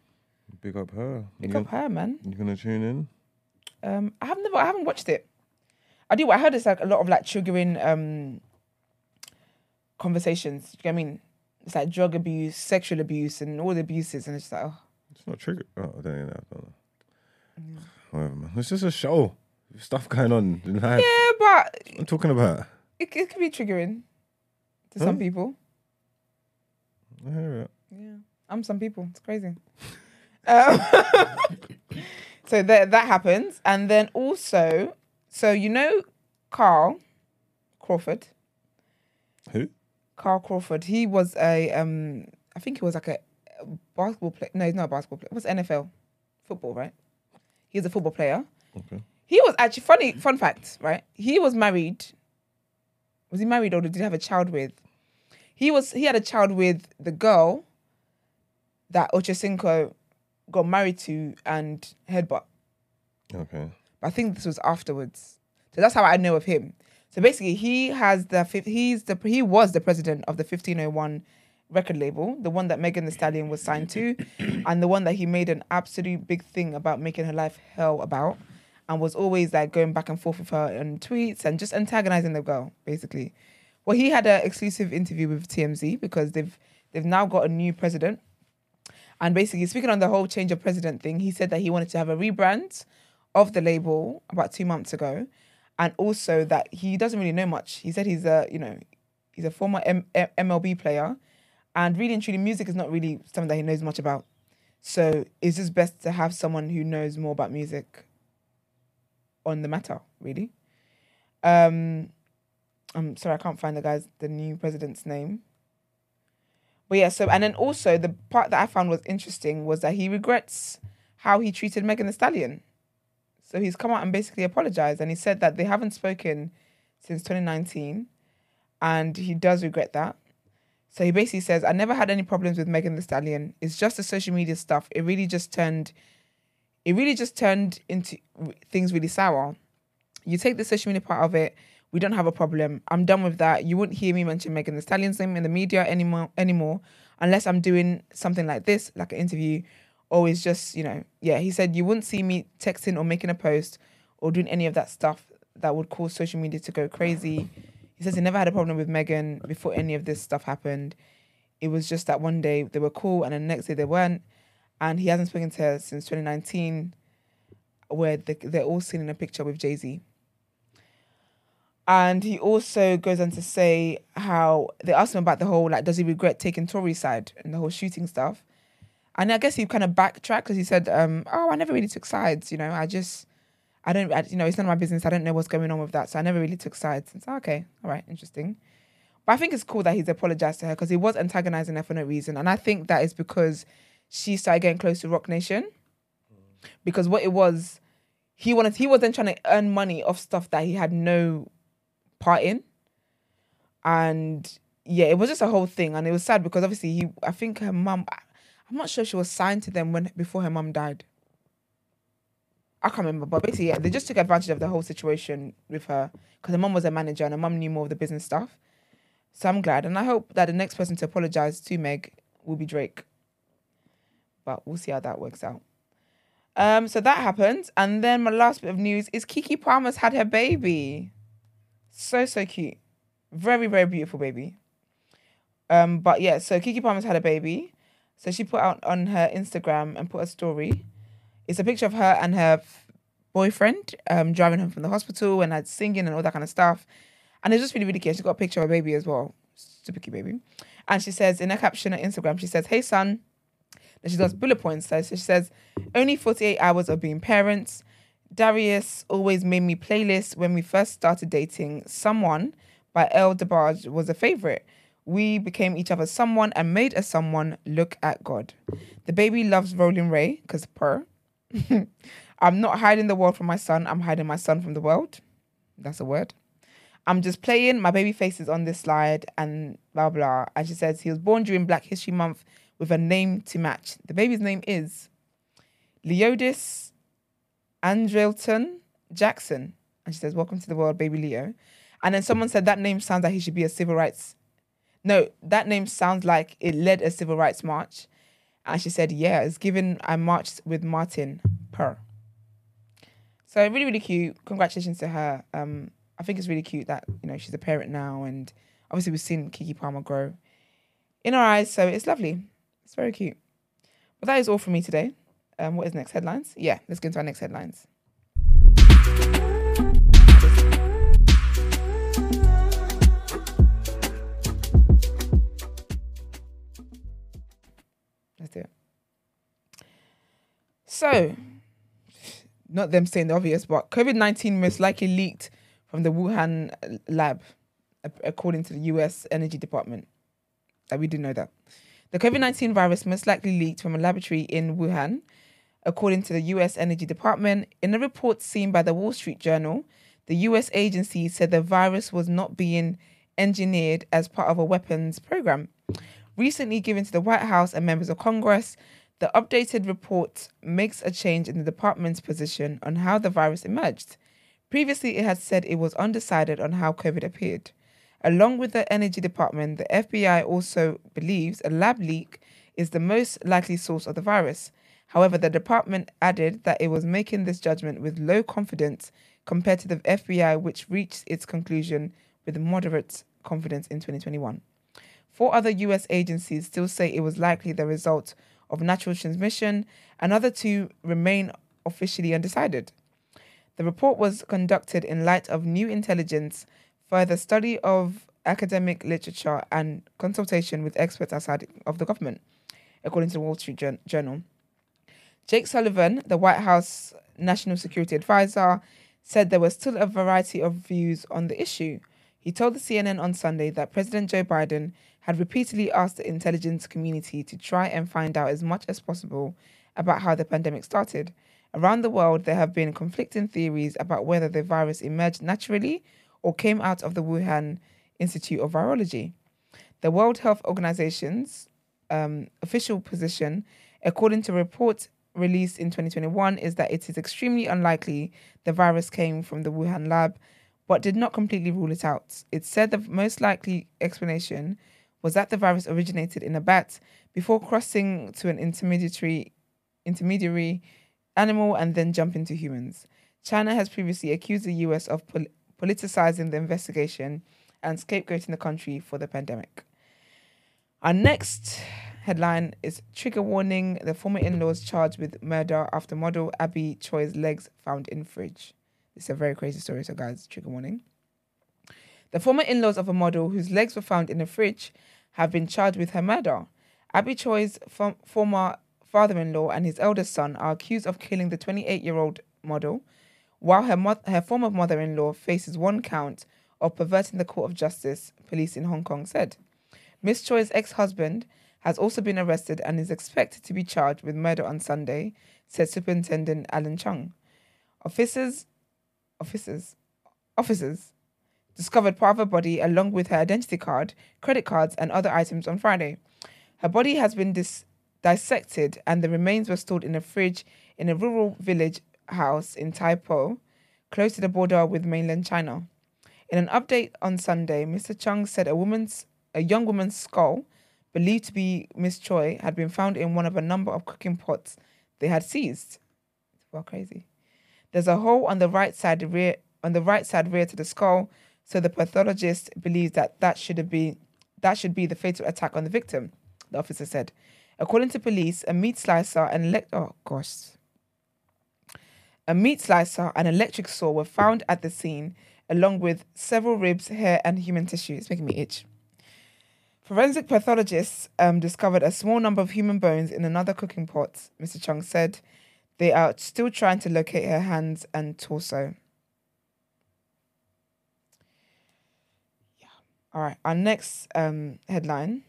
[SPEAKER 3] Big up her.
[SPEAKER 2] Pick
[SPEAKER 3] you,
[SPEAKER 2] up her, man.
[SPEAKER 3] You gonna tune in?
[SPEAKER 2] Um, I have never, I haven't watched it. I do. I heard it's like a lot of like triggering um conversations. Do you know what I mean? It's like drug abuse, sexual abuse, and all the abuses, and it's like, oh,
[SPEAKER 3] It's not trigger. Oh, I don't know. I don't know.
[SPEAKER 2] Mm.
[SPEAKER 3] Whatever, man. It's just a show. Stuff going on in life.
[SPEAKER 2] yeah, but
[SPEAKER 3] What I'm talking about.
[SPEAKER 2] it, it can be triggering to some people.
[SPEAKER 3] I hear it.
[SPEAKER 2] Yeah, I'm some people. It's crazy. um, so that that happens, and then also, so you know, Carl Crawford.
[SPEAKER 3] Who?
[SPEAKER 2] Carl Crawford. He was a um, I think he was like a a basketball player. No, he's not a basketball player. What's NFL? Football, right? He was a football player.
[SPEAKER 3] Okay.
[SPEAKER 2] He was actually funny. Fun fact, right? He was married. Was he married or did he have a child with? He was. He had a child with the girl that Ochocinco got married to and headbutt.
[SPEAKER 3] Okay.
[SPEAKER 2] But I think this was afterwards. So that's how I know of him. So basically, he has the fif- he's the he was the president of the 1501 record label, the one that Megan the Stallion was signed to, and the one that he made an absolute big thing about making her life hell about, and was always like going back and forth with her on tweets and just antagonizing the girl basically. Well, he had an exclusive interview with TMZ because they've they've now got a new president and basically, speaking on the whole change of president thing, he said that he wanted to have a rebrand of the label about two months ago, and also that he doesn't really know much. He said he's a you know he's a former M- M- MLB player, and really and truly, music is not really something that he knows much about. So it's just best to have someone who knows more about music on the matter, really. Um, I'm sorry, I can't find the guy's the new president's name. But yeah, so and then also the part that I found was interesting was that he regrets how he treated Megan the Stallion. So he's come out and basically apologized and he said that they haven't spoken since 2019 and he does regret that. So he basically says, I never had any problems with Megan the Stallion. It's just the social media stuff. It really just turned it really just turned into things really sour. You take the social media part of it, we don't have a problem. I'm done with that. You wouldn't hear me mention Megan Thee Stallion's name in the media anymore, anymore, unless I'm doing something like this, like an interview, or it's just you know, yeah. He said you wouldn't see me texting or making a post or doing any of that stuff that would cause social media to go crazy. He says he never had a problem with Megan before any of this stuff happened. It was just that one day they were cool, and the next day they weren't and he hasn't spoken to her since 2019, where the, they're all seen in a picture with Jay Z. And he also goes on to say how they asked him about the whole like, does he regret taking Tory's side and the whole shooting stuff? And I guess he kind of backtracked because he said, um, "Oh, I never really took sides. You know, I just, I don't, I, you know, it's none of my business. I don't know what's going on with that, so I never really took sides." It's like, okay, all right, interesting. But I think it's cool that he's apologized to her because he was antagonizing her for no reason, and I think that is because she started getting close to Rock Nation. Because what it was, he wanted he was then trying to earn money off stuff that he had no part in. And yeah, it was just a whole thing. And it was sad because obviously he I think her mum I'm not sure if she was signed to them when before her mum died. I can't remember, but basically, yeah, they just took advantage of the whole situation with her because her mum was a manager and her mum knew more of the business stuff. So I'm glad, and I hope that the next person to apologize to Meg will be Drake but we'll see how that works out. Um, so that happened, and then my last bit of news is Kiki Palmer's had her baby. So so cute, very very beautiful baby. Um, but yeah, so Kiki Palmer's had a baby, so she put out on her Instagram and put a story. It's a picture of her and her f- boyfriend um, driving home from the hospital and had singing and all that kind of stuff, and it's just really really cute. She got a picture of her baby as well, super cute baby, and she says in her caption on Instagram, she says, "Hey son." And she does bullet points. So she says, only 48 hours of being parents. Darius always made me playlists when we first started dating. Someone by El DeBarge was a favorite. We became each other's someone and made a someone look at God. The baby loves Rolling Ray because purr. I'm not hiding the world from my son. I'm hiding my son from the world. That's a word. I'm just playing. My baby face is on this slide and blah, blah. And she says he was born during Black History Month with a name to match. The baby's name is Leodis Andrelton Jackson. And she says, Welcome to the world, baby Leo. And then someone said that name sounds like he should be a civil rights. No, that name sounds like it led a civil rights march. And she said, Yeah, it's given I marched with Martin Per. So really, really cute. Congratulations to her. Um, I think it's really cute that, you know, she's a parent now and obviously we've seen Kiki Palmer grow in our eyes, so it's lovely. It's very cute. But that is all for me today. Um, what is next headlines? Yeah, let's get into our next headlines. Let's do it. So, not them saying the obvious, but COVID 19 most likely leaked from the Wuhan lab, ap- according to the US Energy Department. That we didn't know that. The COVID 19 virus most likely leaked from a laboratory in Wuhan, according to the US Energy Department. In a report seen by the Wall Street Journal, the US agency said the virus was not being engineered as part of a weapons program. Recently given to the White House and members of Congress, the updated report makes a change in the department's position on how the virus emerged. Previously, it had said it was undecided on how COVID appeared. Along with the Energy Department, the FBI also believes a lab leak is the most likely source of the virus. However, the department added that it was making this judgment with low confidence compared to the FBI, which reached its conclusion with moderate confidence in 2021. Four other US agencies still say it was likely the result of natural transmission, another two remain officially undecided. The report was conducted in light of new intelligence further study of academic literature and consultation with experts outside of the government, according to the Wall Street Jour- Journal. Jake Sullivan, the White House National Security Advisor, said there was still a variety of views on the issue. He told the CNN on Sunday that President Joe Biden had repeatedly asked the intelligence community to try and find out as much as possible about how the pandemic started. Around the world, there have been conflicting theories about whether the virus emerged naturally or came out of the Wuhan Institute of Virology. The World Health Organization's um, official position, according to reports released in 2021, is that it is extremely unlikely the virus came from the Wuhan lab, but did not completely rule it out. It said the most likely explanation was that the virus originated in a bat before crossing to an intermediary, intermediary animal and then jumping to humans. China has previously accused the US of pol- politicizing the investigation and scapegoating the country for the pandemic. Our next headline is Trigger Warning The former in laws charged with murder after model Abby Choi's legs found in fridge. It's a very crazy story, so guys, trigger warning. The former in laws of a model whose legs were found in a fridge have been charged with her murder. Abby Choi's fo- former father in law and his eldest son are accused of killing the 28 year old model, while her, mo- her former mother in law faces one count of perverting the court of justice, police in Hong Kong said. Miss Choi's ex husband has also been arrested and is expected to be charged with murder on Sunday, said Superintendent Alan Chung. Officers, officers, officers discovered part of her body along with her identity card, credit cards, and other items on Friday. Her body has been dis- dissected, and the remains were stored in a fridge in a rural village house in Taipo, close to the border with mainland China. In an update on Sunday, Mr. Chung said a woman's, a young woman's skull, believed to be Miss Choi, had been found in one of a number of cooking pots they had seized. Well, crazy. There's a hole on the right side rear on the right side rear to the skull, so the pathologist believes that that should have been that should be the fatal attack on the victim. The officer said, according to police, a meat slicer and elect oh gosh, a meat slicer and electric saw were found at the scene, along with several ribs, hair, and human tissue. It's making me itch. Forensic pathologists um, discovered a small number of human bones in another cooking pot, Mr. Chung said. They are still trying to locate her hands and torso. Yeah. All right. Our next um, headline.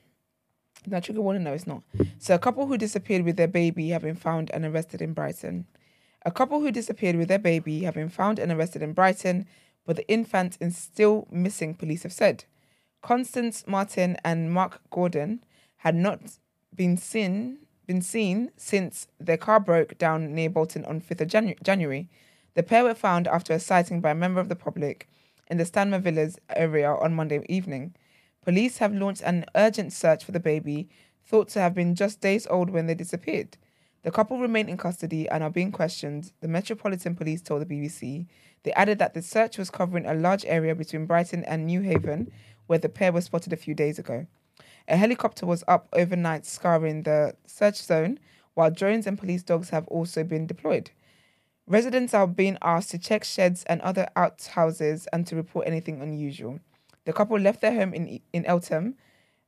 [SPEAKER 2] No, trigger warning. No, it's not. So, a couple who disappeared with their baby have been found and arrested in Brighton. A couple who disappeared with their baby have been found and arrested in Brighton, but the infant is still missing, police have said. Constance Martin and Mark Gordon had not been seen been seen since their car broke down near Bolton on 5th of Janu- January. The pair were found after a sighting by a member of the public in the Stanmer Villas area on Monday evening. Police have launched an urgent search for the baby, thought to have been just days old when they disappeared. The couple remain in custody and are being questioned, the Metropolitan Police told the BBC. They added that the search was covering a large area between Brighton and New Haven, where the pair were spotted a few days ago. A helicopter was up overnight scouring the search zone, while drones and police dogs have also been deployed. Residents are being asked to check sheds and other outhouses and to report anything unusual. The couple left their home in, E, in Eltham,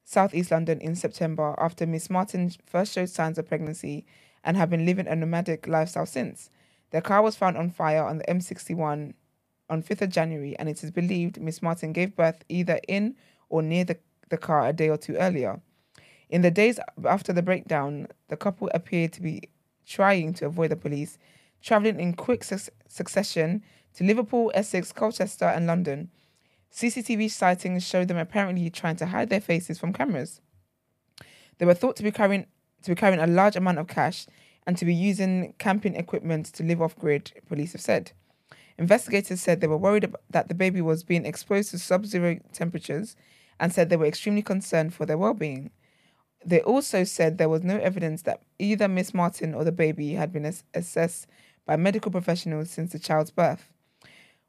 [SPEAKER 2] southeast London, in September after Miss Martin first showed signs of pregnancy and have been living a nomadic lifestyle since. Their car was found on fire on the M61 on 5th of January, and it is believed Miss Martin gave birth either in or near the, the car a day or two earlier. In the days after the breakdown, the couple appeared to be trying to avoid the police, travelling in quick suc- succession to Liverpool, Essex, Colchester, and London. CCTV sightings showed them apparently trying to hide their faces from cameras. They were thought to be carrying to be carrying a large amount of cash and to be using camping equipment to live off grid, police have said. Investigators said they were worried ab- that the baby was being exposed to sub zero temperatures and said they were extremely concerned for their well being. They also said there was no evidence that either Miss Martin or the baby had been ass- assessed by medical professionals since the child's birth.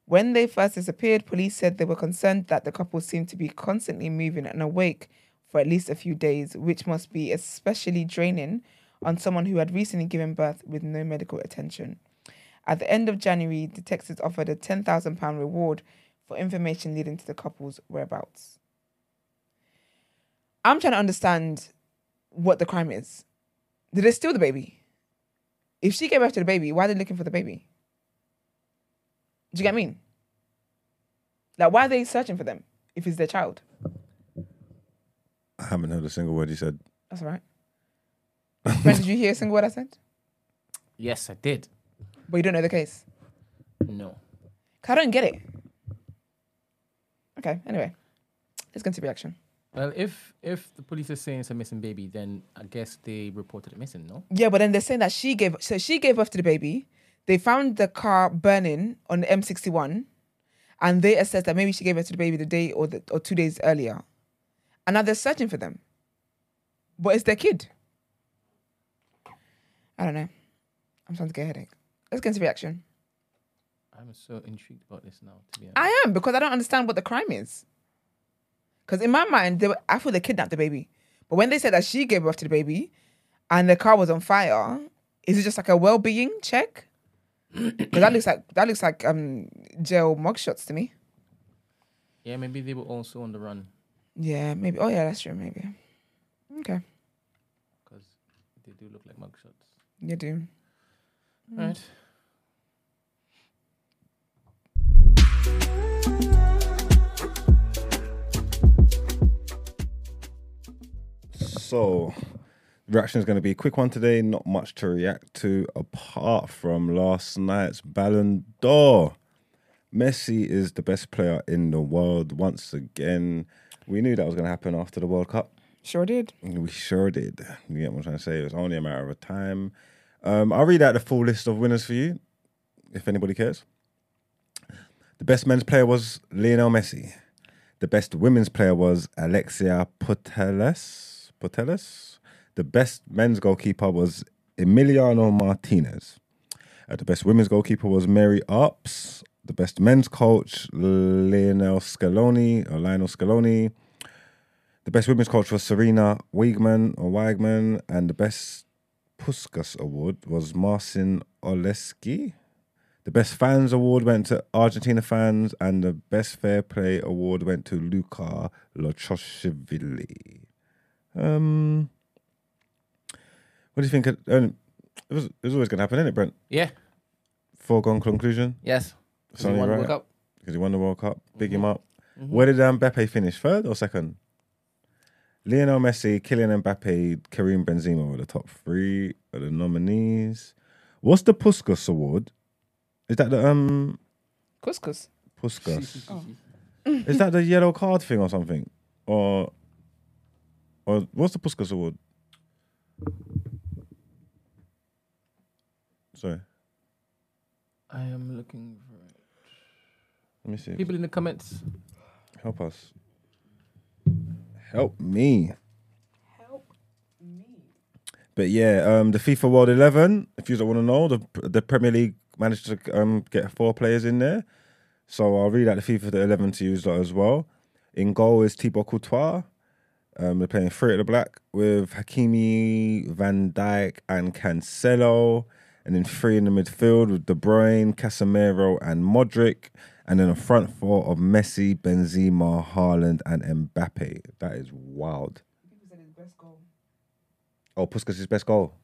[SPEAKER 2] When they first disappeared, police said they were concerned that the couple seemed to be constantly moving and awake for at least a few days, which must be especially draining on someone who had recently given birth with no medical attention. At the end of January, detectives offered a £10,000 reward for information leading to the couple's whereabouts. I'm trying to understand what the crime is. Did they steal the baby? If she gave birth to the baby, why are they looking for the baby? Do you get what I mean? Like, why are they searching for them? if it's their child.
[SPEAKER 3] I haven't heard a single word you said.
[SPEAKER 2] That's all right. Friend, did you hear a single word I said?
[SPEAKER 1] Yes, I did.
[SPEAKER 2] But you don't know the case.
[SPEAKER 1] No.
[SPEAKER 2] 'Cause I don't get it. Okay, anyway. Let's go into reaction.
[SPEAKER 1] Well, if if the police are saying it's a missing baby, then I guess they reported it missing, no?
[SPEAKER 2] Yeah, but then they're saying that she gave so she gave birth to the baby. They found the car burning on the M61, and they assessed that maybe she gave birth to the baby the day or the, or two days earlier, and now they're searching for them. But it's their kid. I don't know. I'm starting to get a headache. Let's get into reaction.
[SPEAKER 1] I'm so intrigued about this now. To be honest,
[SPEAKER 2] I am because I don't understand what the crime is. Because in my mind, they were, I thought they kidnapped the baby. But when they said that she gave birth to the baby and the car was on fire, is it just like a well-being check? Because that looks like that looks like um jail mugshots to me.
[SPEAKER 1] yeah, maybe they were also on the run
[SPEAKER 2] Yeah, maybe. Oh yeah, that's true. Maybe. Okay,
[SPEAKER 1] because they do look like mugshots.
[SPEAKER 2] you do.
[SPEAKER 1] Right.
[SPEAKER 3] So, reaction is going to be a quick one today. Not much to react to apart from last night's Ballon d'Or. Messi is the best player in the world once again. We knew that was going to happen after the World Cup.
[SPEAKER 2] Sure did.
[SPEAKER 3] We sure did. You get what I'm trying to say? It was only a matter of time. Um, I'll read out the full list of winners for you, if anybody cares. The best men's player was Lionel Messi. The best women's player was Alexia Putellas. Putellas. The best men's goalkeeper was Emiliano Martinez. Uh, the best women's goalkeeper was Mary Ups. The best men's coach, Lionel Scaloni or Lionel Scaloni. The best women's coach was Serena Wiegman or Wigman, and the best Puskas award was Marcin Oleski. The best fans award went to Argentina fans, and the best fair play award went to Luka Lochoshvili. Um, what do you think? of- Um, it was it was always going to happen, isn't it, Brent?
[SPEAKER 1] Yeah.
[SPEAKER 3] Foregone conclusion
[SPEAKER 1] Yes.
[SPEAKER 3] It's only
[SPEAKER 1] Someone
[SPEAKER 3] right.
[SPEAKER 1] woke up.
[SPEAKER 3] because he won the World Cup. Big him up. Where did um, Mbappe finish? Third or second? Lionel Messi, Kylian Mbappe, Karim Benzema were the top three of the nominees. What's the Puskas Award? Is that the um
[SPEAKER 2] Couscous.
[SPEAKER 3] Puskas? Is that the yellow card thing or something? Or or what's the Puskas Award? Sorry,
[SPEAKER 1] I am looking for it.
[SPEAKER 3] let me see.
[SPEAKER 1] people in the comments.
[SPEAKER 3] Help us. Help me. Help me. But yeah, um, the FIFA World Eleven. If you don't want to know, the the Premier League managed to um, get four players in there. So I'll read out the FIFA the Eleven to you as well. In goal is Thibaut Courtois. Um, they're playing three at the black with Hakimi, Van Dijk, and Cancelo. And then three in the midfield with De Bruyne, Casemiro, and Modric. And then a front four of Messi, Benzema, Haaland, and Mbappe. That is wild. Oh, Puskas' best goal.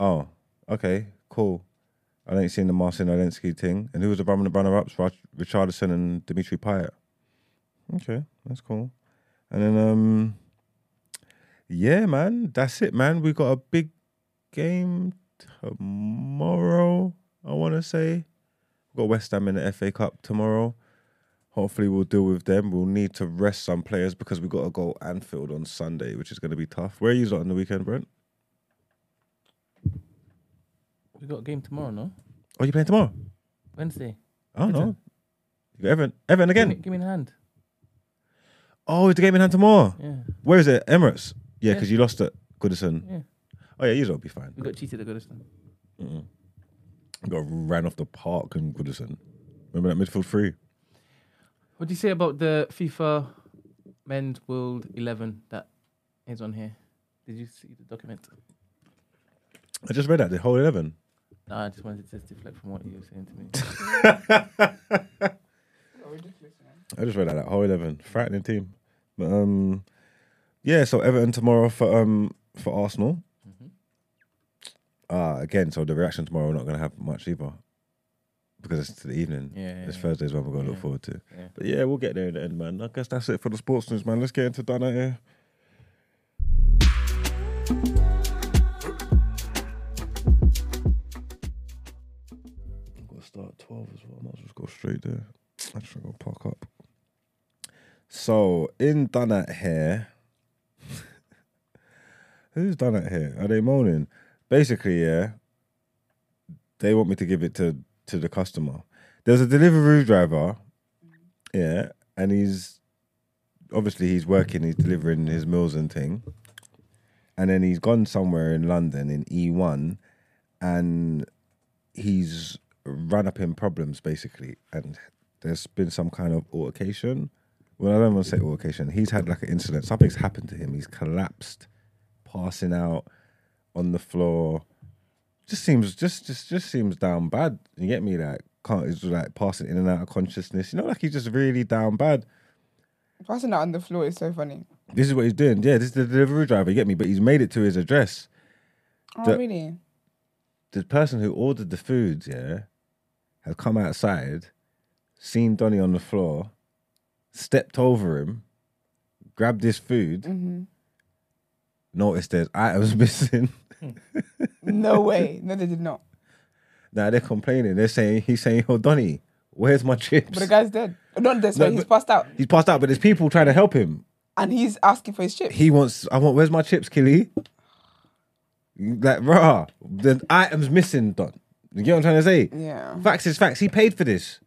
[SPEAKER 3] Oh, okay, cool. I ain't seen the Marcin Olensky thing. And who was the runner- runner-ups? Rich- Richardson and Dimitri Payet. Okay, that's cool. And then, um, yeah, man, that's it, man. We got a big game tomorrow. I want to say we got West Ham in the FA Cup tomorrow. Hopefully, we'll deal with them. We'll need to rest some players because we got to go Anfield on Sunday, which is going to be tough. Where are you on the weekend, Brent?
[SPEAKER 1] We got a game tomorrow, no?
[SPEAKER 3] Oh, you playing tomorrow?
[SPEAKER 1] Wednesday.
[SPEAKER 3] I don't know.
[SPEAKER 1] Everton.
[SPEAKER 3] You got Everton, Everton
[SPEAKER 1] Give me,
[SPEAKER 3] again.
[SPEAKER 1] give me a hand.
[SPEAKER 3] Oh, it's the game in hand tomorrow.
[SPEAKER 1] Yeah.
[SPEAKER 3] Where is it? Emirates. Yeah,
[SPEAKER 1] Yeah.
[SPEAKER 3] because you lost at Goodison.
[SPEAKER 1] Yeah.
[SPEAKER 3] Oh yeah, you will be fine.
[SPEAKER 1] We got cheated at Goodison.
[SPEAKER 3] Got ran off the park in Goodison. Remember that midfield three?
[SPEAKER 1] What do you say about the FIFA Men's World 11 that is on here? Did you see the document?
[SPEAKER 3] I just read that the whole eleven.
[SPEAKER 1] No, I just wanted to just deflect from what you were saying to me.
[SPEAKER 3] I just read that, that whole eleven. Frightening team. But um yeah, so Everton tomorrow for um for Arsenal.
[SPEAKER 1] Mm-hmm.
[SPEAKER 3] Ah, again, so the reaction tomorrow we're not gonna have much either. because it's to the evening.
[SPEAKER 1] Yeah,
[SPEAKER 3] It's
[SPEAKER 1] yeah.
[SPEAKER 3] Thursday's one we're going to look
[SPEAKER 1] Yeah.
[SPEAKER 3] forward to.
[SPEAKER 1] Yeah.
[SPEAKER 3] But yeah, we'll get there in the end, man. I guess that's it for the sports news, man. Let's get into Donna here. I've got to start at 12 as well. I might as well just go straight there. I just got to park up. So, in Dunnet here, who's Dunnet here? Are they moaning? Basically, yeah, they want me to give it to, to the customer. There's a delivery driver yeah, and he's obviously he's working, he's delivering his meals and thing. And then he's gone somewhere in London in E1 and he's run up in problems basically. And there's been some kind of altercation. Well, I don't want to say altercation. He's had like an incident. Something's happened to him. He's collapsed, passing out on the floor. Just seems just just just seems down bad. You get me? Like can't he's like passing in and out of consciousness. You know, like he's just really down bad.
[SPEAKER 2] Passing out on the floor is so funny.
[SPEAKER 3] This is what he's doing. Yeah, this is the delivery driver. You get me? But he's made it to his address.
[SPEAKER 2] Oh,
[SPEAKER 3] The-
[SPEAKER 2] really?
[SPEAKER 3] The person who ordered the food, yeah, has come outside, seen Donny on the floor, stepped over him, grabbed his food,
[SPEAKER 2] Mm-hmm.
[SPEAKER 3] noticed there's items missing.
[SPEAKER 2] No way. No, they did not.
[SPEAKER 3] Now they're complaining. They're saying he's saying, "Oh, Donny, where's my chips?"
[SPEAKER 2] But the guy's dead. No, that's no,
[SPEAKER 3] No,
[SPEAKER 2] he's
[SPEAKER 3] but-
[SPEAKER 2] passed out
[SPEAKER 3] he's passed out, but there's people trying to help him.
[SPEAKER 2] and he's asking for his chip.
[SPEAKER 3] He wants. I want. Where's my chips, Killy? Like, rah. The item's missing, Don. You get what I'm trying to say?
[SPEAKER 2] Yeah.
[SPEAKER 3] Facts is facts. He paid for this.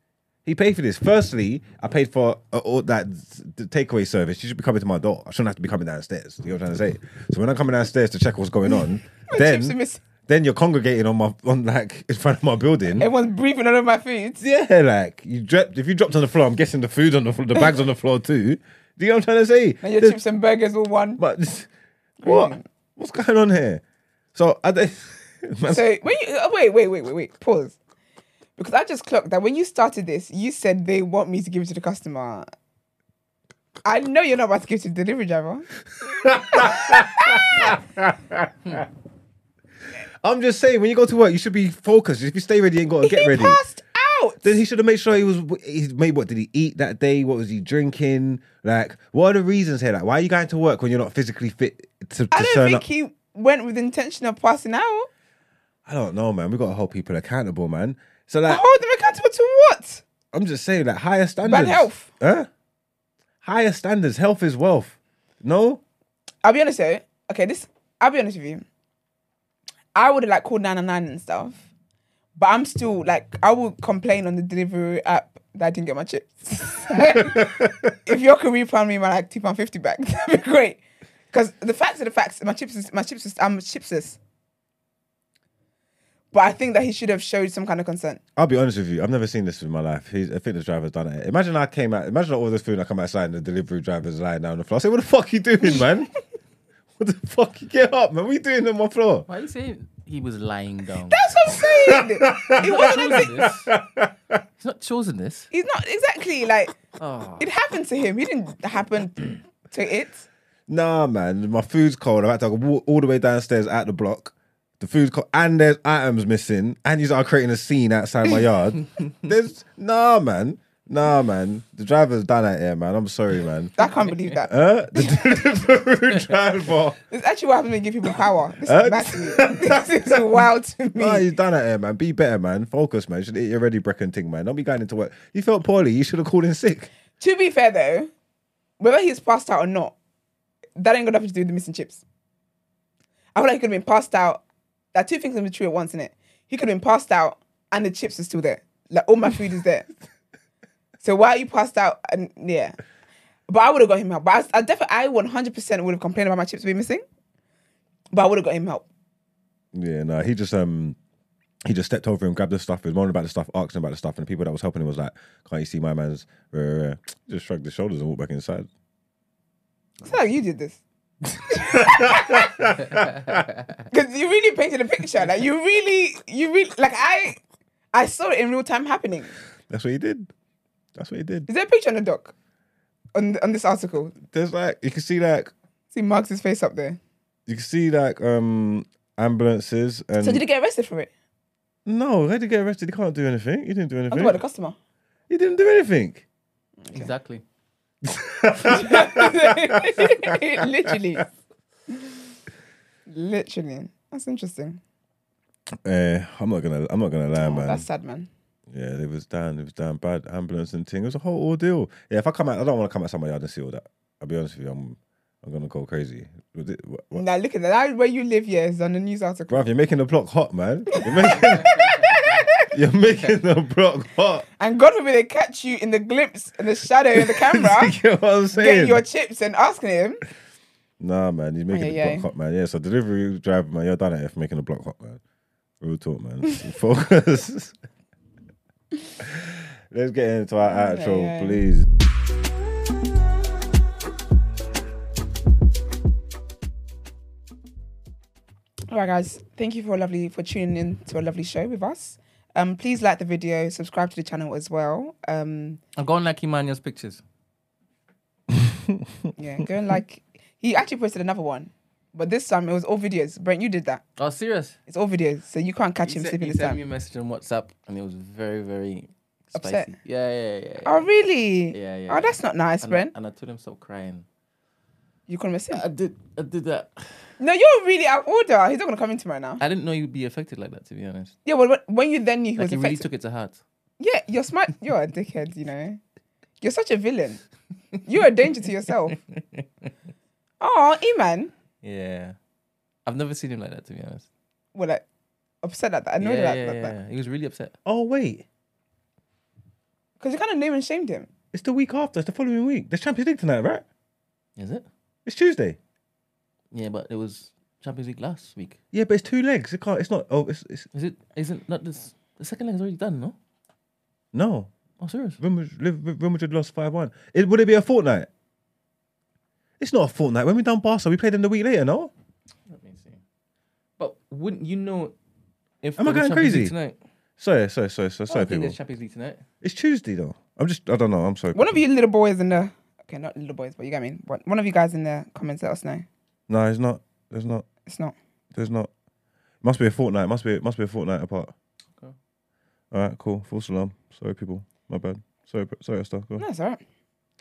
[SPEAKER 3] He paid for this. Firstly, I paid for uh, all that the takeaway service. You should be coming to my door. I shouldn't have to be coming downstairs. You know what I'm trying to say? So when I'm coming downstairs to check what's going on,
[SPEAKER 2] chips are
[SPEAKER 3] then
[SPEAKER 2] missing.
[SPEAKER 3] then you're congregating on my on like in front of my building.
[SPEAKER 2] Everyone's breathing all over my feet.
[SPEAKER 3] Yeah, like you dropped. If you dropped on the floor, I'm guessing the food on the floor, the bags on the floor too. Do you know what I'm trying to say?
[SPEAKER 2] And your
[SPEAKER 3] There's-
[SPEAKER 2] chips and burgers all one.
[SPEAKER 3] But this- what? What's going on here? So I don't. Man,
[SPEAKER 2] So when you oh, wait, wait, wait, wait, wait, pause. Because I just clocked that when you started this, you said they want me to give it to the customer. I know you're not about to give it to the delivery driver.
[SPEAKER 3] I'm just saying, when you go to work, you should be focused. If you stay ready, you ain't got to get
[SPEAKER 2] he
[SPEAKER 3] ready.
[SPEAKER 2] passed out.
[SPEAKER 3] Then he should have made sure he was. He made what did he eat that day? What was he drinking? Like, what are the reasons here? Like, why are you going to work when you're not physically fit to, to
[SPEAKER 2] I don't
[SPEAKER 3] turn
[SPEAKER 2] think
[SPEAKER 3] up?
[SPEAKER 2] he went with intention of passing out.
[SPEAKER 3] I don't know, man. We got to hold people accountable, man. So like,
[SPEAKER 2] Hold them accountable to what?
[SPEAKER 3] I'm just saying that higher standards.
[SPEAKER 2] health.
[SPEAKER 3] Huh? Higher standards. Health is wealth. No?
[SPEAKER 2] I'll be honest though. Okay, this I'll be honest with you. I would have like called 999 and stuff. But I'm still like I will complain on the delivery app that I didn't get my chips. if you can refund me my like two pound fifty back, that'd be great. Because the facts are the facts. My chips is my chips is I'm chipsless. But I think that he should have showed some kind of consent.
[SPEAKER 3] I'll be honest with you. I've never seen this in my life. He's, a fitness driver's done it. Imagine I came out. Imagine I order this food and I come outside and the delivery driver's lying down on the floor. I say, what the fuck you doing, man? what the fuck? You get up, man. What are you doing on my floor?
[SPEAKER 1] Why are you saying he was lying down?
[SPEAKER 2] That's what I'm saying. it wasn't.
[SPEAKER 1] chosen this. He's
[SPEAKER 2] He's
[SPEAKER 1] not chosen this.
[SPEAKER 2] not exactly like
[SPEAKER 1] Oh,
[SPEAKER 2] it happened to him. He didn't happen to it.
[SPEAKER 3] Nah, man. My food's cold. I had to walk all the way downstairs out the block. The food's cold. And there's items missing. And you are creating a scene outside my yard. there's. Nah, man. Nah, man. The driver's done out here, man. I'm sorry, man.
[SPEAKER 2] I can't believe that.
[SPEAKER 3] Huh? The delivery driver.
[SPEAKER 2] It's actually what happens when you give people power. This is mad to me. This is wild to
[SPEAKER 3] Nah,
[SPEAKER 2] me.
[SPEAKER 3] he's done out here, man. Be better, man. Focus, man. You should eat your ready breck and thing, man. Don't be going into work. You felt poorly. You should have called in sick.
[SPEAKER 2] to be fair though, whether he's passed out or not, that ain't got nothing to do with the missing chips. I feel like he could have been passed out. There are two things can be true at once, innit? He could have been passed out and the chips are still there. Like all my food is there. so why are you passed out? And yeah. But I would have got him help. But I, I definitely, I 100% would have complained about my chips being missing. But I would have got him help.
[SPEAKER 3] Yeah, no, he just um he just stepped over him, grabbed the stuff, was moaning about the stuff, asked him about the stuff, and the people that was helping him was like, Can't you see my man's rah, rah, rah." just shrugged his shoulders and walked back inside.
[SPEAKER 2] It's not like you did this. Because you really painted a picture. Like you really, you really, like I, I saw it in real time happening.
[SPEAKER 3] That's what he did. That's what he did.
[SPEAKER 2] Is there a picture on the doc? On on this article,
[SPEAKER 3] There's like you can see like
[SPEAKER 2] see Marx's face up there.
[SPEAKER 3] you can see like um ambulances and
[SPEAKER 2] So did he get arrested for it?
[SPEAKER 3] No, how'd you get arrested? You can't do anything. You didn't do
[SPEAKER 2] I'm
[SPEAKER 3] anything.
[SPEAKER 2] talking about the customer.
[SPEAKER 3] You didn't do anything.
[SPEAKER 1] Exactly.
[SPEAKER 2] Literally. Literally. That's interesting.
[SPEAKER 3] Uh, I'm not gonna. I'm not gonna lie, man.
[SPEAKER 2] That's sad, man.
[SPEAKER 3] Yeah, it was down. It was down bad. Ambulance and thing. It was a whole ordeal. Yeah, if I come out, I don't want to come out somebody yard and see all that. I'll be honest with you. I'm. I'm gonna go crazy. With it- wha- wha-
[SPEAKER 2] Now look at that. That Where you live, yeah, is on the news article.
[SPEAKER 3] Bruv, you're making the block hot, man. You're making, you're making the block hot.
[SPEAKER 2] And God forbid they catch you in the glimpse, in the shadow of the camera,
[SPEAKER 3] you know what I'm
[SPEAKER 2] getting
[SPEAKER 3] saying?
[SPEAKER 2] your chips and asking him.
[SPEAKER 3] Nah, man, you're making
[SPEAKER 2] Aye,
[SPEAKER 3] the
[SPEAKER 2] aye.
[SPEAKER 3] block hot, man. Yeah, so delivery driver, man, you're done at F making the block hot, man. Real talk, man. Focus. Let's get into our outro,
[SPEAKER 2] aye.
[SPEAKER 3] please.
[SPEAKER 2] All right, guys. Thank you for a lovely for tuning in to a lovely show with us. Um, please like the video, subscribe to the channel as well. Um,
[SPEAKER 1] I'm going like Emmanuel's pictures.
[SPEAKER 2] yeah, go and like. He actually posted another one, but this time it was all videos. Brent, you did that.
[SPEAKER 1] Oh, serious?
[SPEAKER 2] It's all videos, so you can't catch
[SPEAKER 1] He
[SPEAKER 2] him
[SPEAKER 1] sent-
[SPEAKER 2] sleeping
[SPEAKER 1] he
[SPEAKER 2] this
[SPEAKER 1] sent
[SPEAKER 2] time.
[SPEAKER 1] me a message on WhatsApp, and it was very, very spicy.
[SPEAKER 2] Upset.
[SPEAKER 1] Yeah, yeah, yeah. yeah.
[SPEAKER 2] Oh, really?
[SPEAKER 1] Yeah, yeah,
[SPEAKER 2] Oh,
[SPEAKER 1] yeah.
[SPEAKER 2] that's not nice,
[SPEAKER 1] and,
[SPEAKER 2] Brent.
[SPEAKER 1] I, and I told him stop crying.
[SPEAKER 2] You can't miss him.
[SPEAKER 1] I did. I did that.
[SPEAKER 2] No, you're really out of order. He's not gonna come in tomorrow now.
[SPEAKER 1] I didn't know you'd be affected like that. To be honest,
[SPEAKER 2] Yeah, well, when- when you then knew he
[SPEAKER 1] like
[SPEAKER 2] was
[SPEAKER 1] you really
[SPEAKER 2] affected,
[SPEAKER 1] took it to heart.
[SPEAKER 2] yeah, you're smart. You're a dickhead. You know, you're such a villain. You're a danger to yourself. Oh, Eman.
[SPEAKER 1] Yeah, I've never seen him like that. To be honest,
[SPEAKER 2] Well, like upset at that, annoyed
[SPEAKER 1] yeah,
[SPEAKER 2] at
[SPEAKER 1] yeah,
[SPEAKER 2] that.
[SPEAKER 1] yeah.
[SPEAKER 2] Because
[SPEAKER 1] He was really upset.
[SPEAKER 3] Oh, wait.
[SPEAKER 2] you kind of name and shamed him.
[SPEAKER 3] It's the week after. It's the following week. There's Champions League tonight, right?
[SPEAKER 1] Is it?
[SPEAKER 3] It's Tuesday.
[SPEAKER 1] Yeah, but it was Champions League last week.
[SPEAKER 3] Yeah, but it's two legs. It can't. It's not. Oh, it's. it's
[SPEAKER 1] Is it? Isn't not this? The second leg is already done, no?
[SPEAKER 3] no.
[SPEAKER 1] Oh, serious?
[SPEAKER 3] Real Madrid, Liv- Real Madrid lost five one. It would it be a fortnight? It's not a fortnight. When we done Barca, we played them the week later. No.
[SPEAKER 1] Let me see. But wouldn't you know? If
[SPEAKER 3] Am I
[SPEAKER 1] there was
[SPEAKER 3] going
[SPEAKER 1] Champions League
[SPEAKER 3] crazy?
[SPEAKER 1] tonight?
[SPEAKER 3] Sorry, sorry, sorry, sorry,
[SPEAKER 1] I don't
[SPEAKER 3] sorry,
[SPEAKER 1] think
[SPEAKER 3] people.
[SPEAKER 1] there's Champions League tonight.
[SPEAKER 3] It's Tuesday though. I'm just. I don't know. I'm sorry.
[SPEAKER 2] One of you little boys in the okay, not little boys, but you get what I mean. One- One of you guys in the comments, let us know.
[SPEAKER 3] No, it's not. There's not.
[SPEAKER 2] It's not.
[SPEAKER 3] There's not. Must be a fortnight. Must be. Must be a fortnight apart.
[SPEAKER 1] Okay.
[SPEAKER 3] All right. Cool. False alarm. Sorry, people. My bad. Sorry. bro- Sorry, Esther. Go. on.
[SPEAKER 2] No, it's all right.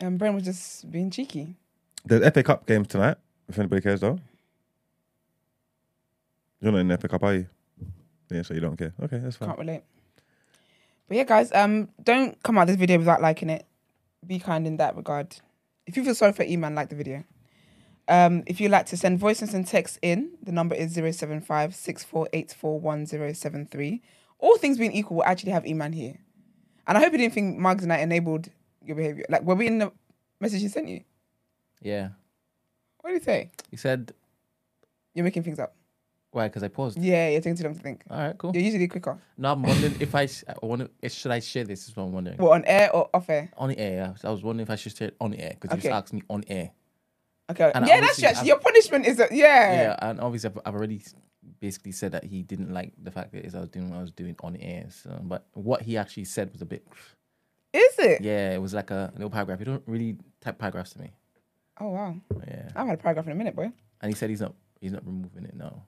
[SPEAKER 2] And Brent was just being cheeky.
[SPEAKER 3] There's FA Cup games tonight. If anybody cares though. You're not in the FA Cup, are you? Yeah. So you don't care. Okay, that's fine.
[SPEAKER 2] Can't relate. But yeah, guys, um, don't come out this video without liking it. Be kind in that regard. If you feel sorry for Eman, like the video. Um, if you'd like to send voices and texts in, the number is 075 6484173. All things being equal, we'll actually have Eman here. And I hope you didn't think Mugs and I enabled your behavior. Like, were we in the message he sent you?
[SPEAKER 1] Yeah,
[SPEAKER 2] What did he say?
[SPEAKER 1] he said
[SPEAKER 2] You're making things up.
[SPEAKER 1] why? Because I paused.
[SPEAKER 2] Yeah, you're taking too long to think.
[SPEAKER 1] All right, cool.
[SPEAKER 2] You're usually quicker.
[SPEAKER 1] Now I'm wondering if I, sh- I want to. Should I share this? Is what I'm wondering.
[SPEAKER 2] Well, on air or off air?
[SPEAKER 1] On the air, yeah. So I was wondering if I should share it on the air because you
[SPEAKER 2] Okay.
[SPEAKER 1] just asked me on air.
[SPEAKER 2] Okay.
[SPEAKER 1] And
[SPEAKER 2] yeah, that's
[SPEAKER 1] obviously
[SPEAKER 2] true.
[SPEAKER 1] I've-
[SPEAKER 2] Your punishment is that, yeah.
[SPEAKER 1] Yeah, and obviously I've, I've already s- basically said that he didn't like the fact that I was doing what I was doing on air. So, but what he actually said was a bit.
[SPEAKER 2] Is it?
[SPEAKER 1] Yeah, it was like a little paragraph. You don't really type paragraphs to me.
[SPEAKER 2] Oh wow,
[SPEAKER 1] Yeah,
[SPEAKER 2] I haven't had a paragraph in a minute, boy.
[SPEAKER 1] and he said he's not. He's not removing it now.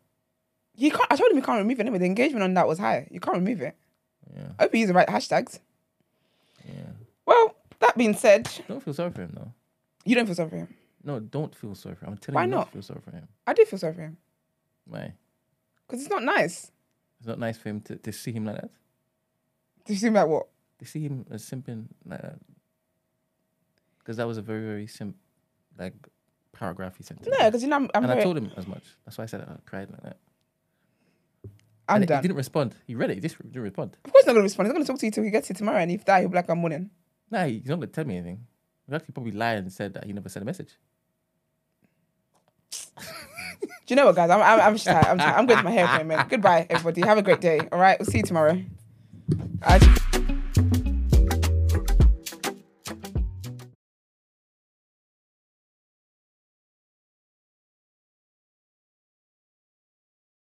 [SPEAKER 2] You can't. I told him you can't remove it. Anyway, the engagement on that was high. You can't remove it.
[SPEAKER 1] Yeah.
[SPEAKER 2] I hope you use the right hashtags.
[SPEAKER 1] Yeah.
[SPEAKER 2] Well, that being said,
[SPEAKER 1] Don't feel sorry for him though.
[SPEAKER 2] you don't feel sorry for him.
[SPEAKER 1] No, don't feel sorry for him. I'm telling
[SPEAKER 2] Why
[SPEAKER 1] you not
[SPEAKER 2] not?
[SPEAKER 1] to feel sorry for him.
[SPEAKER 2] I do feel sorry for him
[SPEAKER 1] Why?
[SPEAKER 2] because it's not nice
[SPEAKER 1] It's not nice for him to, to see him like that.
[SPEAKER 2] to seem like what.
[SPEAKER 1] They see him as simping like that. Because that was a very, very simp like paragraph he sent to
[SPEAKER 2] No,
[SPEAKER 1] me.
[SPEAKER 2] because you know I'm. I'm,
[SPEAKER 1] and
[SPEAKER 2] very,
[SPEAKER 1] I told him as much. That's why I said I cried like that.
[SPEAKER 2] I'm
[SPEAKER 1] and he
[SPEAKER 2] done.
[SPEAKER 1] didn't respond. He read it. He just didn't respond.
[SPEAKER 2] Of course, he's not gonna respond. He's not gonna talk to you till he gets here tomorrow, and if that, he'll be like, "I'm morning."
[SPEAKER 1] Nah, he's not gonna tell me anything. He actually probably lied and said that he never sent a message.
[SPEAKER 2] Do you know what, guys? I'm, I'm, I'm just tired. I'm, tired. I'm going to my hair appointment. Goodbye, everybody. Have a great day. All right, we'll see you tomorrow. I-